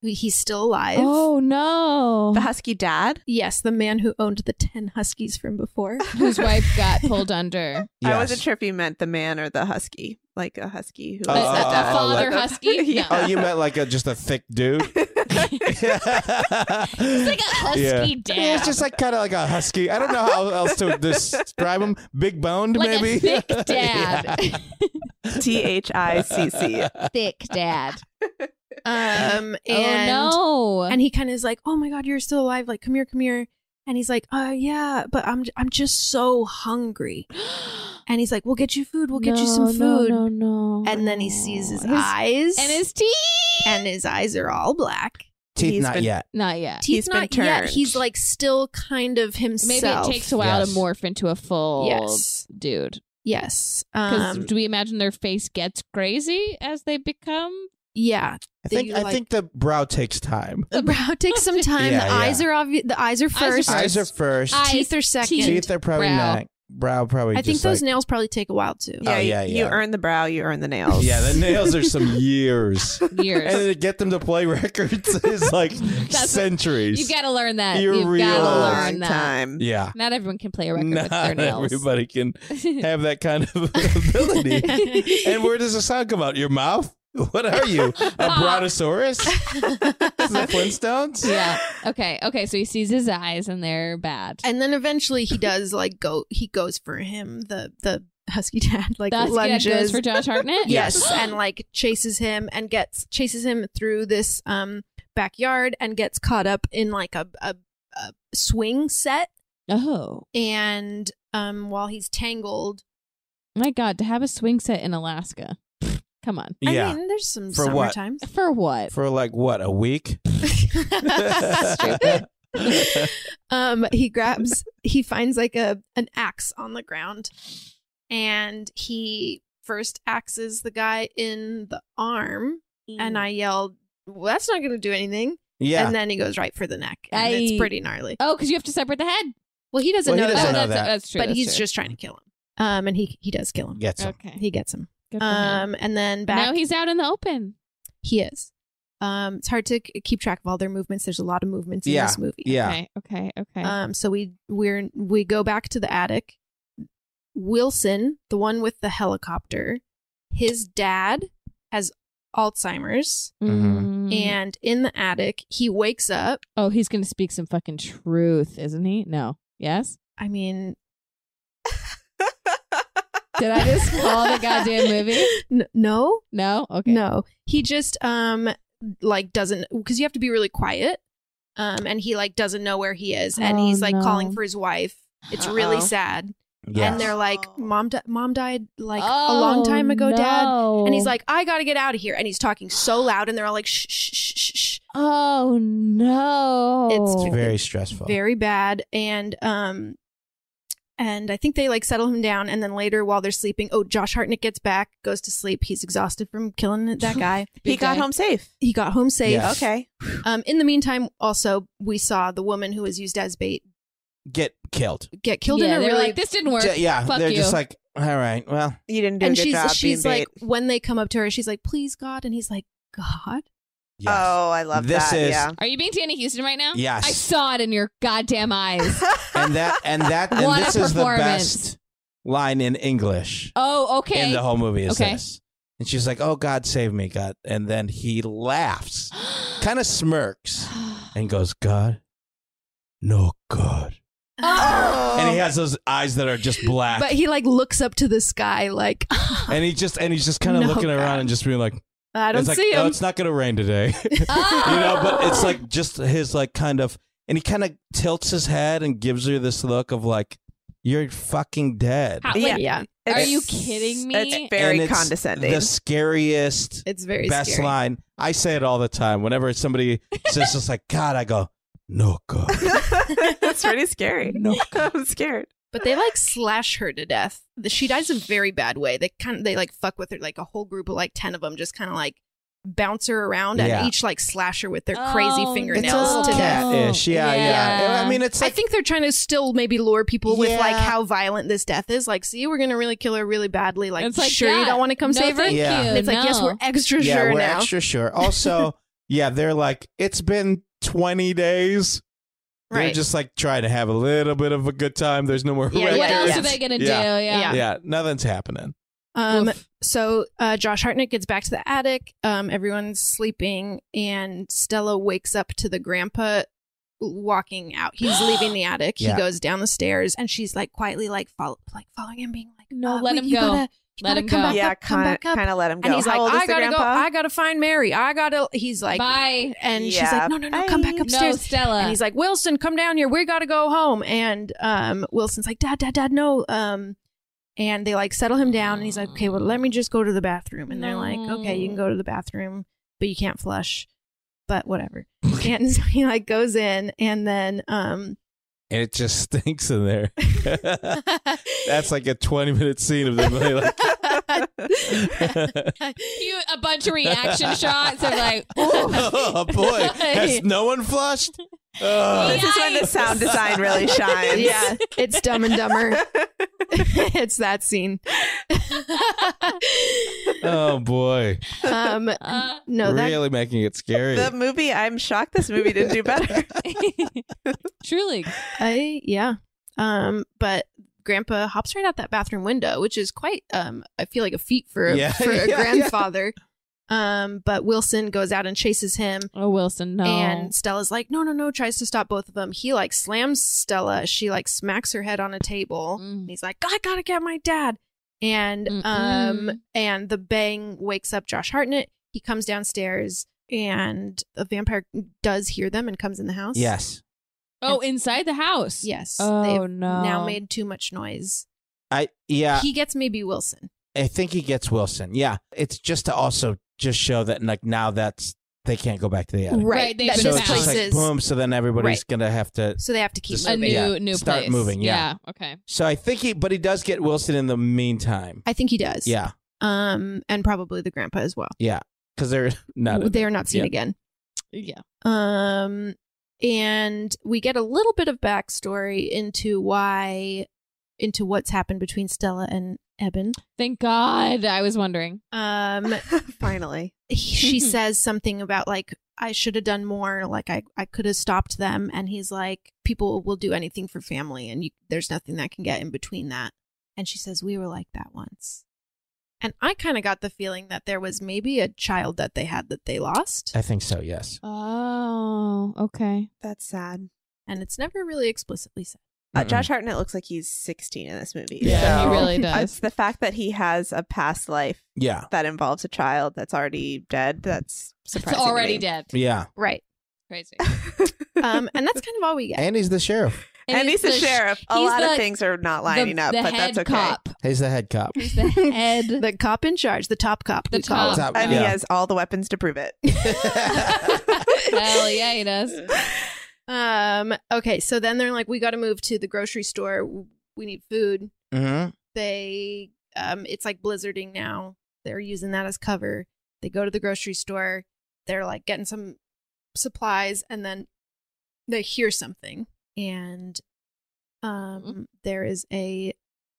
Speaker 6: He- He's still alive.
Speaker 3: Oh
Speaker 4: The
Speaker 3: no!
Speaker 4: husky dad.
Speaker 6: Yes, the man who owned the 10 huskies from before.
Speaker 3: Whose wife got pulled under?
Speaker 7: yes.
Speaker 4: I wasn't sure if you meant the man or the husky, like a husky who
Speaker 7: Oh,
Speaker 4: was
Speaker 7: oh, oh,
Speaker 4: a
Speaker 7: oh,
Speaker 4: dad.
Speaker 7: like-
Speaker 3: Uh, Father husky?
Speaker 4: yeah.
Speaker 7: Oh, you meant like a just a thick dude. it's
Speaker 12: It's like a husky dad.
Speaker 7: Yeah, it's just like kind of like a husky. I don't know how else to describe him. Big boned,
Speaker 12: Like a
Speaker 7: maybe.
Speaker 12: thick dad.
Speaker 7: Yeah.
Speaker 4: T H I C C.
Speaker 12: thick dad.
Speaker 6: Um, and,
Speaker 3: oh no!
Speaker 6: and he kind of is like, oh my God, you're still alive. Like, come here, come here. And he's like, oh, yeah, but I'm, I'm just so hungry. And he's like, we'll get you food. We'll get you some
Speaker 3: No,
Speaker 6: food.
Speaker 3: No, no, no.
Speaker 6: And then he sees his,
Speaker 3: His-
Speaker 6: eyes.
Speaker 3: and his teeth.
Speaker 6: and his eyes are all black.
Speaker 7: Teeth
Speaker 4: He's
Speaker 7: not
Speaker 4: been-
Speaker 7: yet.
Speaker 3: Not yet.
Speaker 6: Teeth
Speaker 4: He's been
Speaker 6: not yet.
Speaker 4: turned.
Speaker 6: He's like still kind of
Speaker 3: Maybe
Speaker 6: himself.
Speaker 3: it takes a while
Speaker 7: Yes.
Speaker 3: to morph into a full
Speaker 6: Yes.
Speaker 3: dude.
Speaker 6: Yes.
Speaker 3: Because
Speaker 6: Um,
Speaker 3: do we imagine their face gets crazy as they become?
Speaker 6: yeah.
Speaker 7: I think
Speaker 6: you
Speaker 7: I
Speaker 6: like-
Speaker 7: think the brow takes time.
Speaker 6: The brow takes some time.
Speaker 7: Yeah,
Speaker 6: the
Speaker 7: yeah.
Speaker 6: eyes are obvious. The eyes are first.
Speaker 7: Eyes are first.
Speaker 3: Eyes,
Speaker 6: teeth are second.
Speaker 7: Teeth are probably
Speaker 3: brow.
Speaker 7: not. Brow probably.
Speaker 6: I think
Speaker 7: just
Speaker 6: those
Speaker 7: like-
Speaker 6: nails probably take a while too.
Speaker 7: Oh, yeah,
Speaker 4: You
Speaker 7: yeah.
Speaker 4: earn the brow, you earn the nails.
Speaker 7: Yeah, the nails are some years. And
Speaker 3: Years.
Speaker 7: to get them to play records is like
Speaker 3: what-
Speaker 7: centuries.
Speaker 3: You've got to learn that.
Speaker 7: You
Speaker 3: You've
Speaker 7: realize-
Speaker 3: got to
Speaker 4: long
Speaker 3: learn that.
Speaker 4: time.
Speaker 7: yeah.
Speaker 3: Not everyone can play a record with
Speaker 7: Not
Speaker 3: their nails.
Speaker 7: everybody can have that kind of ability. and where does the sound come out? Your mouth? What are you? A
Speaker 3: Uh,
Speaker 7: brontosaurus? Is it Flintstones?
Speaker 3: yeah. Okay. Okay. So he sees his eyes and they're bad.
Speaker 6: And then eventually he does like go. He goes for him. The the husky dad like
Speaker 3: That's that
Speaker 6: lunges.
Speaker 3: goes for Josh Hartnett.
Speaker 6: yes, and like chases him and gets chases him through this um backyard and gets caught up in like a a, a swing set.
Speaker 3: Oh
Speaker 6: And um while he's tangled,
Speaker 3: my God! To have a swing set in Alaska. Come on.
Speaker 7: Yeah.
Speaker 6: I mean, there's some
Speaker 7: For
Speaker 6: summer
Speaker 7: what?
Speaker 6: times.
Speaker 3: For what?
Speaker 7: For like what, a week?
Speaker 6: um, he grabs, he finds like a an axe on the ground, and he first axes the guy in the arm, and
Speaker 3: Mm.
Speaker 6: I yelled, "Well, that's not going to do anything."
Speaker 7: yeah.
Speaker 6: And then he goes right for the neck, and
Speaker 3: I-
Speaker 6: it's pretty gnarly.
Speaker 3: Oh, because you have to separate the head.
Speaker 6: Well, he doesn't
Speaker 7: Well,
Speaker 6: know
Speaker 7: he doesn't
Speaker 6: that,
Speaker 7: know
Speaker 3: oh, that's,
Speaker 7: that.
Speaker 3: that's true.
Speaker 6: but
Speaker 3: that's
Speaker 6: he's
Speaker 3: true.
Speaker 6: just trying to kill him. Um, and he he does kill him.
Speaker 7: Gets him.
Speaker 3: okay.
Speaker 6: He gets him.
Speaker 3: Good for him.
Speaker 6: Um, and then back
Speaker 3: Now he's out in the open.
Speaker 6: he is. Um, it's hard to c- keep track of all their movements. There's a lot of movements in
Speaker 7: Yeah.
Speaker 6: this movie.
Speaker 7: Yeah.
Speaker 3: Okay. Okay. Okay.
Speaker 6: Um, so we we're we go back to the attic. Wilson, the one with the helicopter, his dad has Alzheimer's,
Speaker 7: mhm.
Speaker 3: Mm.
Speaker 6: and in the attic he wakes up.
Speaker 3: oh, he's gonna speak some fucking truth, isn't he? No. Yes.
Speaker 6: I mean,
Speaker 3: Did I just call the goddamn movie?
Speaker 6: n- no,
Speaker 3: No. Okay.
Speaker 6: no, he just um like doesn't because you have to be really quiet. um, and he like doesn't know where he is, and he's
Speaker 3: Oh,
Speaker 6: like calling for his wife. It's really
Speaker 12: Uh-oh.
Speaker 6: sad.
Speaker 7: Yeah.
Speaker 6: And they're
Speaker 3: Oh.
Speaker 6: like, "Mom, di- mom died like a long time ago, Dad." And he's like, "I gotta get out of here," and he's talking so loud, and they're all like, "Shh, shh, shh, shh, shh."
Speaker 3: Oh no.
Speaker 7: It's very stressful.
Speaker 6: very bad and um and i think they like settle him down and then later while they're sleeping oh josh hartnett gets back goes to sleep he's exhausted from killing that guy
Speaker 4: He got home safe.
Speaker 6: he got home safe
Speaker 7: Yes.
Speaker 4: Okay.
Speaker 6: um in the meantime also we saw the woman who was used as bait
Speaker 7: Get killed.
Speaker 6: get killed
Speaker 3: Yeah,
Speaker 6: in a
Speaker 3: they're
Speaker 6: really
Speaker 3: like, this didn't work.
Speaker 7: J- yeah,
Speaker 3: Fuck
Speaker 7: they're
Speaker 3: you.
Speaker 7: just like, all right, well,
Speaker 4: You didn't do a
Speaker 6: and
Speaker 4: good
Speaker 6: she's
Speaker 4: job
Speaker 6: she's
Speaker 4: being
Speaker 6: like
Speaker 4: bait.
Speaker 6: when they come up to her she's like please god and he's like god
Speaker 7: yes.
Speaker 4: Oh, I love
Speaker 7: This
Speaker 4: that.
Speaker 7: is-
Speaker 4: yeah.
Speaker 12: Are you being Danny Houston right now?
Speaker 7: Yes.
Speaker 12: I saw it in your goddamn eyes.
Speaker 7: and that and that
Speaker 12: What
Speaker 7: and
Speaker 12: a
Speaker 7: this is the
Speaker 12: performance.
Speaker 7: best line in English
Speaker 12: oh, okay.
Speaker 7: in the whole movie is
Speaker 12: Okay.
Speaker 7: this. And she's like, "Oh God, save me, God!" And then he laughs, kind of smirks, and goes, "God, no God." Oh! And he has those eyes that are just black,
Speaker 6: Um, but he like looks up to the sky like
Speaker 7: and he just and he's just kind of
Speaker 6: No,
Speaker 7: looking around and just being like,
Speaker 6: i don't
Speaker 7: it's like,
Speaker 6: see
Speaker 7: "Oh,
Speaker 6: him
Speaker 7: it's not gonna rain today,"
Speaker 3: Ah.
Speaker 7: you know. But it's like just his like kind of, and he kind of tilts his head and gives her this look of like, "You're fucking dead."
Speaker 12: How-
Speaker 4: Yeah.
Speaker 12: like,
Speaker 6: yeah
Speaker 12: Are
Speaker 4: It's-
Speaker 12: you kidding me?
Speaker 4: It's very
Speaker 7: And it's
Speaker 4: condescending.
Speaker 7: The scariest,
Speaker 6: it's very
Speaker 7: best
Speaker 6: scary.
Speaker 7: line. I say it all the time. Whenever somebody says just like God, I go, no God.
Speaker 4: That's pretty scary.
Speaker 7: No.
Speaker 4: I'm scared.
Speaker 6: But they like slash her to death. The- She dies a very bad way. They kind of they like fuck with her. Like a whole group of like ten of them just kind of like bounce her around
Speaker 7: Yeah.
Speaker 6: and each like slash her with their crazy
Speaker 12: Oh,
Speaker 7: It's a
Speaker 6: fingernails
Speaker 7: little
Speaker 6: to death.
Speaker 7: cat-ish. Yeah, yeah,
Speaker 12: Yeah.
Speaker 7: I mean, it's
Speaker 6: I
Speaker 7: like
Speaker 6: think they're trying to still maybe lure people with like
Speaker 7: Yeah.
Speaker 6: how violent this death is. Like, see, we're gonna really kill her really badly. Like,
Speaker 3: It's like,
Speaker 6: sure you
Speaker 3: yeah,
Speaker 6: don't want to come
Speaker 3: no,
Speaker 6: save her.
Speaker 3: thank
Speaker 7: Yeah.
Speaker 3: you,
Speaker 6: It's like yes,
Speaker 3: no.
Speaker 6: we're extra
Speaker 7: yeah,
Speaker 6: sure
Speaker 7: we're
Speaker 6: now.
Speaker 7: extra sure. Also, yeah, they're like, it's been twenty days. They're
Speaker 6: right.
Speaker 7: just like trying to have a little bit of a good time. There's no more.
Speaker 6: Yeah,
Speaker 7: records.
Speaker 12: what else
Speaker 6: yeah.
Speaker 12: are they gonna
Speaker 7: Yeah.
Speaker 12: do? Yeah.
Speaker 6: Yeah.
Speaker 7: Yeah, nothing's happening.
Speaker 6: um,
Speaker 3: Oof.
Speaker 6: So uh, Josh Hartnett gets back to the attic. Um, everyone's sleeping, and Stella wakes up to the grandpa walking out. He's leaving the attic.
Speaker 7: Yeah.
Speaker 6: He goes down the stairs, and she's like quietly like follow, like following him, being like,
Speaker 3: No,
Speaker 6: "Uh,
Speaker 3: let
Speaker 6: wait,
Speaker 3: him
Speaker 6: you
Speaker 3: go.
Speaker 6: Gotta, you
Speaker 3: Let
Speaker 6: gotta
Speaker 3: him
Speaker 6: come
Speaker 3: go."
Speaker 6: Back
Speaker 4: yeah,
Speaker 6: up, come
Speaker 4: kinda-
Speaker 6: back up."
Speaker 4: kinda let him go.
Speaker 6: And he's
Speaker 4: How
Speaker 6: like,
Speaker 4: old is the
Speaker 6: "I gotta go.
Speaker 4: grandpa?
Speaker 6: I gotta find Mary. I gotta." He's like,
Speaker 3: Bye.
Speaker 6: and she's
Speaker 4: Yeah,
Speaker 6: like, "No, no, no, come back
Speaker 4: bye.
Speaker 6: upstairs."
Speaker 3: No, Stella.
Speaker 6: And he's like, Wilson, come down here. We got to go home. And um, Wilson's like, Dad, Dad, Dad, no. Um, and they like settle him down. And he's like, Okay, well, let me just go to the bathroom. And they're like, Okay, you can go to the bathroom, but you can't flush. But whatever. and so he like goes in, and then um,
Speaker 7: And it just stinks in there. That's like a 20 minute scene of them really like,
Speaker 12: You, a bunch of reaction shots of like,
Speaker 7: oh boy, has no one flushed? Ugh.
Speaker 4: This is when the sound design really shines.
Speaker 6: yeah, it's Dumb and Dumber. it's that scene.
Speaker 7: oh boy,
Speaker 6: Um,
Speaker 12: uh,
Speaker 6: no, that
Speaker 7: really making it scary.
Speaker 4: The movie, I'm shocked this movie didn't do better.
Speaker 3: Truly.
Speaker 6: I yeah. Um, but Grandpa hops right out that bathroom window, which is quite um, I feel like a feat for a,
Speaker 7: Yeah,
Speaker 6: for a
Speaker 7: yeah, yeah.
Speaker 6: grandfather. Um, but Wilson goes out and chases him,
Speaker 3: Oh Wilson, no.
Speaker 6: and Stella's like, no, no, no, tries to stop both of them. He like slams Stella. She like smacks her head on a table.
Speaker 12: Mm.
Speaker 6: And he's like, I gotta get my dad. And um,
Speaker 12: Mm-mm.
Speaker 6: and the bang wakes up Josh Hartnett. He comes downstairs, and a vampire does hear them and comes in the house.
Speaker 7: yes,
Speaker 3: oh, inside the house.
Speaker 6: Yes.
Speaker 3: Oh
Speaker 6: they've
Speaker 3: no.
Speaker 6: Now made too much noise.
Speaker 7: I yeah,
Speaker 6: He gets maybe Wilson.
Speaker 7: I think he gets Wilson. Yeah, it's just to also just show that like now that's they can't go back to the attic.
Speaker 12: Right, they've
Speaker 6: that
Speaker 12: been
Speaker 7: So
Speaker 6: this
Speaker 7: it's just
Speaker 6: place
Speaker 7: like
Speaker 6: is-
Speaker 7: boom. So then everybody's
Speaker 6: Right.
Speaker 7: gonna have to.
Speaker 6: so they have to keep
Speaker 7: Just-
Speaker 3: a
Speaker 6: moving.
Speaker 3: new
Speaker 7: Yeah,
Speaker 3: new
Speaker 7: start
Speaker 3: place.
Speaker 7: moving, yeah.
Speaker 3: Okay.
Speaker 7: So I think he, but he does get Wilson in the meantime.
Speaker 6: I think he does.
Speaker 7: Yeah,
Speaker 6: Um, and probably the grandpa as well.
Speaker 7: yeah, because they're not. in
Speaker 6: they are not seen
Speaker 7: Yeah.
Speaker 6: again.
Speaker 3: Yeah.
Speaker 6: Um, and we get a little bit of backstory into why, into what's happened between Stella and Eben.
Speaker 3: Thank God. I was wondering.
Speaker 6: Um,
Speaker 4: Finally.
Speaker 6: he- she says something about like I should have done more. Like I, I could have stopped them. And he's like, people will do anything for family, and you, there's nothing that can get in between that. And she says, we were like that once. And I kind of got the feeling that there was maybe a child that they had that they lost,
Speaker 7: I think so. Yes.
Speaker 3: Oh, okay.
Speaker 4: That's sad.
Speaker 6: and it's never really explicitly said.
Speaker 4: Uh, Josh Hartnett looks like he's 16 in this movie.
Speaker 7: Yeah,
Speaker 4: so
Speaker 7: he
Speaker 3: really does.
Speaker 4: It's the fact that he has a past life
Speaker 7: Yeah.
Speaker 4: that involves a child that's already dead. That's
Speaker 12: it's
Speaker 4: surprising. to
Speaker 12: already
Speaker 4: me.
Speaker 12: dead.
Speaker 7: Yeah.
Speaker 6: Right.
Speaker 12: Crazy.
Speaker 6: um, and that's kind of all we get.
Speaker 7: Andy's the sheriff.
Speaker 4: And, he's the,
Speaker 12: sh-
Speaker 4: sheriff. A
Speaker 12: he's
Speaker 4: lot of
Speaker 12: the-
Speaker 4: things are not lining up,
Speaker 12: the
Speaker 4: but
Speaker 12: head
Speaker 4: that's okay.
Speaker 12: cop.
Speaker 7: He's the head cop.
Speaker 12: He's the head.
Speaker 3: Eh.
Speaker 6: The cop in charge, the top cop.
Speaker 12: The
Speaker 6: we call
Speaker 12: top.
Speaker 6: him.
Speaker 7: Top-
Speaker 4: And he
Speaker 7: yeah.
Speaker 4: has all the weapons to prove it.
Speaker 12: Hell yeah, he does.
Speaker 6: Um, okay, so then they're like, we got to move to the grocery store. We need food.
Speaker 7: Mm-hmm.
Speaker 6: They, um, it's like blizzarding now. They're using that as cover. They go to the grocery store. They're like getting some supplies, and then they hear something, and
Speaker 3: Mm-hmm.
Speaker 6: um, there is a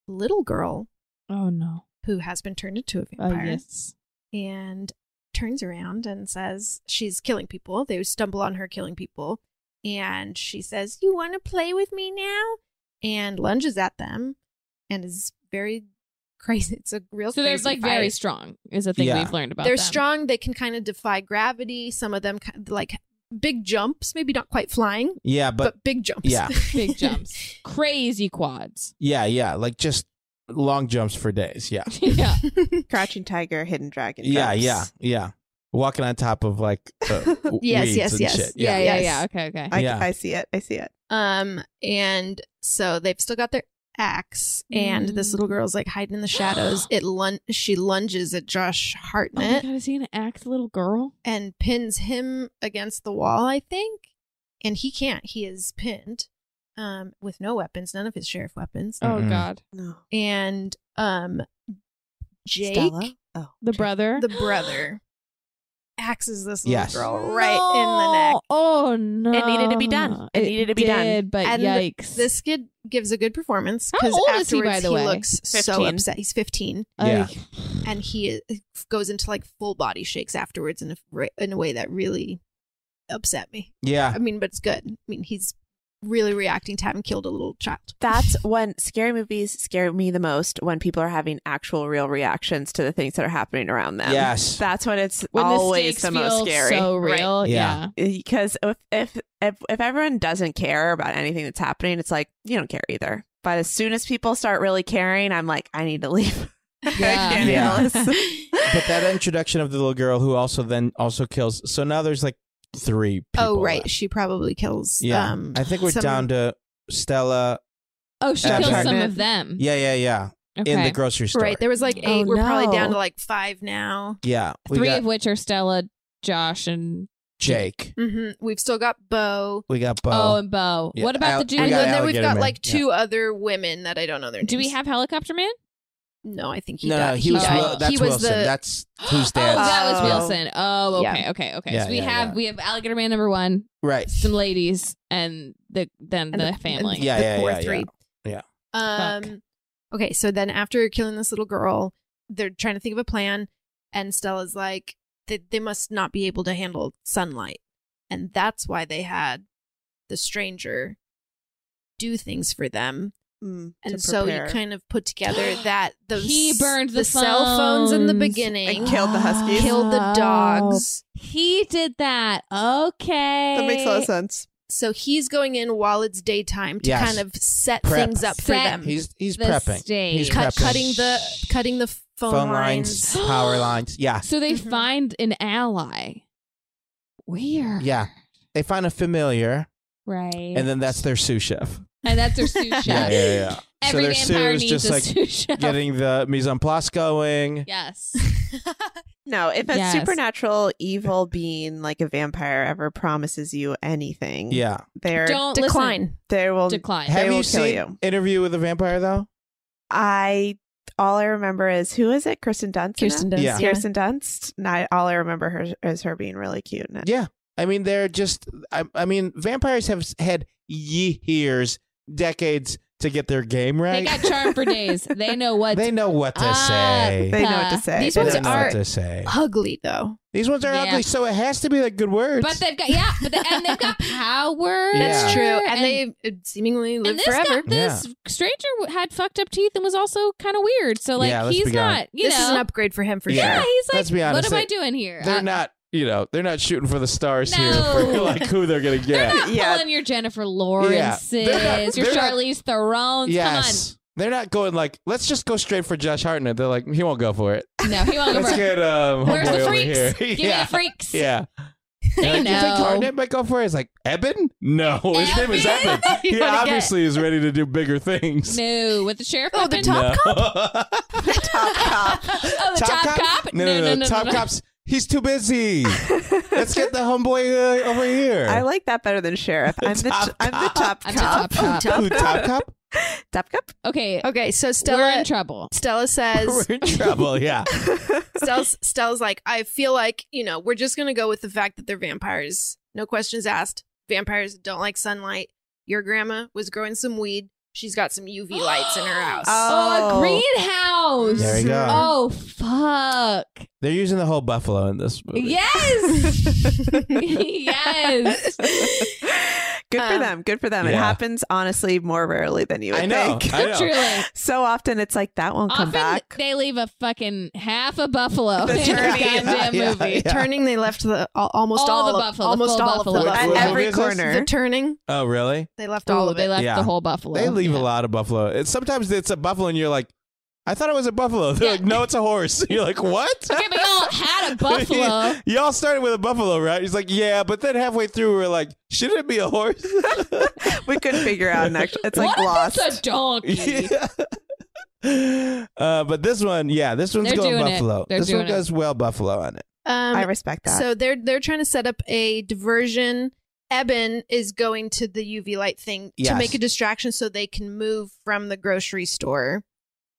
Speaker 6: little girl
Speaker 3: Oh no.
Speaker 6: who has been turned into a
Speaker 3: Oh
Speaker 6: vampire
Speaker 3: yes.
Speaker 6: and turns around and says she's killing people. They stumble on her killing people. And she says, You want to play with me now? And lunges at them and is very crazy. It's a real
Speaker 3: So they're
Speaker 6: crazy
Speaker 3: like very
Speaker 6: fight.
Speaker 3: strong. Is a thing
Speaker 7: Yeah.
Speaker 3: we've learned about.
Speaker 6: They're
Speaker 3: them.
Speaker 6: strong. They can kind of defy gravity. Some of them, kind like big jumps, maybe not quite flying,
Speaker 7: Yeah,
Speaker 6: but,
Speaker 7: but
Speaker 6: big jumps.
Speaker 7: yeah.
Speaker 3: Big jumps. Crazy quads.
Speaker 7: yeah, yeah, like just long jumps for days. Yeah,
Speaker 3: yeah.
Speaker 4: Crouching Tiger, Hidden Dragon.
Speaker 7: yeah,
Speaker 4: jumps.
Speaker 7: yeah, yeah. Walking on top of like uh, w-
Speaker 6: Yes,
Speaker 7: weeds
Speaker 6: yes,
Speaker 7: and
Speaker 6: yes.
Speaker 7: shit.
Speaker 3: Yeah. Yeah.
Speaker 6: Yes.
Speaker 3: Yeah. Okay. Okay.
Speaker 4: I,
Speaker 7: Yeah.
Speaker 4: I see it. I see it.
Speaker 6: Um, and so they've still got their axe, and this
Speaker 3: Mm.
Speaker 6: little girl's like hiding in the shadows. it lun- she lunges at Josh
Speaker 3: Oh my
Speaker 6: Hartnett
Speaker 3: god, is he an act little girl?
Speaker 6: and pins him against the wall, I think. And he can't. He is pinned, um, with no weapons, none of his sheriff weapons.
Speaker 3: Oh
Speaker 7: Mm-mm.
Speaker 3: god.
Speaker 4: No.
Speaker 6: And um, Jake,
Speaker 4: Stella? Oh.
Speaker 3: The brother.
Speaker 6: the brother, axes this little
Speaker 7: Yes.
Speaker 6: girl Oh, right in the neck.
Speaker 3: No. Oh no.
Speaker 4: It needed to be done. It needed to be done.
Speaker 3: did, But
Speaker 6: And
Speaker 3: yikes.
Speaker 6: This kid gives a good performance.
Speaker 3: How
Speaker 6: 'cause
Speaker 3: old is he,
Speaker 6: afterwards
Speaker 3: by the
Speaker 6: he
Speaker 3: way?
Speaker 6: looks so
Speaker 4: 15.
Speaker 6: upset. He's 15,
Speaker 7: Yeah.
Speaker 3: Ugh.
Speaker 6: and he uh, goes into like full body shakes afterwards in a ra- in a way that really upset me.
Speaker 7: yeah.
Speaker 6: I mean, but it's good. I mean, he's really reacting to having killed a little child.
Speaker 4: That's when scary movies scare me the most when people are having actual real reactions to the things that are happening around them.
Speaker 7: Yes.
Speaker 4: That's when it's
Speaker 3: when
Speaker 4: always
Speaker 3: the, stakes
Speaker 4: the, most
Speaker 3: feel
Speaker 4: scary.
Speaker 3: so real.
Speaker 7: Yeah.
Speaker 3: Yeah.
Speaker 4: Because if, if if if everyone doesn't care about anything that's happening, it's like you don't care either. But as soon as people start really caring, I'm like, I need to leave. I can't
Speaker 7: Yeah.
Speaker 4: handle this.
Speaker 7: But that introduction of the little girl who also then also kills. So now there's like three. people
Speaker 6: oh right,
Speaker 7: left.
Speaker 6: she probably kills.
Speaker 7: Yeah.
Speaker 6: um,
Speaker 7: I think we're
Speaker 6: some-
Speaker 7: down to Stella.
Speaker 3: Oh, she
Speaker 7: Uh,
Speaker 3: kills some
Speaker 4: Hartnett.
Speaker 3: of them.
Speaker 7: Yeah, yeah, yeah.
Speaker 3: Okay.
Speaker 7: In the grocery store.
Speaker 6: Right, there was like 8
Speaker 4: Oh,
Speaker 6: We're probably down
Speaker 4: no.
Speaker 6: to like five now.
Speaker 7: yeah. We
Speaker 3: Three
Speaker 7: got
Speaker 3: of which are Stella, Josh, and
Speaker 7: Jake.
Speaker 6: hmm We've still got Bo,
Speaker 7: We got Bo.
Speaker 3: Oh, and Bo.
Speaker 7: Yeah,
Speaker 3: What about
Speaker 7: Al-
Speaker 3: the
Speaker 7: we
Speaker 3: Jew?
Speaker 6: and
Speaker 7: got
Speaker 6: then there we've
Speaker 7: Alligator
Speaker 6: got
Speaker 7: Man.
Speaker 6: like
Speaker 7: Yeah.
Speaker 6: two other women that I don't know their names.
Speaker 3: Do we have Helicopter Man?
Speaker 6: No, I think he.
Speaker 7: no,
Speaker 6: died.
Speaker 7: no, he was.
Speaker 3: died.
Speaker 7: Wil- that's
Speaker 6: he was
Speaker 7: Wilson.
Speaker 6: the
Speaker 7: that's who's
Speaker 3: Oh,
Speaker 7: dad.
Speaker 3: that was
Speaker 4: Oh.
Speaker 3: Wilson. Oh, okay,
Speaker 6: Yeah.
Speaker 3: okay, okay.
Speaker 7: Yeah,
Speaker 3: so we
Speaker 7: yeah,
Speaker 3: have
Speaker 7: yeah.
Speaker 3: we have Alligator Man number one,
Speaker 7: right.
Speaker 3: some ladies, and the then
Speaker 6: And
Speaker 3: the,
Speaker 6: the-
Speaker 3: family.
Speaker 6: and
Speaker 7: Yeah,
Speaker 6: the
Speaker 7: yeah,
Speaker 6: core
Speaker 7: yeah,
Speaker 6: three.
Speaker 7: yeah.
Speaker 6: Um.
Speaker 3: Fuck.
Speaker 6: Okay, so then after killing this little girl, they're trying to think of a plan, and Stella's like, they, they must not be able to handle sunlight, and that's why they had the stranger do things for them.
Speaker 4: Mm, to
Speaker 6: And so you
Speaker 4: prepare.
Speaker 6: kind of put together that the
Speaker 3: He
Speaker 6: s-
Speaker 3: burned the
Speaker 6: cell phones in the
Speaker 3: phones.
Speaker 6: beginning,
Speaker 4: And killed the huskies.
Speaker 6: killed the
Speaker 3: Oh.
Speaker 6: dogs.
Speaker 3: He did that. Okay,
Speaker 4: that makes a lot of sense.
Speaker 6: So he's going in while it's daytime to
Speaker 7: Yes.
Speaker 6: kind of set
Speaker 7: Prep.
Speaker 6: things up for
Speaker 3: Set
Speaker 6: them.
Speaker 7: He's he's
Speaker 3: The
Speaker 7: prepping.
Speaker 3: stage.
Speaker 7: He's
Speaker 6: cut,
Speaker 7: prepping.
Speaker 6: cutting the cutting the phone, lines.
Speaker 7: power lines. Yeah,
Speaker 3: So they
Speaker 4: Mm-hmm.
Speaker 6: Mhm.
Speaker 3: find an ally. Weird.
Speaker 7: Yeah. they find a familiar,
Speaker 3: Right.
Speaker 7: and then that's their sous chef.
Speaker 3: and that's their sous chef.
Speaker 7: Yeah, yeah, yeah.
Speaker 3: Every
Speaker 7: so their
Speaker 3: vampire needs
Speaker 7: sous just
Speaker 3: a
Speaker 7: like
Speaker 3: sous chef.
Speaker 7: getting the mise en place going.
Speaker 3: yes.
Speaker 4: No, if a
Speaker 3: Yes.
Speaker 4: supernatural evil being like a vampire ever promises you anything,
Speaker 7: Yeah.
Speaker 4: they're
Speaker 3: Don't
Speaker 6: Decline.
Speaker 4: they will.
Speaker 3: Decline.
Speaker 4: They
Speaker 7: Have
Speaker 4: will
Speaker 7: you
Speaker 4: kill
Speaker 7: seen
Speaker 4: you.
Speaker 7: Interview with a Vampire though?
Speaker 4: I all I remember is who is it? Kirsten Dunst. in it?
Speaker 6: Kirsten Dunst.
Speaker 7: Yeah.
Speaker 4: Kirsten Dunst. And I, all I remember her is her being really cute. In it.
Speaker 7: Yeah. I mean, they're just. I, I mean, vampires have had years, decades to get their game
Speaker 3: They
Speaker 7: right.
Speaker 3: got charm for days. They know what. Ah,
Speaker 7: They know what to
Speaker 3: up.
Speaker 7: say.
Speaker 4: They know what to say.
Speaker 6: These
Speaker 7: They
Speaker 6: ones
Speaker 7: don't know
Speaker 6: are-
Speaker 7: what to say.
Speaker 6: Ugly though.
Speaker 7: These ones are
Speaker 3: Yeah.
Speaker 7: ugly, so it has to be like good words.
Speaker 3: But they've got yeah, but they, and they've got power.
Speaker 7: That's Yeah.
Speaker 6: True. And, they uh, seemingly live
Speaker 3: and this
Speaker 6: forever.
Speaker 3: guy- this stranger w- had fucked up teeth and was also kind of weird. So like
Speaker 7: Yeah, let's
Speaker 3: he's
Speaker 7: be honest.
Speaker 3: not. You
Speaker 6: this
Speaker 3: know,
Speaker 6: is an upgrade for him for
Speaker 7: Yeah.
Speaker 3: yeah,
Speaker 6: sure.
Speaker 3: he's like,
Speaker 7: Let's be honest,
Speaker 3: what am I
Speaker 7: they-
Speaker 3: doing here?
Speaker 7: they're
Speaker 3: Uh,
Speaker 7: not. You know, they're not shooting for the stars here for
Speaker 3: No.
Speaker 7: like who they're gonna
Speaker 3: They're
Speaker 7: get.
Speaker 3: not
Speaker 4: Yeah.
Speaker 3: pulling your Jennifer
Speaker 7: Yeah.
Speaker 3: Lawrences,
Speaker 7: They're not-
Speaker 3: your
Speaker 7: they're not-
Speaker 3: Charlize Theron's.
Speaker 7: yes. They're not going like, let's just go straight for Josh Hartnett. They're like, he won't go for it.
Speaker 3: Come on. No, he won't go
Speaker 7: Let's
Speaker 3: for it.
Speaker 7: get um,
Speaker 3: Where's
Speaker 7: homeboy
Speaker 3: the
Speaker 7: over
Speaker 3: freaks?
Speaker 7: here.
Speaker 3: Give me
Speaker 7: yeah.
Speaker 3: the freaks.
Speaker 7: Yeah. They're like,
Speaker 12: know.
Speaker 7: You think our name might go for it? It's like Eben. No, his name is Eben. He
Speaker 3: wanna get-
Speaker 7: obviously is ready to do bigger things.
Speaker 3: No, with the sheriff. Oh, the
Speaker 7: cop.
Speaker 3: Oh, the top, cop.
Speaker 7: No, no, no. top cops. He's too busy. Let's get the homeboy uh, over here.
Speaker 4: I like that better than sheriff. I'm the
Speaker 7: Top
Speaker 4: I'm the top
Speaker 3: I'm the
Speaker 4: cop.
Speaker 3: top
Speaker 7: Ooh, top cop.
Speaker 4: Top cop.
Speaker 3: Okay.
Speaker 6: Okay, so Stella
Speaker 3: in trouble.
Speaker 6: Stella says
Speaker 7: We're in trouble. Yeah.
Speaker 6: Stella's, Stella's like, I feel like, you know, we're just going to go with the fact that they're vampires. No questions asked. Vampires don't like sunlight. Your grandma was growing some weed. She's got some UV lights in her house.
Speaker 12: Oh,
Speaker 3: Oh.
Speaker 12: a greenhouse.
Speaker 7: There you go.
Speaker 12: Oh, fuck.
Speaker 7: They're using the whole buffalo in this movie.
Speaker 12: Yes. yes.
Speaker 4: Good for
Speaker 6: Um,
Speaker 4: them. Good for them. It
Speaker 7: Yeah.
Speaker 4: happens honestly more rarely than you would
Speaker 7: I know.
Speaker 4: think.
Speaker 7: I know.
Speaker 12: Truly.
Speaker 4: So often it's like that won't come
Speaker 12: Often
Speaker 4: back.
Speaker 12: they leave a fucking half a buffalo
Speaker 4: The
Speaker 12: in a
Speaker 4: turkey.
Speaker 12: goddamn
Speaker 7: Yeah,
Speaker 12: movie.
Speaker 7: yeah.
Speaker 6: Turning, they left the al- almost
Speaker 12: All
Speaker 6: all,
Speaker 12: the
Speaker 6: of,
Speaker 12: buffalo, the
Speaker 6: almost
Speaker 12: full
Speaker 6: all
Speaker 12: buffalo.
Speaker 6: of the
Speaker 7: What-
Speaker 4: At
Speaker 6: buffalo.
Speaker 7: what
Speaker 4: every
Speaker 7: movie is this?
Speaker 4: corner.
Speaker 6: The turning,
Speaker 7: Oh, really?
Speaker 6: they left all
Speaker 3: Oh,
Speaker 6: of
Speaker 3: they
Speaker 6: it.
Speaker 3: left
Speaker 7: Yeah.
Speaker 3: the whole buffalo.
Speaker 7: They leave
Speaker 3: Yeah.
Speaker 7: a lot of buffalo. It's, sometimes it's a buffalo, and you're like, I thought it was a buffalo. They're
Speaker 12: Yeah.
Speaker 7: like, no, it's a horse. You're like, what?
Speaker 12: Okay, but y'all had a buffalo.
Speaker 7: Y'all started with a buffalo, right? He's like, yeah, but then halfway through, we're like, shouldn't it be a horse?
Speaker 4: we couldn't figure out. An actual, it's like
Speaker 12: what
Speaker 4: lost.
Speaker 12: if it's a donkey?
Speaker 7: Yeah. Uh, but this one, yeah, this one's
Speaker 3: They're
Speaker 7: going
Speaker 3: doing it.
Speaker 7: buffalo.
Speaker 3: They're
Speaker 7: This one
Speaker 3: doing it.
Speaker 7: goes well buffalo on it.
Speaker 6: Um,
Speaker 4: I respect that.
Speaker 6: So they're they're trying to set up a diversion. Eben is going to the UV light thing
Speaker 7: Yes.
Speaker 6: to make a distraction so they can move from the grocery store.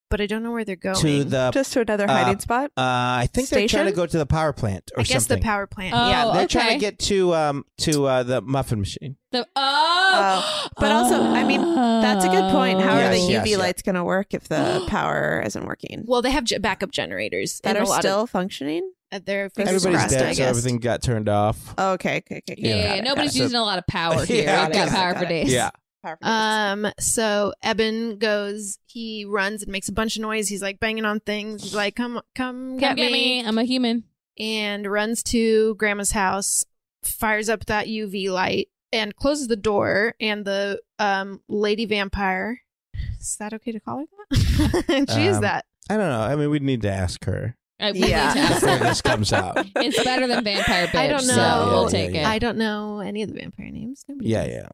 Speaker 6: But I don't know where they're going.
Speaker 7: To the, uh,
Speaker 4: Just to another
Speaker 7: Uh,
Speaker 4: hiding spot.
Speaker 7: I think they're trying to
Speaker 4: Station?
Speaker 7: go to the power plant or
Speaker 6: I guess
Speaker 7: something.
Speaker 6: the power plant.
Speaker 3: Oh,
Speaker 6: yeah.
Speaker 7: They're trying
Speaker 3: okay.
Speaker 7: to get to um to uh, the muffin machine.
Speaker 3: The, oh,
Speaker 4: But also, I mean, that's a good point. How are the
Speaker 7: Yes,
Speaker 4: UV
Speaker 7: yes, yeah.
Speaker 4: lights going to work if the power isn't working?
Speaker 6: Well, they have ge- backup generators
Speaker 4: that
Speaker 6: and
Speaker 4: are
Speaker 6: a lot
Speaker 4: still
Speaker 6: Of,
Speaker 4: functioning.
Speaker 6: uh, their fingers
Speaker 7: Everybody's
Speaker 6: crossed,
Speaker 7: dead,
Speaker 6: I
Speaker 7: so
Speaker 6: guess.
Speaker 7: everything got turned off.
Speaker 4: Oh, okay, okay, okay. okay.
Speaker 12: Yeah,
Speaker 4: Got it,
Speaker 12: nobody's
Speaker 4: got it.
Speaker 12: using a lot of power here.
Speaker 7: Yeah,
Speaker 12: We've
Speaker 7: got
Speaker 12: got
Speaker 7: it,
Speaker 12: power
Speaker 4: got
Speaker 12: for
Speaker 4: it.
Speaker 12: days.
Speaker 7: Yeah.
Speaker 4: Power for days.
Speaker 6: Um. So Eben goes. He runs and makes a bunch of noise. He's like banging on things. He's like, "Come,
Speaker 3: Come
Speaker 6: come,
Speaker 3: get me. I'm a human.
Speaker 6: and runs to grandma's house, fires up that UV light, and closes the door. And the um, lady vampire is that okay to call her that? she is
Speaker 7: Um,
Speaker 6: that.
Speaker 7: I don't know. I mean, we'd need to ask her
Speaker 3: I, we
Speaker 4: Yeah.
Speaker 3: need to ask
Speaker 7: before
Speaker 3: her.
Speaker 7: this comes out.
Speaker 3: It's better than vampire bitch.
Speaker 6: I don't
Speaker 3: so
Speaker 6: know.
Speaker 3: we'll
Speaker 6: Yeah,
Speaker 3: take
Speaker 7: yeah,
Speaker 3: it.
Speaker 6: I don't know any of the vampire names. Nobody
Speaker 7: Yeah,
Speaker 6: does.
Speaker 7: yeah.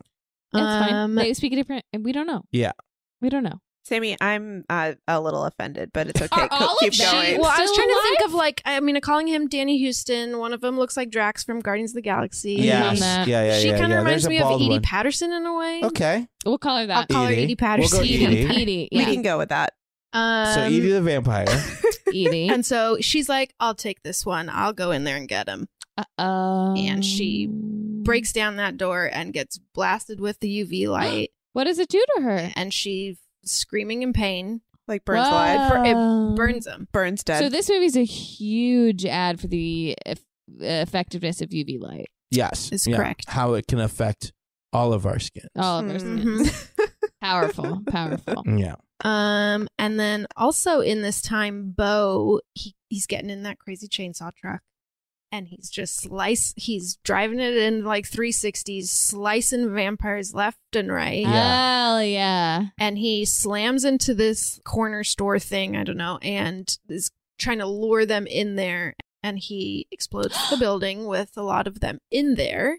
Speaker 3: It's fine.
Speaker 6: Um,
Speaker 3: They speak a different. We don't know.
Speaker 7: Yeah.
Speaker 3: We don't know.
Speaker 4: Sammy, I'm uh, a little offended, but it's okay.
Speaker 12: Are
Speaker 4: Co-
Speaker 12: all of
Speaker 4: keep
Speaker 12: these-
Speaker 4: going.
Speaker 6: well, I was
Speaker 12: Still
Speaker 6: trying to think of like I mean, calling him Danny Houston. One of them looks like Drax from Guardians of the Galaxy.
Speaker 7: Yes.
Speaker 3: on that.
Speaker 7: Yeah, yeah,
Speaker 6: she
Speaker 7: yeah,
Speaker 6: kind of
Speaker 7: yeah. There's
Speaker 6: reminds
Speaker 7: a
Speaker 6: me of
Speaker 7: bald
Speaker 6: Edie
Speaker 7: one.
Speaker 6: Patterson in a way.
Speaker 7: Okay.
Speaker 3: We'll call her
Speaker 6: I'll
Speaker 3: that.
Speaker 6: call her
Speaker 7: Edie.
Speaker 6: Edie
Speaker 7: We'll go
Speaker 6: Patterson.
Speaker 7: Edie.
Speaker 3: Edie.
Speaker 4: we
Speaker 3: Yeah.
Speaker 4: can go with that.
Speaker 6: Um,
Speaker 7: so Edie the vampire.
Speaker 3: Edie.
Speaker 6: And so she's like, I'll take this one. I'll go in there and get him.
Speaker 3: Uh-oh.
Speaker 6: And she
Speaker 3: um,
Speaker 6: Breaks down that door and gets blasted with the UV light.
Speaker 3: What does it do to her?
Speaker 6: and she, screaming in pain,
Speaker 4: Like burns alive,
Speaker 6: Bur-
Speaker 3: Wow.
Speaker 6: it burns him.
Speaker 4: burns dead.
Speaker 3: So this movie's a huge ad for the eff- effectiveness of UV light.
Speaker 7: yes.
Speaker 6: Is
Speaker 7: Yeah.
Speaker 6: correct.
Speaker 7: How it can affect all of our skin.
Speaker 3: All of our
Speaker 6: Mhm.
Speaker 3: skins. powerful, powerful.
Speaker 7: Yeah.
Speaker 6: Um, and then also in this time, Bo he, he's getting in that crazy chainsaw truck, and he's just slice. He's driving it in like 360s, slicing vampires left and right.
Speaker 7: Yeah.
Speaker 3: Hell yeah.
Speaker 6: and he slams into this corner store thing, I don't know, and is trying to lure them in there. And he explodes the building with a lot of them in there.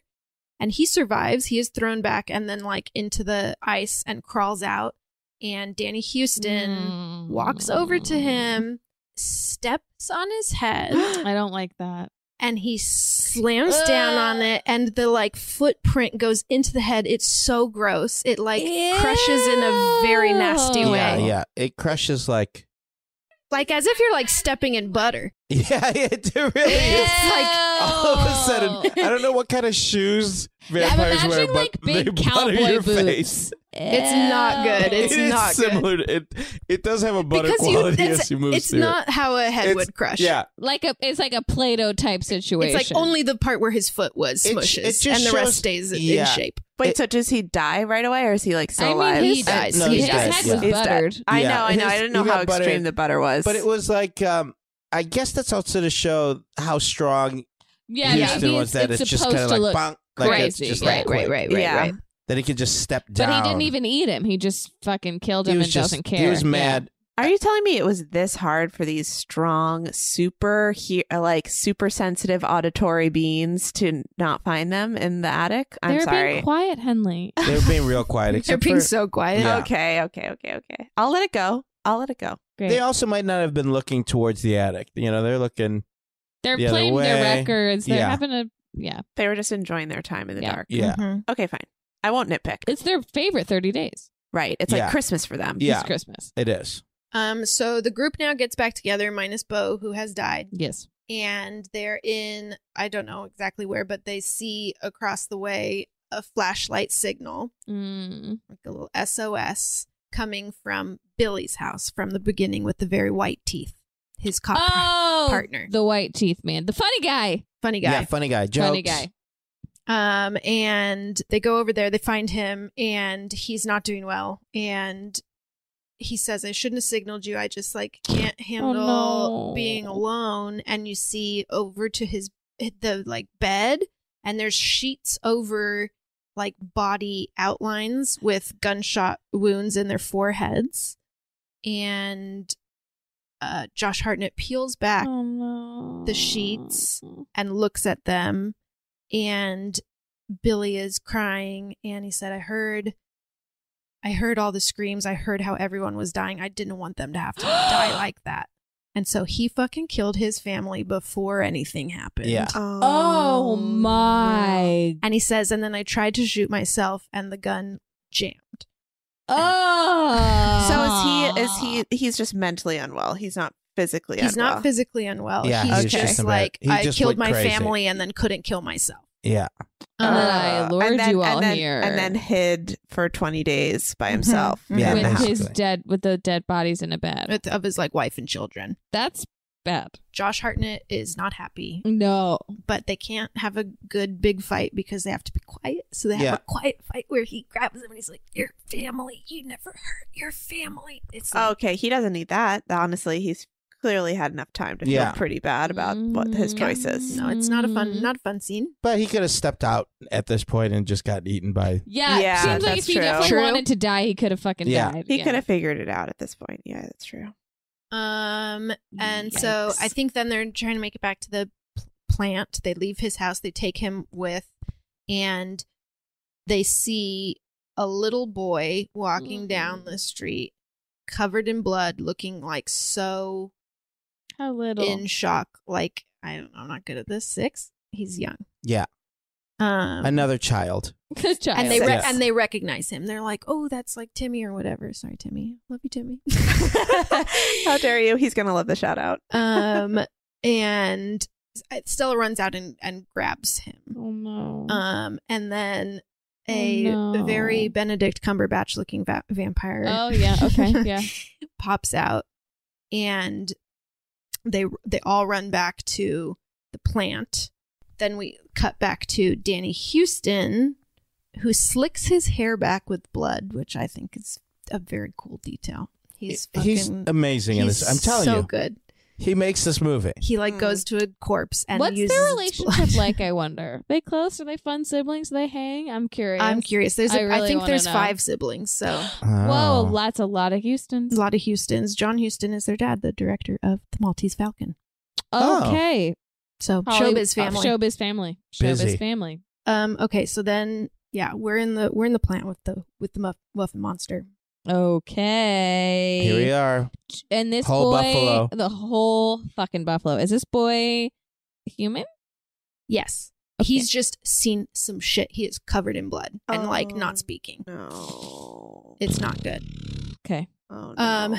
Speaker 6: And he survives. He is thrown back and then, like, into the ice and crawls out. And Danny Houston
Speaker 3: Mm.
Speaker 6: walks over to him, steps on his head,
Speaker 3: I don't like that.
Speaker 6: and he slams down on it. And the, like, footprint goes into the head. It's so gross. It, like, crushes in a very nasty
Speaker 3: Ew.
Speaker 6: way
Speaker 7: Yeah, yeah. It crushes like
Speaker 6: like as if you're like stepping in butter.
Speaker 7: Yeah, it really is.
Speaker 6: It's like,
Speaker 7: All of a sudden, I don't know what kind of shoes
Speaker 3: Yeah, I'm
Speaker 7: vampires wear,
Speaker 3: imagining,
Speaker 7: but
Speaker 3: like,
Speaker 7: they
Speaker 3: big
Speaker 7: butter
Speaker 3: cowboy
Speaker 7: your
Speaker 3: boots.
Speaker 7: face.
Speaker 6: It's not good. It's
Speaker 7: It is
Speaker 6: not good.
Speaker 7: similar. To, it it does have a butter
Speaker 6: Because you-
Speaker 7: quality
Speaker 6: it's-
Speaker 7: as you move
Speaker 6: It's
Speaker 7: through. it.
Speaker 6: not how a head
Speaker 7: It's-
Speaker 6: would crush.
Speaker 7: Yeah,
Speaker 3: like a it's like a Play-Doh type situation.
Speaker 6: It's like only the part where his foot was
Speaker 7: It-
Speaker 6: smushes
Speaker 7: it just
Speaker 6: and the rest
Speaker 7: shows-
Speaker 6: stays in-
Speaker 7: yeah.
Speaker 6: in shape.
Speaker 4: Wait,
Speaker 7: it-
Speaker 4: so does he die right away, or is he like still
Speaker 3: I
Speaker 4: alive?
Speaker 3: mean, he
Speaker 6: His-
Speaker 3: dies.
Speaker 7: no,
Speaker 3: his
Speaker 7: he dies,
Speaker 3: head was
Speaker 7: yeah.
Speaker 3: buttered.
Speaker 4: I
Speaker 7: Yeah.
Speaker 4: know, I know. I
Speaker 7: His-
Speaker 4: didn't
Speaker 7: he
Speaker 4: know
Speaker 7: got
Speaker 4: how extreme
Speaker 7: buttered,
Speaker 4: the butter was.
Speaker 7: but it was like um, I guess that's also to show how strong
Speaker 3: Yeah,
Speaker 7: Houston
Speaker 3: maybe
Speaker 7: was.
Speaker 3: it's,
Speaker 7: That
Speaker 3: it's
Speaker 7: it's, just
Speaker 3: supposed
Speaker 7: kind of
Speaker 3: to
Speaker 7: like
Speaker 3: look
Speaker 7: bonk, like it's
Speaker 3: crazy.
Speaker 7: just
Speaker 3: right,
Speaker 7: like
Speaker 3: right,
Speaker 7: quick.
Speaker 3: right, right,
Speaker 4: Yeah.
Speaker 3: right.
Speaker 7: That he could just step
Speaker 3: But
Speaker 7: down.
Speaker 3: he didn't even eat him. He just fucking killed him
Speaker 7: He was
Speaker 3: and
Speaker 7: just-
Speaker 3: doesn't care.
Speaker 7: He was
Speaker 3: Yeah.
Speaker 7: mad
Speaker 4: Are you telling me it was this hard for these strong, super he- like super sensitive auditory beings to not find them in the attic? I'm
Speaker 3: They're
Speaker 4: sorry.
Speaker 3: being quiet, Henley.
Speaker 7: They were being real quiet. Except for,
Speaker 6: quiet.
Speaker 7: Yeah.
Speaker 4: Okay, okay, okay, okay. I'll let it go. I'll let it go.
Speaker 3: Great.
Speaker 7: They also might not have been looking towards the attic. You know, they're looking.
Speaker 3: They're
Speaker 7: the other
Speaker 3: playing their
Speaker 7: way.
Speaker 3: records. They're
Speaker 7: Yeah.
Speaker 3: having a yeah.
Speaker 4: They were just enjoying their time in the
Speaker 3: Yeah.
Speaker 4: dark.
Speaker 7: Yeah.
Speaker 6: Mm-hmm.
Speaker 4: Okay, fine. I won't nitpick.
Speaker 3: It's their favorite thirty days.
Speaker 4: Right. It's
Speaker 7: Yeah.
Speaker 4: like Christmas for them.
Speaker 7: Yeah.
Speaker 3: It's Christmas.
Speaker 7: It is.
Speaker 6: Um, so the group now gets back together, minus Bo, who has died,
Speaker 3: Yes.
Speaker 6: and they're in I don't know exactly where, but they see across the way a flashlight signal,
Speaker 3: Mm.
Speaker 6: like a little SOS, coming from Billy's house from the beginning with the very white teeth. His cop
Speaker 3: Oh,
Speaker 6: partner.
Speaker 3: the white teeth man, the funny guy,
Speaker 6: funny guy.
Speaker 7: Yeah, funny guy. Jokes.
Speaker 3: funny guy.
Speaker 6: Um, and they go over there, they find him, and he's not doing well. And he says, I shouldn't have signaled you. I just like can't handle
Speaker 3: no.
Speaker 6: being alone. And you see over to his the like bed, and there's sheets over like body outlines with gunshot wounds in their foreheads. And uh Josh Hartnett peels back
Speaker 3: Oh no.
Speaker 6: Ah. The sheets. and looks at them and Billy is crying and he said I heard I heard all the screams I heard how everyone was dying I didn't want them to have to die like that and so he fucking killed his family before anything happened
Speaker 7: Yeah.
Speaker 4: Oh,
Speaker 3: Oh my.
Speaker 6: and he says and then I tried to shoot myself and the gun jammed
Speaker 3: Oh.
Speaker 4: So is he? Is he? He's just mentally unwell. He's not physically.
Speaker 6: he's
Speaker 4: unwell.
Speaker 6: not physically unwell
Speaker 7: Yeah,
Speaker 6: he's,
Speaker 7: he's
Speaker 6: just,
Speaker 7: just a bit-
Speaker 6: like
Speaker 7: he
Speaker 6: I
Speaker 7: just
Speaker 6: killed
Speaker 7: went
Speaker 6: my
Speaker 7: crazy."
Speaker 6: family and then couldn't kill myself
Speaker 7: Yeah.
Speaker 3: And then I
Speaker 4: Uh,
Speaker 3: lured
Speaker 4: and then-
Speaker 3: you all
Speaker 4: and then,
Speaker 3: here.
Speaker 4: and then hid for 20 days by
Speaker 6: Mhm.
Speaker 4: himself.
Speaker 6: Mhm.
Speaker 7: Yeah,
Speaker 4: in the
Speaker 3: with
Speaker 4: house.
Speaker 3: his
Speaker 7: basically.
Speaker 3: dead with the dead bodies in a bed?
Speaker 6: with- of his like wife and children
Speaker 3: That's bad.
Speaker 6: Josh Hartnett is not happy
Speaker 3: No.
Speaker 6: but they can't have a good big fight because they have to be quiet. So they have
Speaker 7: Yeah.
Speaker 6: a quiet fight where he grabs him and he's like, "Your family, you never hurt your family." It's like,
Speaker 4: Okay, he doesn't need that. Honestly, he's clearly had enough time to
Speaker 7: Yeah.
Speaker 4: feel pretty bad about what his
Speaker 3: Mm.
Speaker 4: choices.
Speaker 6: no, it's not a fun,
Speaker 3: Mm.
Speaker 6: not a fun scene.
Speaker 7: But he could have stepped out at this point and just gotten eaten by.
Speaker 3: Yeah.
Speaker 4: Yeah,
Speaker 3: seems like if
Speaker 4: that's
Speaker 3: he
Speaker 4: true.
Speaker 3: definitely
Speaker 6: True.
Speaker 3: wanted to die, he could have fucking
Speaker 7: Yeah.
Speaker 3: died.
Speaker 4: He
Speaker 3: Yeah.
Speaker 4: could have figured it out at this point. Yeah, that's true.
Speaker 6: Um, and so
Speaker 3: Yikes.
Speaker 6: I think then they're trying to make it back to the p- plant. They leave his house. They take him with, and they see a little boy walking down the street, covered in blood, looking like so
Speaker 3: How little.
Speaker 6: in shock. Like I don't know, I'm not good at this. Six. He's young.
Speaker 7: Yeah.
Speaker 6: Um,
Speaker 7: Another child.
Speaker 3: Good job.
Speaker 6: and they re-
Speaker 7: Yes.
Speaker 6: and they recognize him. They're like, "Oh, that's like Timmy or whatever." Sorry, Timmy. Love you, Timmy.
Speaker 4: How dare you? He's gonna love the shout out.
Speaker 6: um, and Stella runs out and and grabs him.
Speaker 3: Oh no.
Speaker 4: Uh,
Speaker 6: Um, and then a
Speaker 3: Oh, no.
Speaker 6: very Benedict Cumberbatch looking va- vampire.
Speaker 3: Oh, yeah. Okay. Yeah.
Speaker 6: pops out, and they they all run back to the plant. Then we cut back to Danny Houston, who slicks his hair back with blood, which I think is a very cool detail. He's fucking,
Speaker 7: he's amazing in
Speaker 6: he's
Speaker 7: this. I'm telling
Speaker 6: so
Speaker 7: you,
Speaker 6: good.
Speaker 7: he makes this movie.
Speaker 6: He like
Speaker 4: Mm.
Speaker 6: goes to a corpse and
Speaker 3: Hmm. What's
Speaker 6: uses
Speaker 3: their
Speaker 6: its
Speaker 3: relationship
Speaker 6: blood.
Speaker 3: like? I wonder. They close? Are they fun siblings? Do they hang? I'm curious.
Speaker 6: I'm curious. There's,
Speaker 3: I
Speaker 6: a I
Speaker 3: really
Speaker 6: think
Speaker 3: wanna
Speaker 6: there's
Speaker 3: know.
Speaker 6: five siblings, so
Speaker 7: Oh.
Speaker 3: Whoa, that's a lot of Houston's.
Speaker 6: a lot of Houstons. John Houston is their dad, the director of the Maltese Falcon.
Speaker 7: Oh.
Speaker 3: Okay.
Speaker 6: So
Speaker 3: Hollywood-
Speaker 6: showbiz family.
Speaker 3: uh, Showbiz family.
Speaker 7: Busy.
Speaker 3: Showbiz family.
Speaker 6: Um. Okay. So then, yeah, we're in the we're in the plant with the with the muff, muffin monster.
Speaker 3: Okay.
Speaker 7: Here we are.
Speaker 3: And this
Speaker 7: Whole
Speaker 3: boy,
Speaker 7: buffalo.
Speaker 3: the whole fucking buffalo. Is this boy human?
Speaker 6: Yes.
Speaker 3: Okay.
Speaker 6: He's just seen some shit. He is covered in blood and like
Speaker 4: Oh.
Speaker 6: not speaking.
Speaker 4: No.
Speaker 6: It's not good.
Speaker 3: Okay.
Speaker 4: oh, no.
Speaker 6: Um,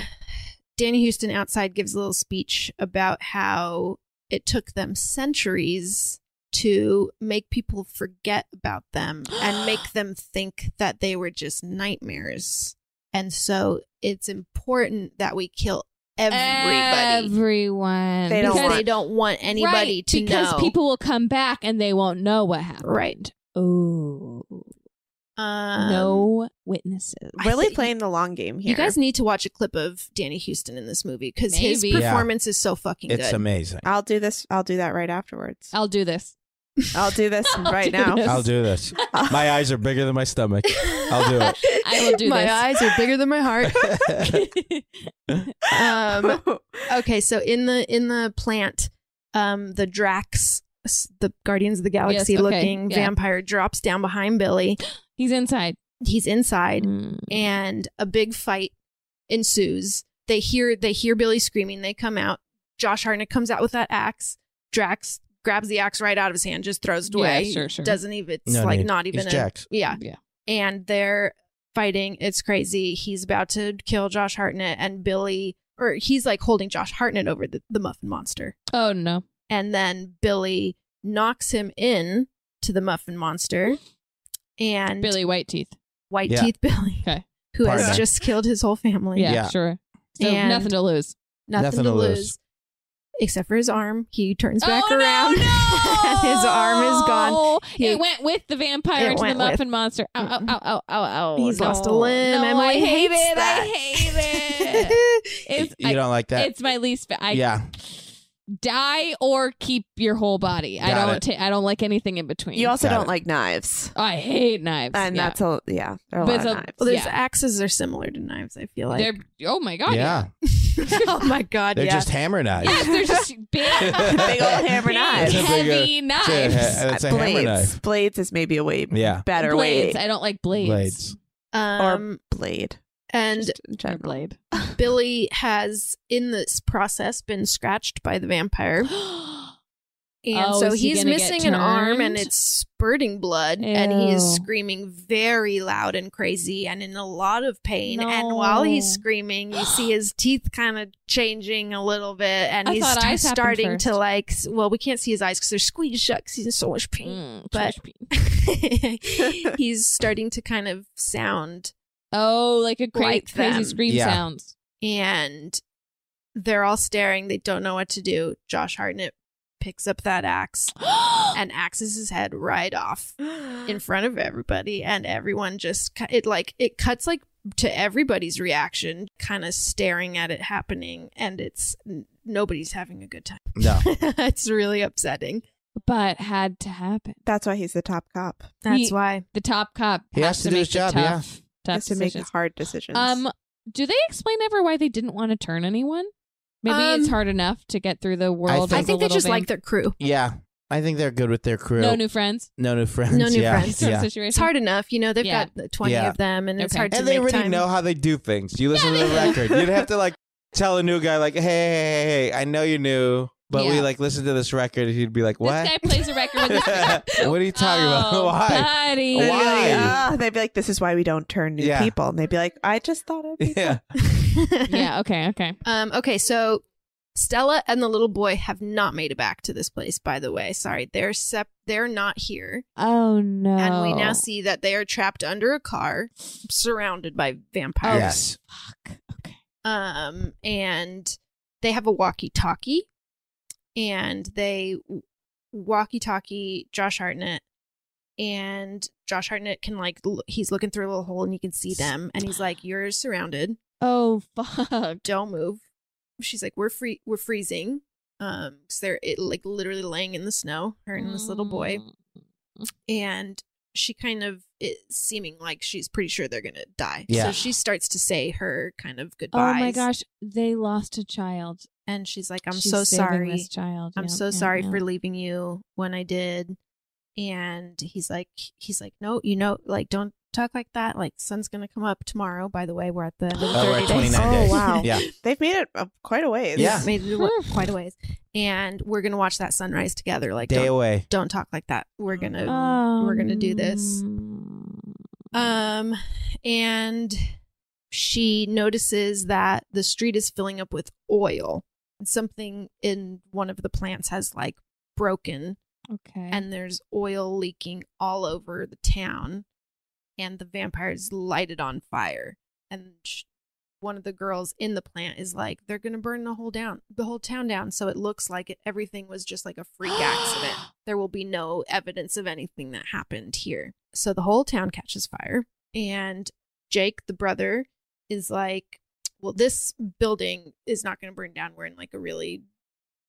Speaker 6: Danny Houston outside gives a little speech about how it took them centuries to make people forget about them and make them think that they were just nightmares. And so it's important that we kill everybody.
Speaker 3: Everyone.
Speaker 4: They don't
Speaker 6: because
Speaker 3: Because-
Speaker 6: they don't want anybody
Speaker 3: Right,
Speaker 6: to
Speaker 3: because
Speaker 6: know.
Speaker 3: people will come back and they won't know what happened.
Speaker 6: Right.
Speaker 3: Oh.
Speaker 6: um,
Speaker 3: No witnesses.
Speaker 6: I
Speaker 4: really
Speaker 6: think-
Speaker 4: playing the long game here.
Speaker 6: You guys need to watch a clip of Danny Houston in this movie because his
Speaker 3: Maybe.
Speaker 7: Yeah.
Speaker 6: performance is so fucking
Speaker 7: It's
Speaker 6: good.
Speaker 7: amazing.
Speaker 4: I'll do this. I'll do that right afterwards.
Speaker 3: Oh. I'll do this.
Speaker 4: I'll do this right now.
Speaker 7: I'll do this. My eyes are bigger than my stomach. I'll do it.
Speaker 3: I will do
Speaker 6: my
Speaker 3: this.
Speaker 6: eyes are bigger than my heart. um, okay, so in the in the plant, um, the Drax, s- the Guardians of the Galaxy
Speaker 3: okay,
Speaker 6: looking
Speaker 3: yeah.
Speaker 6: vampire drops down behind Billy.
Speaker 3: He's inside. Mm,
Speaker 6: He's inside,
Speaker 3: Mm-hmm.
Speaker 6: and a big fight ensues. They hear they hear Billy screaming. They come out. Josh Hartnett comes out with that axe. Drax grabs the axe right out of his hand, just throws it
Speaker 3: Yeah,
Speaker 6: away.
Speaker 3: sure, sure.
Speaker 6: Doesn't even. It's
Speaker 7: No
Speaker 6: like
Speaker 7: need.
Speaker 6: not
Speaker 7: He's
Speaker 6: even. a-
Speaker 7: Jax.
Speaker 6: yeah
Speaker 3: Yeah.
Speaker 6: and they're fighting. It's crazy. He's about to kill Josh Hartnett, and Billy, or he's like holding Josh Hartnett over the, the muffin monster.
Speaker 3: Oh no.
Speaker 6: And then Billy knocks him in to the muffin monster, and
Speaker 3: Billy White Teeth.
Speaker 6: White
Speaker 7: Yeah.
Speaker 6: Teeth Billy,
Speaker 3: Okay.
Speaker 6: who
Speaker 7: Partner.
Speaker 6: has just killed his whole family.
Speaker 3: Yeah,
Speaker 7: Yeah.
Speaker 3: sure. So
Speaker 6: And-
Speaker 3: nothing to lose.
Speaker 6: Nothing, to lose. Except for his arm. He turns back
Speaker 3: oh,
Speaker 6: around.
Speaker 3: No, no!
Speaker 6: His arm is gone. He-
Speaker 3: it went with the vampire
Speaker 6: It
Speaker 3: into the
Speaker 6: went with-
Speaker 3: muffin monster. Oh, Ow, ow, ow, ow, ow, ow.
Speaker 6: He's
Speaker 3: no.
Speaker 6: lost a limb.
Speaker 3: No,
Speaker 6: Emily
Speaker 3: I hate
Speaker 6: hates
Speaker 3: it.
Speaker 6: that.
Speaker 3: I hate it. It's,
Speaker 7: you
Speaker 3: I-
Speaker 7: don't like that?
Speaker 3: it's my least. fa- I
Speaker 7: yeah.
Speaker 3: die or keep your whole body. I
Speaker 7: Got
Speaker 3: don't.
Speaker 7: it.
Speaker 3: ta- I don't like anything in between.
Speaker 4: You also
Speaker 7: Got
Speaker 4: don't
Speaker 7: it.
Speaker 4: like knives,
Speaker 3: I hate knives.
Speaker 4: and
Speaker 3: yeah.
Speaker 4: that's a yeah. There are a
Speaker 3: But
Speaker 4: lot of
Speaker 3: it's a-
Speaker 4: knives.
Speaker 6: well, there's
Speaker 3: Yeah.
Speaker 6: axes are similar to knives, I feel like.
Speaker 3: they're. Oh my god.
Speaker 7: yeah.
Speaker 6: oh my God.
Speaker 7: They're
Speaker 6: yeah.
Speaker 7: just hammer knives.
Speaker 3: Yes, they're just big,
Speaker 7: Big
Speaker 4: old hammer
Speaker 3: big,
Speaker 4: knives.
Speaker 7: It's a big,
Speaker 3: heavy
Speaker 7: It's a-
Speaker 3: knives.
Speaker 7: it's a hammer
Speaker 4: blades.
Speaker 7: knife.
Speaker 4: Blades is maybe a way
Speaker 7: Yeah.
Speaker 4: better
Speaker 3: blades.
Speaker 4: way.
Speaker 3: I don't like blades.
Speaker 7: Blades.
Speaker 6: um,
Speaker 4: or blade.
Speaker 6: and
Speaker 4: Just in
Speaker 3: Or
Speaker 4: general.
Speaker 3: blade.
Speaker 6: Billy has, in this process, been scratched by the vampire. And
Speaker 3: Oh,
Speaker 6: so
Speaker 3: is he
Speaker 6: he's
Speaker 3: gonna get
Speaker 6: missing an arm and
Speaker 3: turned?
Speaker 6: it's spurting blood. And he is
Speaker 3: Ew.
Speaker 6: screaming very loud and crazy and in a lot of pain. And while he's
Speaker 3: No.
Speaker 6: screaming, you see his teeth kind of changing a little bit. And
Speaker 3: I
Speaker 6: he's
Speaker 3: thought
Speaker 6: sta-
Speaker 3: eyes happened
Speaker 6: starting to
Speaker 3: first.
Speaker 6: like, s- well, we can't see his eyes because they're squeezed shut 'cause he's in so much pain.
Speaker 3: Mm,
Speaker 6: But-
Speaker 3: trash bin. Mm.
Speaker 6: he's starting to kind of sound
Speaker 3: oh, like a cra-
Speaker 6: Like
Speaker 3: crazy
Speaker 6: them.
Speaker 3: scream
Speaker 7: Yeah.
Speaker 3: sounds.
Speaker 6: and they're all staring. They don't know what to do. Josh Hartnett picks up that axe and axes his head right off in front of everybody, and everyone just cu- it like it cuts like to everybody's reaction, kind of staring at it happening, and it's n- nobody's having a good time.
Speaker 7: No.
Speaker 6: it's really upsetting.
Speaker 3: but had to happen.
Speaker 4: That's why he's the top cop.
Speaker 6: That's
Speaker 3: He-
Speaker 6: why
Speaker 3: The top cop
Speaker 7: He
Speaker 3: has
Speaker 7: has to
Speaker 3: to
Speaker 7: do
Speaker 3: make
Speaker 7: his
Speaker 3: the
Speaker 7: job,
Speaker 3: Tough, tough
Speaker 4: Has to make
Speaker 3: decisions.
Speaker 4: hard decisions.
Speaker 3: Um, do they explain ever why they didn't want to turn anyone? Maybe it's
Speaker 6: Um,
Speaker 3: hard enough to get through the world.
Speaker 7: think-
Speaker 6: I
Speaker 3: as a
Speaker 6: think they
Speaker 3: little
Speaker 6: just like
Speaker 3: vamp-
Speaker 6: their crew.
Speaker 7: Yeah. I think they're good with their crew.
Speaker 3: no new friends.
Speaker 7: No new friends.
Speaker 6: No new
Speaker 7: yeah.
Speaker 6: friends.
Speaker 3: Sort of
Speaker 7: Yeah.
Speaker 3: situation.
Speaker 6: It's hard enough, you know. They've
Speaker 3: Yeah.
Speaker 6: got twenty
Speaker 7: Yeah.
Speaker 6: of them, and it's
Speaker 3: Okay.
Speaker 6: hard to
Speaker 7: And they
Speaker 6: make
Speaker 7: already
Speaker 6: time.
Speaker 7: know how they do things. You listen to the record. You'd have to like tell a new guy like, hey, hey, hey, hey, I know you're new, but we
Speaker 3: Yeah.
Speaker 7: like listen to this record. He'd be like, what?
Speaker 3: This guy plays a record with this guy.
Speaker 7: what are you talking
Speaker 3: Oh,
Speaker 7: about? Why?
Speaker 3: buddy.
Speaker 4: They'd be like,
Speaker 7: Why?
Speaker 4: "Ah," they'd be like, "This is why we don't turn new
Speaker 7: Yeah.
Speaker 4: people," and they'd be like, "I just thought it'd be
Speaker 7: Yeah.
Speaker 3: Yeah. Okay. Okay.
Speaker 6: Um, okay, so Stella and the little boy have not made it back to this place, by the way. Sorry, they're sep- they're not here.
Speaker 3: Oh no.
Speaker 6: And we now see that they are trapped under a car, surrounded by vampires.
Speaker 7: Oh, Yes.
Speaker 3: Fuck. Okay.
Speaker 6: Um, and they have a walkie-talkie, and they walkie-talkie Josh Hartnett, and Josh Hartnett can like l- he's looking through a little hole and you can see them, and he's like, "You're surrounded."
Speaker 3: Oh fuck.
Speaker 6: don't move. She's like, we're free, we're freezing. Um, so they're it, like literally laying in the snow, her and this little
Speaker 3: Mm.
Speaker 6: boy, and she kind of is seeming like she's pretty sure they're gonna die.
Speaker 7: Yeah.
Speaker 6: So she starts to say her kind of
Speaker 3: Oh
Speaker 6: goodbyes.
Speaker 3: my gosh, they lost a child.
Speaker 6: And she's like, I'm
Speaker 3: She's
Speaker 6: so
Speaker 3: saving
Speaker 6: sorry.
Speaker 3: This child.
Speaker 6: I'm
Speaker 3: Yeah,
Speaker 6: so
Speaker 3: yeah,
Speaker 6: sorry
Speaker 3: yeah.
Speaker 6: for leaving you when I did. And he's like, he's like, no, you know, like don't talk like that. Like sun's gonna come up tomorrow. By the way, we're at the end of the
Speaker 7: Oh, we're at
Speaker 6: 30 days.
Speaker 7: 29
Speaker 4: Oh,
Speaker 7: days.
Speaker 4: wow.
Speaker 7: Yeah.
Speaker 4: They've made it uh, quite a ways.
Speaker 7: Yeah.
Speaker 6: made it wa- quite a ways. And we're gonna watch that sunrise together. Like,
Speaker 7: Day
Speaker 6: don't,
Speaker 7: away.
Speaker 6: don't talk like that. We're gonna,
Speaker 3: Oh, mm,
Speaker 6: we're gonna do this. um, and she notices that the street is filling up with oil. Something in one of the plants has like broken,
Speaker 3: Okay.
Speaker 6: and there's oil leaking all over the town, and the vampires lighted on fire. And sh- one of the girls in the plant is like, "They're gonna burn the whole down, the whole town down." So it looks like it, everything was just like a freak accident. There will be no evidence of anything that happened here. So the whole town catches fire, and Jake, the brother, is like, "Well, this building is not gonna burn down. We're in like a really,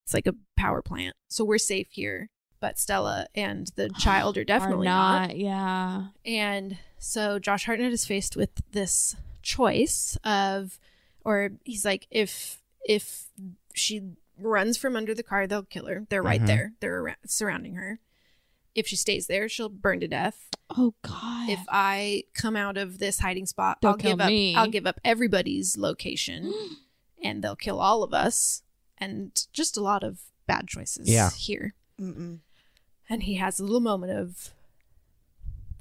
Speaker 6: it's like a power plant, so we're safe here." but Stella and the child are definitely
Speaker 3: not,
Speaker 6: not.
Speaker 3: Yeah.
Speaker 6: And so Josh Hartnett is faced with this choice of, or he's like, if if she runs from under the car, they'll kill her. They're right
Speaker 3: Mhm.
Speaker 6: there. They're arou- surrounding her. If she stays there, she'll burn to death.
Speaker 3: Oh God.
Speaker 6: If I come out of this hiding spot,
Speaker 3: They'll
Speaker 6: I'll give
Speaker 3: kill
Speaker 6: up.
Speaker 3: me.
Speaker 6: I'll give up everybody's location, and they'll kill all of us. And just a lot of bad choices
Speaker 7: Yeah.
Speaker 6: here. And he has a little moment of,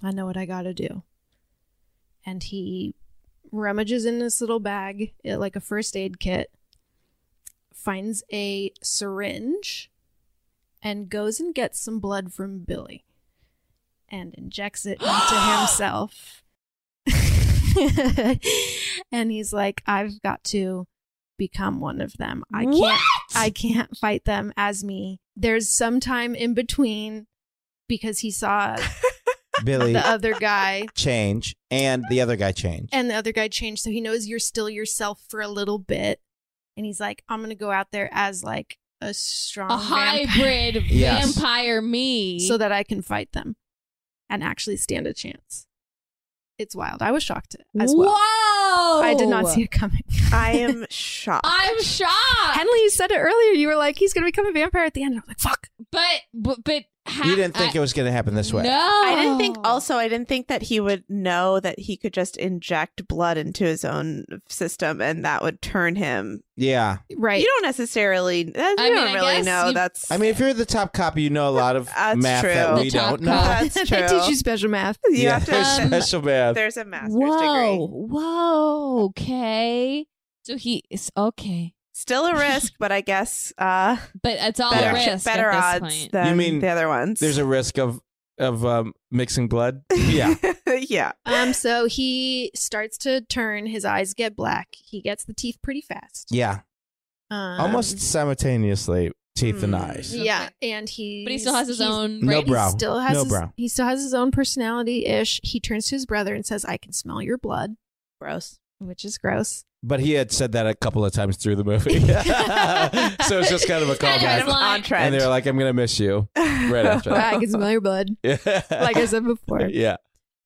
Speaker 6: I know what I got to do. And he rummages in this little bag, eh, like a first aid kit, finds a syringe, and goes and gets some blood from Billy and injects it into himself. and he's like, I've got to become one of them. I can't
Speaker 12: What?
Speaker 6: I can't fight them as me. There's some time in between because he saw
Speaker 7: Billy
Speaker 6: the other guy
Speaker 7: change and the other guy change.
Speaker 6: and the other guy changed, so he knows you're still yourself for a little bit. And he's like, I'm gonna go out there as like a strong
Speaker 3: A
Speaker 6: vampire
Speaker 3: hybrid
Speaker 7: Yes.
Speaker 3: vampire me.
Speaker 6: so that I can fight them and actually stand a chance. It's wild. I was shocked as well.
Speaker 3: Whoa!
Speaker 6: I did not see it coming.
Speaker 4: I am shocked.
Speaker 3: I'm shocked.
Speaker 6: Henley, you said it earlier. You were like, he's going to become a vampire at the end. And I was like, fuck.
Speaker 3: But but, but
Speaker 7: You didn't think it was going to happen this way.
Speaker 4: I didn't think
Speaker 3: Oh.
Speaker 4: also I didn't think that he would know that he could just inject blood into his own system and that would turn him.
Speaker 7: Yeah.
Speaker 6: Right.
Speaker 4: You don't necessarily eh,
Speaker 12: mean,
Speaker 4: you don't
Speaker 12: I
Speaker 4: really
Speaker 12: guess
Speaker 4: know
Speaker 12: you-
Speaker 4: that's
Speaker 7: I mean, if you're the top cop, you know a lot of
Speaker 4: That's
Speaker 7: math
Speaker 4: true.
Speaker 7: that we
Speaker 4: The top
Speaker 7: don't know.
Speaker 4: cop. Oh, That's
Speaker 6: they
Speaker 4: true.
Speaker 6: teach you special math.
Speaker 4: you
Speaker 7: yeah,
Speaker 4: have to
Speaker 7: there's
Speaker 4: um,
Speaker 7: special math.
Speaker 4: there's a master's
Speaker 3: Whoa,
Speaker 4: degree.
Speaker 3: whoa, okay. So he is okay,
Speaker 4: Still a risk, but I guess uh
Speaker 3: but it's all
Speaker 4: better,
Speaker 3: risk.
Speaker 4: better
Speaker 3: at this
Speaker 4: odds
Speaker 3: point.
Speaker 4: than
Speaker 7: You mean
Speaker 4: the other ones.
Speaker 7: There's a risk of of um, mixing blood. Yeah.
Speaker 4: yeah.
Speaker 6: Um, so he starts to turn. His eyes get black. He gets the teeth pretty fast.
Speaker 7: Yeah.
Speaker 6: Um, mm,
Speaker 7: Almost simultaneously, teeth and eyes.
Speaker 6: Yeah, and he
Speaker 3: But he still has his own
Speaker 7: No
Speaker 3: right?
Speaker 7: brow.
Speaker 6: He still has
Speaker 7: No
Speaker 6: his,
Speaker 7: brow.
Speaker 6: He still has his own personality ish. He turns to his brother and says, "I can smell your blood,"
Speaker 4: Gross.
Speaker 6: which is gross.
Speaker 7: But he had said that a couple of times through the movie. so it's just kind of a
Speaker 3: Kind
Speaker 7: callback.
Speaker 4: Kind of
Speaker 3: Like-
Speaker 4: on
Speaker 7: and
Speaker 4: trend.
Speaker 7: they're like, I'm going to miss you right after that.
Speaker 6: I can smell your blood, like I said before.
Speaker 7: Yeah.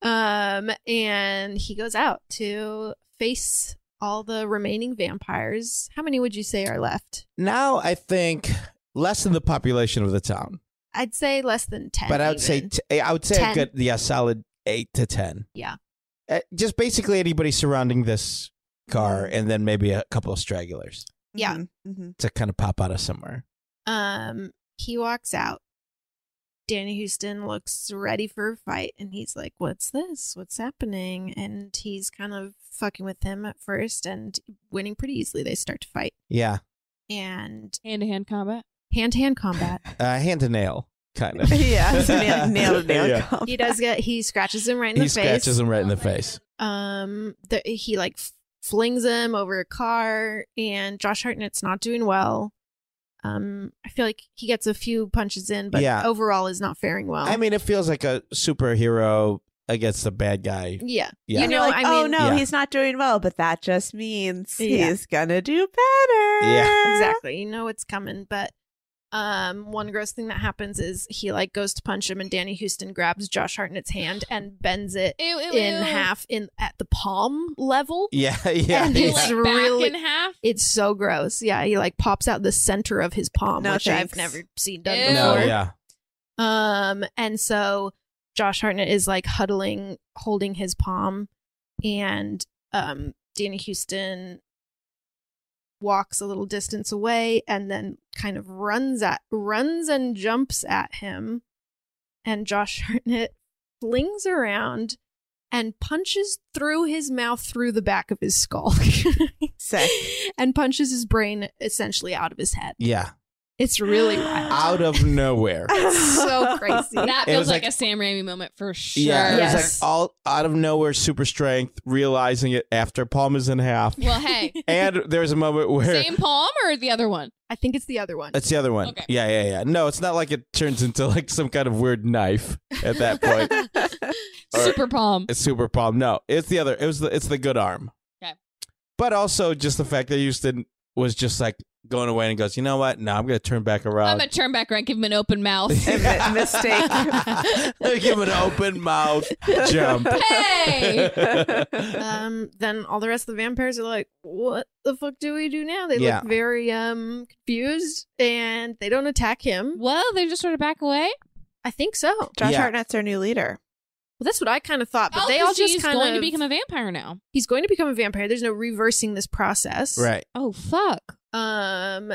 Speaker 6: Um, and he goes out to face all the remaining vampires. How many would you say are left?
Speaker 7: Now I think less than the population of the town.
Speaker 6: I'd say less than ten.
Speaker 7: but I would say
Speaker 6: even.
Speaker 7: t- eh, I would say a
Speaker 6: Ten.
Speaker 7: good yeah solid eight to ten.
Speaker 6: yeah.
Speaker 7: Uh, just basically anybody surrounding this car,
Speaker 6: Mm.
Speaker 7: and then maybe a couple of stragglers
Speaker 6: Yeah.
Speaker 4: Mm-hmm.
Speaker 7: to kind of pop out of somewhere.
Speaker 6: Um, he walks out. Danny Houston looks ready for a fight, and he's like, "What's this? What's happening?" And he's kind of fucking with him at first, and winning pretty easily. They start to fight,
Speaker 7: Yeah,
Speaker 6: and
Speaker 3: Hand to hand combat.
Speaker 6: hand to hand combat.
Speaker 7: uh, hand to nail kind of.
Speaker 4: yeah. so nail- nail to nail
Speaker 7: Yeah.
Speaker 4: combat.
Speaker 6: he does get he scratches him right in
Speaker 7: He
Speaker 6: the face.
Speaker 7: scratches him right in the face.
Speaker 6: um the, he like f- flings him over a car and josh hartnett's not doing well um i feel like he gets a few punches in but
Speaker 7: Yeah.
Speaker 6: overall is not faring well
Speaker 7: I mean, it feels like a superhero against a bad guy.
Speaker 6: yeah
Speaker 7: Yeah.
Speaker 6: you
Speaker 4: And you're
Speaker 6: know
Speaker 4: like,
Speaker 6: i
Speaker 4: oh
Speaker 6: mean
Speaker 4: no,
Speaker 7: Yeah.
Speaker 4: he's not doing well, but that just means
Speaker 6: Yeah.
Speaker 4: he's gonna do better.
Speaker 7: Yeah.
Speaker 6: exactly you know it's coming but um one gross thing that happens is he like goes to punch him and danny houston grabs josh hartnett's hand and bends it
Speaker 3: Ew, ew,
Speaker 6: in
Speaker 3: ew.
Speaker 6: half in at the palm level
Speaker 7: Yeah, yeah,
Speaker 6: And
Speaker 7: yeah.
Speaker 3: He's
Speaker 6: It's
Speaker 3: like back
Speaker 6: really-
Speaker 3: in half.
Speaker 6: It's so gross. Yeah, he like pops out the center of his palm,
Speaker 4: No,
Speaker 6: which
Speaker 4: thanks.
Speaker 6: I've never seen done
Speaker 3: Ew.
Speaker 7: no,
Speaker 6: before.
Speaker 7: yeah,
Speaker 6: Um, and so Josh Hartnett is like huddling, holding his palm, and um, Danny Houston walks a little distance away and then kind of runs at, runs and jumps at him, and Josh Hartnett flings around and punches through his mouth through the back of his skull.
Speaker 4: Sick.
Speaker 6: and punches his brain essentially out of his head.
Speaker 7: yeah.
Speaker 6: It's really wild.
Speaker 7: Out of nowhere.
Speaker 6: so crazy.
Speaker 3: That
Speaker 7: It
Speaker 3: feels
Speaker 7: was
Speaker 3: like,
Speaker 7: like-
Speaker 3: a Sam Raimi moment for sure.
Speaker 7: Yeah, it was
Speaker 6: Yes.
Speaker 7: like all out of nowhere, super strength, realizing it after palm is in half.
Speaker 3: Well, hey,
Speaker 7: and there's a moment where
Speaker 3: same palm or the other one?
Speaker 6: I think it's the other one.
Speaker 7: It's the other one.
Speaker 3: Okay.
Speaker 7: Yeah, yeah, yeah. No, it's not like it turns into like some kind of weird knife at that point. Or-
Speaker 3: Super palm.
Speaker 7: it's super palm. No, it's the other. It was the. It's the good arm.
Speaker 3: Okay.
Speaker 7: But also just the fact that Houston was just like going away and goes, you know what? No, I'm going to turn back
Speaker 3: I'm
Speaker 7: around.
Speaker 3: gonna turn back around, give him an open mouth.
Speaker 4: mistake.
Speaker 7: Give him an open mouth jump.
Speaker 3: Hey!
Speaker 6: um, then all the rest of the vampires are like, "What the fuck do we do now?" They
Speaker 7: Yeah.
Speaker 6: look very um confused, and they don't attack him.
Speaker 3: Well, they just sort of back away.
Speaker 6: I think so. Well,
Speaker 4: Josh
Speaker 7: Yeah.
Speaker 4: Hartnett's our new leader.
Speaker 6: that's what I kind of thought, but
Speaker 3: oh,
Speaker 6: they all
Speaker 3: 'cause
Speaker 6: just
Speaker 3: he's
Speaker 6: kind
Speaker 3: going
Speaker 6: of
Speaker 3: to become a vampire now.
Speaker 6: he's going to become a vampire. There's no reversing this process,
Speaker 7: Right.
Speaker 3: Oh fuck!
Speaker 6: Um,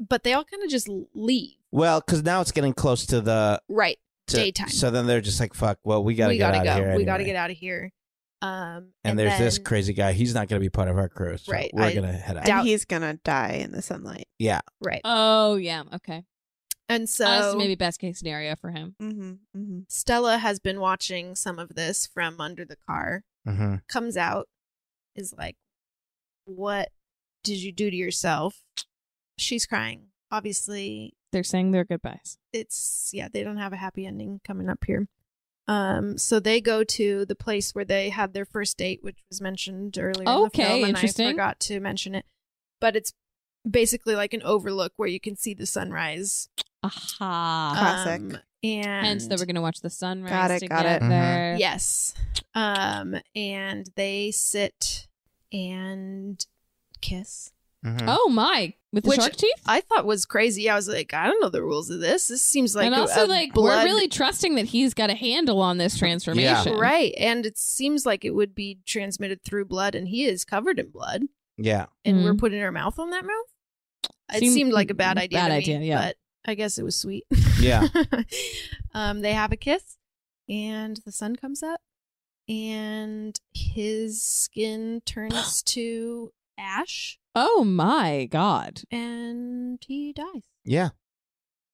Speaker 6: but they all kind of just leave.
Speaker 7: Well, because now it's getting close to the
Speaker 6: Right,
Speaker 7: to-
Speaker 6: daytime.
Speaker 7: So then they're just like, fuck, well, we got to
Speaker 6: we
Speaker 7: get
Speaker 6: gotta
Speaker 7: out
Speaker 6: go.
Speaker 7: of here.
Speaker 6: We gotta
Speaker 7: anyway.
Speaker 6: get out of here. Um,
Speaker 7: And, there's this
Speaker 6: then-
Speaker 7: crazy guy. He's not going to be part of our crew. So
Speaker 6: Right,
Speaker 7: We're
Speaker 6: I
Speaker 7: going to head out.
Speaker 4: And he's gonna die in the sunlight.
Speaker 7: yeah.
Speaker 6: right,
Speaker 3: Oh yeah, okay.
Speaker 6: and so
Speaker 3: Honestly, maybe best case scenario for him.
Speaker 4: Mm-hmm, mm-hmm.
Speaker 6: Stella has been watching some of this from under the car.
Speaker 7: hmm
Speaker 6: Comes out, is like, "What did you do to yourself?" She's crying. Obviously,
Speaker 13: They're saying their goodbyes.
Speaker 6: it's yeah. They don't have a happy ending coming up here. Um, so they go to the place where they had their first date, which was mentioned earlier.
Speaker 13: Okay,
Speaker 6: in the film,
Speaker 13: interesting.
Speaker 6: And I forgot to mention it, but it's basically like an overlook where you can see the sunrise.
Speaker 3: Aha!
Speaker 4: Classic.
Speaker 6: Um, and
Speaker 3: Ah, Hence that we're gonna watch the sunrise
Speaker 4: Got it, got
Speaker 3: together.
Speaker 4: it.
Speaker 7: Mhm.
Speaker 6: Yes. Um, and they sit and kiss.
Speaker 7: hmm
Speaker 3: Oh my! With the
Speaker 6: Which-
Speaker 3: shark teeth.
Speaker 6: I thought was crazy. I was like, I don't know the rules of this. This seems like
Speaker 3: and
Speaker 6: a-
Speaker 3: also,
Speaker 6: a
Speaker 3: like
Speaker 6: blood-
Speaker 3: we're really trusting that he's got a handle on this transformation,
Speaker 6: right, and it seems like it would be transmitted through blood, and he is covered in blood,
Speaker 7: Yeah.
Speaker 6: and
Speaker 3: Mhm.
Speaker 6: we're putting our mouth on that mouth. It
Speaker 3: Seemed-
Speaker 6: seemed, like a bad idea.
Speaker 13: bad
Speaker 6: to me,
Speaker 13: idea, yeah.
Speaker 6: But I guess it was sweet.
Speaker 7: Yeah.
Speaker 6: um, they have a kiss, and the sun comes up, and his skin turns to ash,
Speaker 13: Oh my god.
Speaker 6: and he dies.
Speaker 7: Yeah.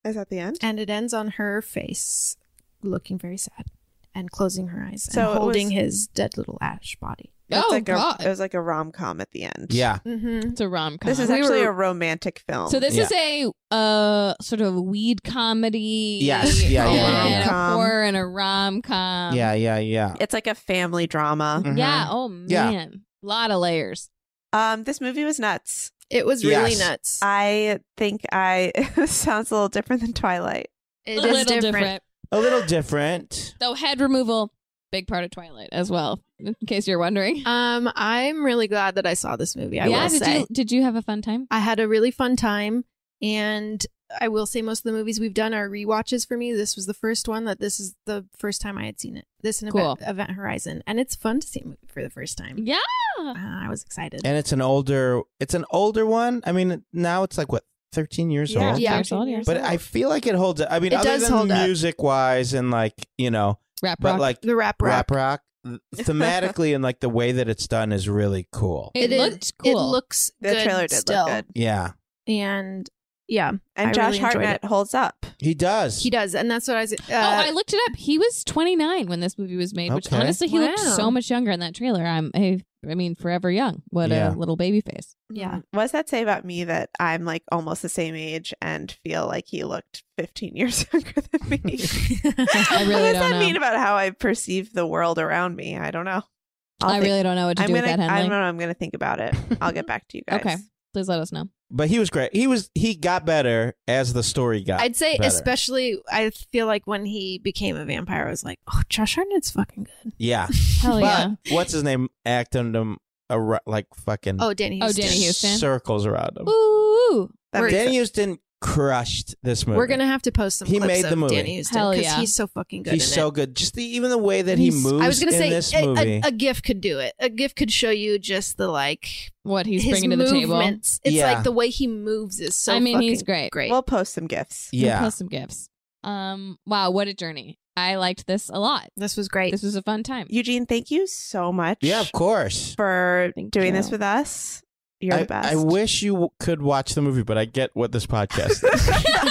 Speaker 4: Is that the end?
Speaker 6: And it ends on her face looking very sad and closing her eyes
Speaker 4: So it
Speaker 6: and holding
Speaker 4: was-
Speaker 6: his dead little ash body.
Speaker 4: It's
Speaker 3: Oh,
Speaker 4: like
Speaker 3: God.
Speaker 4: A, it was like a rom com at the end.
Speaker 7: Yeah.
Speaker 6: Mm-hmm.
Speaker 3: It's a rom com.
Speaker 4: This is
Speaker 6: We
Speaker 4: actually
Speaker 6: were-
Speaker 4: a romantic film.
Speaker 3: so. This is a uh sort of weed comedy.
Speaker 7: Yes, yeah,
Speaker 3: and a
Speaker 7: yeah, yeah.
Speaker 4: Rom-com.
Speaker 3: horror and a rom
Speaker 6: Um.
Speaker 3: com.
Speaker 7: yeah. Yeah. Yeah.
Speaker 4: it's like a family drama.
Speaker 7: Mhm.
Speaker 3: Yeah. Oh man.
Speaker 7: Yeah.
Speaker 3: lot of layers.
Speaker 4: Um, this movie was nuts.
Speaker 6: It was really
Speaker 7: Yes.
Speaker 6: nuts.
Speaker 4: I think I it sounds a little different than Twilight.
Speaker 6: It
Speaker 3: a
Speaker 6: is
Speaker 3: little
Speaker 6: different.
Speaker 7: A little different.
Speaker 3: Though head removal, big part of Twilight as well. In case you're wondering.
Speaker 6: Um, I'm really glad that I saw this movie. I
Speaker 3: yeah.
Speaker 6: will
Speaker 3: did
Speaker 6: say
Speaker 3: you did you have a fun time?
Speaker 6: I had a really fun time, and I will say most of the movies we've done are rewatches for me. This was the first one that this is the first time I had seen it. This and
Speaker 3: Cool.
Speaker 6: Event, Event Horizon, and it's fun to see a movie for the first time.
Speaker 3: Yeah.
Speaker 6: Uh, I was excited.
Speaker 7: and it's an older it's an older one i mean now it's like what 13 years
Speaker 4: Yeah,
Speaker 7: old
Speaker 6: Yeah.
Speaker 7: but i feel like it holds up i mean
Speaker 6: It
Speaker 7: other
Speaker 6: does
Speaker 7: than
Speaker 6: hold up.
Speaker 7: music wise and like you know
Speaker 3: Rap
Speaker 7: but
Speaker 3: rock.
Speaker 7: like
Speaker 6: the rap rock.
Speaker 7: rap rock th- thematically and like the way that it's done is really cool
Speaker 3: it,
Speaker 6: is-
Speaker 3: looked cool.
Speaker 6: It looks
Speaker 4: The
Speaker 6: good
Speaker 4: trailer did
Speaker 6: still.
Speaker 4: look good.
Speaker 7: yeah
Speaker 6: and yeah,
Speaker 4: And
Speaker 6: I
Speaker 4: Josh
Speaker 6: really enjoyed
Speaker 4: Hartnett holds up.
Speaker 7: he does
Speaker 6: he does, and that's what I was. Uh,
Speaker 3: oh, I looked it up. He was 29 when this movie was made, which
Speaker 7: Okay.
Speaker 3: honestly he looked
Speaker 6: Wow.
Speaker 3: so much younger in that trailer. I'm I, I mean forever young. What a
Speaker 7: Yeah.
Speaker 3: little baby face.
Speaker 6: yeah,
Speaker 4: What does that say about me that I'm like almost the same age and feel like he looked 15 years younger than
Speaker 3: I
Speaker 4: me?
Speaker 3: really
Speaker 4: what does
Speaker 3: don't
Speaker 4: that
Speaker 3: know.
Speaker 4: mean about how I perceive the world around me? I don't know. I'll
Speaker 3: i
Speaker 4: think-
Speaker 3: really don't know what to
Speaker 4: I'm
Speaker 3: do
Speaker 4: gonna.
Speaker 3: with that
Speaker 4: I don't
Speaker 3: Henley.
Speaker 4: know. I'm gonna think about it. I'll get back to you guys.
Speaker 3: Okay. Please let us know.
Speaker 7: but he was great he was he got better as the story got
Speaker 6: I'd say
Speaker 7: better.
Speaker 6: especially. I feel like when he became a vampire, I was like, oh, Josh Hartnett's fucking good.
Speaker 7: yeah
Speaker 3: Hell
Speaker 6: Oh,
Speaker 7: but
Speaker 3: yeah.
Speaker 7: what's his name acting him ar- like fucking
Speaker 6: Oh, Danny.
Speaker 3: Oh,
Speaker 6: Houston.
Speaker 3: Danny Houston.
Speaker 7: circles around him
Speaker 3: Ooh.
Speaker 4: That
Speaker 6: We're-
Speaker 7: danny
Speaker 4: makes sense.
Speaker 7: houston crushed this movie
Speaker 6: We're gonna have to post some.
Speaker 7: He
Speaker 6: clips
Speaker 7: made
Speaker 6: of
Speaker 7: the movie.
Speaker 6: Danny Houston
Speaker 3: Hell
Speaker 6: 'cause
Speaker 3: yeah.
Speaker 6: he's so fucking good.
Speaker 7: he's
Speaker 6: in
Speaker 7: so
Speaker 6: it.
Speaker 7: good just the even the way that he
Speaker 3: He's- I
Speaker 7: moves
Speaker 6: I was gonna
Speaker 7: in
Speaker 6: say
Speaker 7: this
Speaker 6: a, a-
Speaker 7: movie
Speaker 6: a GIF could do it. A GIF could show you just the like
Speaker 3: What he's
Speaker 6: his
Speaker 3: bringing to the table.
Speaker 6: movements. It's
Speaker 7: Yeah.
Speaker 6: like the way he moves is so.
Speaker 3: I mean, he's
Speaker 6: fucking
Speaker 3: great.
Speaker 6: Great.
Speaker 4: We'll post some gifts.
Speaker 3: And
Speaker 7: yeah
Speaker 3: Plus some gifts. Um wow, what a journey. I liked this a lot.
Speaker 6: this was great.
Speaker 3: This was a fun time.
Speaker 4: Eugene, thank you so much.
Speaker 7: yeah of course
Speaker 4: for
Speaker 3: Thank
Speaker 4: doing
Speaker 3: you.
Speaker 4: this with us. You're
Speaker 7: I,
Speaker 4: the best.
Speaker 7: I wish you w- could watch the movie, but I get what this podcast is.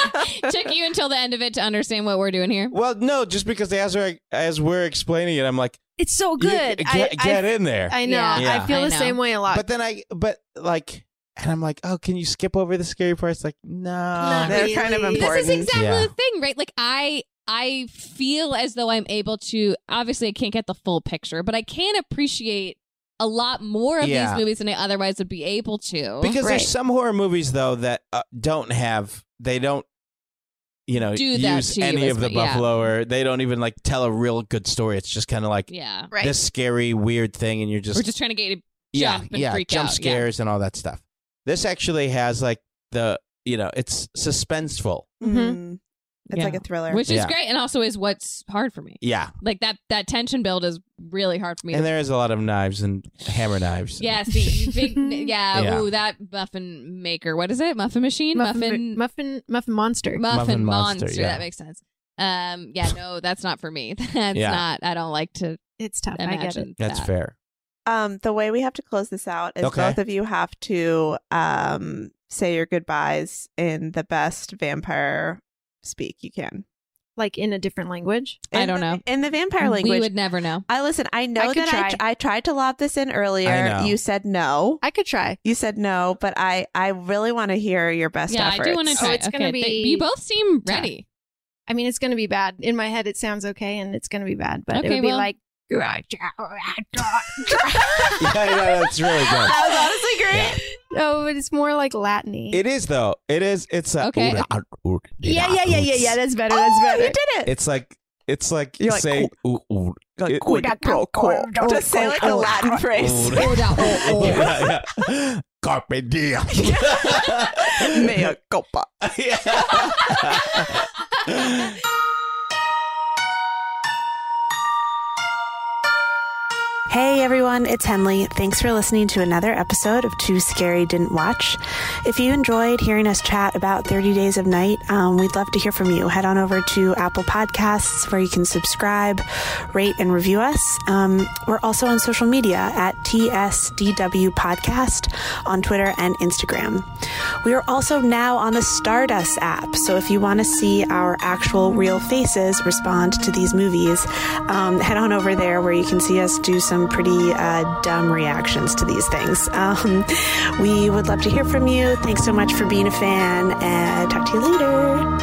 Speaker 3: Took you until the end of it to understand what we're doing here.
Speaker 7: well, no, just because as we're, as we're explaining it, I'm like,
Speaker 6: it's so
Speaker 7: you
Speaker 6: good.
Speaker 7: g-
Speaker 6: I-
Speaker 7: get,
Speaker 6: I,
Speaker 7: get in there.
Speaker 6: I know.
Speaker 3: Yeah.
Speaker 7: Yeah.
Speaker 6: I feel
Speaker 3: I
Speaker 6: the
Speaker 3: know.
Speaker 6: same way a lot.
Speaker 7: but then I, but like, and I'm like, oh, can you skip over the scary parts? Like, no.
Speaker 6: Not
Speaker 4: They're kind of
Speaker 6: really.
Speaker 3: this is
Speaker 4: important.
Speaker 3: exactly
Speaker 7: Yeah.
Speaker 3: the thing right like i i feel as though i'm able to obviously i can't get the full picture but i can appreciate a lot more of
Speaker 7: Yeah.
Speaker 3: these movies than I otherwise would be able to.
Speaker 7: Because there's some horror movies though that uh, don't have they don't you know
Speaker 3: Do that
Speaker 7: use
Speaker 3: to you
Speaker 7: any
Speaker 3: as
Speaker 7: of the
Speaker 3: mu- yeah.
Speaker 7: buffalo or they don't even like tell a real good story. It's just kind of like
Speaker 3: Yeah.
Speaker 7: this scary weird thing, and you're just
Speaker 3: We're just trying to get you to
Speaker 7: yeah
Speaker 3: jump and
Speaker 7: yeah
Speaker 3: freak
Speaker 7: jump
Speaker 3: out. Yeah.
Speaker 7: scares and all that stuff. This actually has like the you know it's suspenseful.
Speaker 3: Mm-hmm.
Speaker 4: Mm-hmm.
Speaker 8: Mhm. It's
Speaker 14: Yeah.
Speaker 8: like a thriller.
Speaker 3: Which is
Speaker 7: Yeah.
Speaker 3: great and also is what's hard for me.
Speaker 7: Yeah,
Speaker 3: Like that that tension build is really hard for me.
Speaker 7: and
Speaker 3: to-
Speaker 7: there is a lot of knives and hammer knives.
Speaker 3: yeah, see, big, yeah,
Speaker 7: Yeah.
Speaker 3: ooh, that muffin maker. What is it? Muffin machine? Muffin
Speaker 6: Muffin, muffin, muffin, monster.
Speaker 3: Muffin,
Speaker 7: Muffin
Speaker 3: monster.
Speaker 7: Monster, yeah.
Speaker 3: That makes sense. Um, yeah, no, that's not for me. That's
Speaker 7: Yeah.
Speaker 3: not. I don't like to
Speaker 6: It's tough. I get it.
Speaker 3: imagine.
Speaker 7: That's
Speaker 3: that.
Speaker 7: fair.
Speaker 8: Um, the way we have to close this out is
Speaker 7: Okay.
Speaker 8: both of you have to um say your goodbyys in the best vampire speak you can.
Speaker 6: Like in a different language.
Speaker 8: In
Speaker 3: I don't
Speaker 8: the-
Speaker 3: know.
Speaker 8: in the vampire language.
Speaker 3: We would never know.
Speaker 8: I listen. I know
Speaker 6: I could
Speaker 8: that I,
Speaker 6: try.
Speaker 8: I tried to lob this in earlier.
Speaker 7: know.
Speaker 8: You said no.
Speaker 6: I could try.
Speaker 8: You said no, but I I really want to hear your best
Speaker 3: yeah,
Speaker 8: efforts.
Speaker 3: I do want to
Speaker 6: So
Speaker 3: try.
Speaker 6: it's gonna
Speaker 3: Okay, they-
Speaker 6: be
Speaker 3: you both seem
Speaker 6: tough.
Speaker 3: ready.
Speaker 6: I mean, it's going to be bad. In my head, it sounds okay, and it's going to be bad, but it
Speaker 3: Okay,
Speaker 6: would be
Speaker 3: well-
Speaker 6: like.
Speaker 7: yeah, yeah, that's really good.
Speaker 8: That was honestly great.
Speaker 6: Oh, but it's more like Latin-y.
Speaker 7: It is though. It is. It's a
Speaker 3: Okay.
Speaker 6: yeah, yeah, yeah, yeah, yeah. That's better. That's
Speaker 8: Oh,
Speaker 6: better.
Speaker 8: you did it.
Speaker 7: It's like it's like
Speaker 8: You're like,
Speaker 7: saying ooh, ooh. It-
Speaker 8: Just say like the Latin phrase.
Speaker 7: Ooh.
Speaker 3: Hold out.
Speaker 7: yeah, yeah. Carpe diem.
Speaker 8: Mea culpa.
Speaker 7: Yeah.
Speaker 4: Hey everyone, it's Henley. Thanks for listening to another episode of Too Scary Didn't Watch. If you enjoyed hearing us chat about 30 Days of Night, um, we'd love to hear from you. Head on over to Apple Podcasts where you can subscribe, rate, and review us. Um, we're also on social media at TSDW Podcast on Twitter and Instagram. We are also now on the Stardust app, so if you want to see our actual real faces respond to these movies, um, head on over there where you can see us do some pretty uh, dumb reactions to these things. Um, we would love to hear from you. Thanks so much for being a fan, and talk to you later.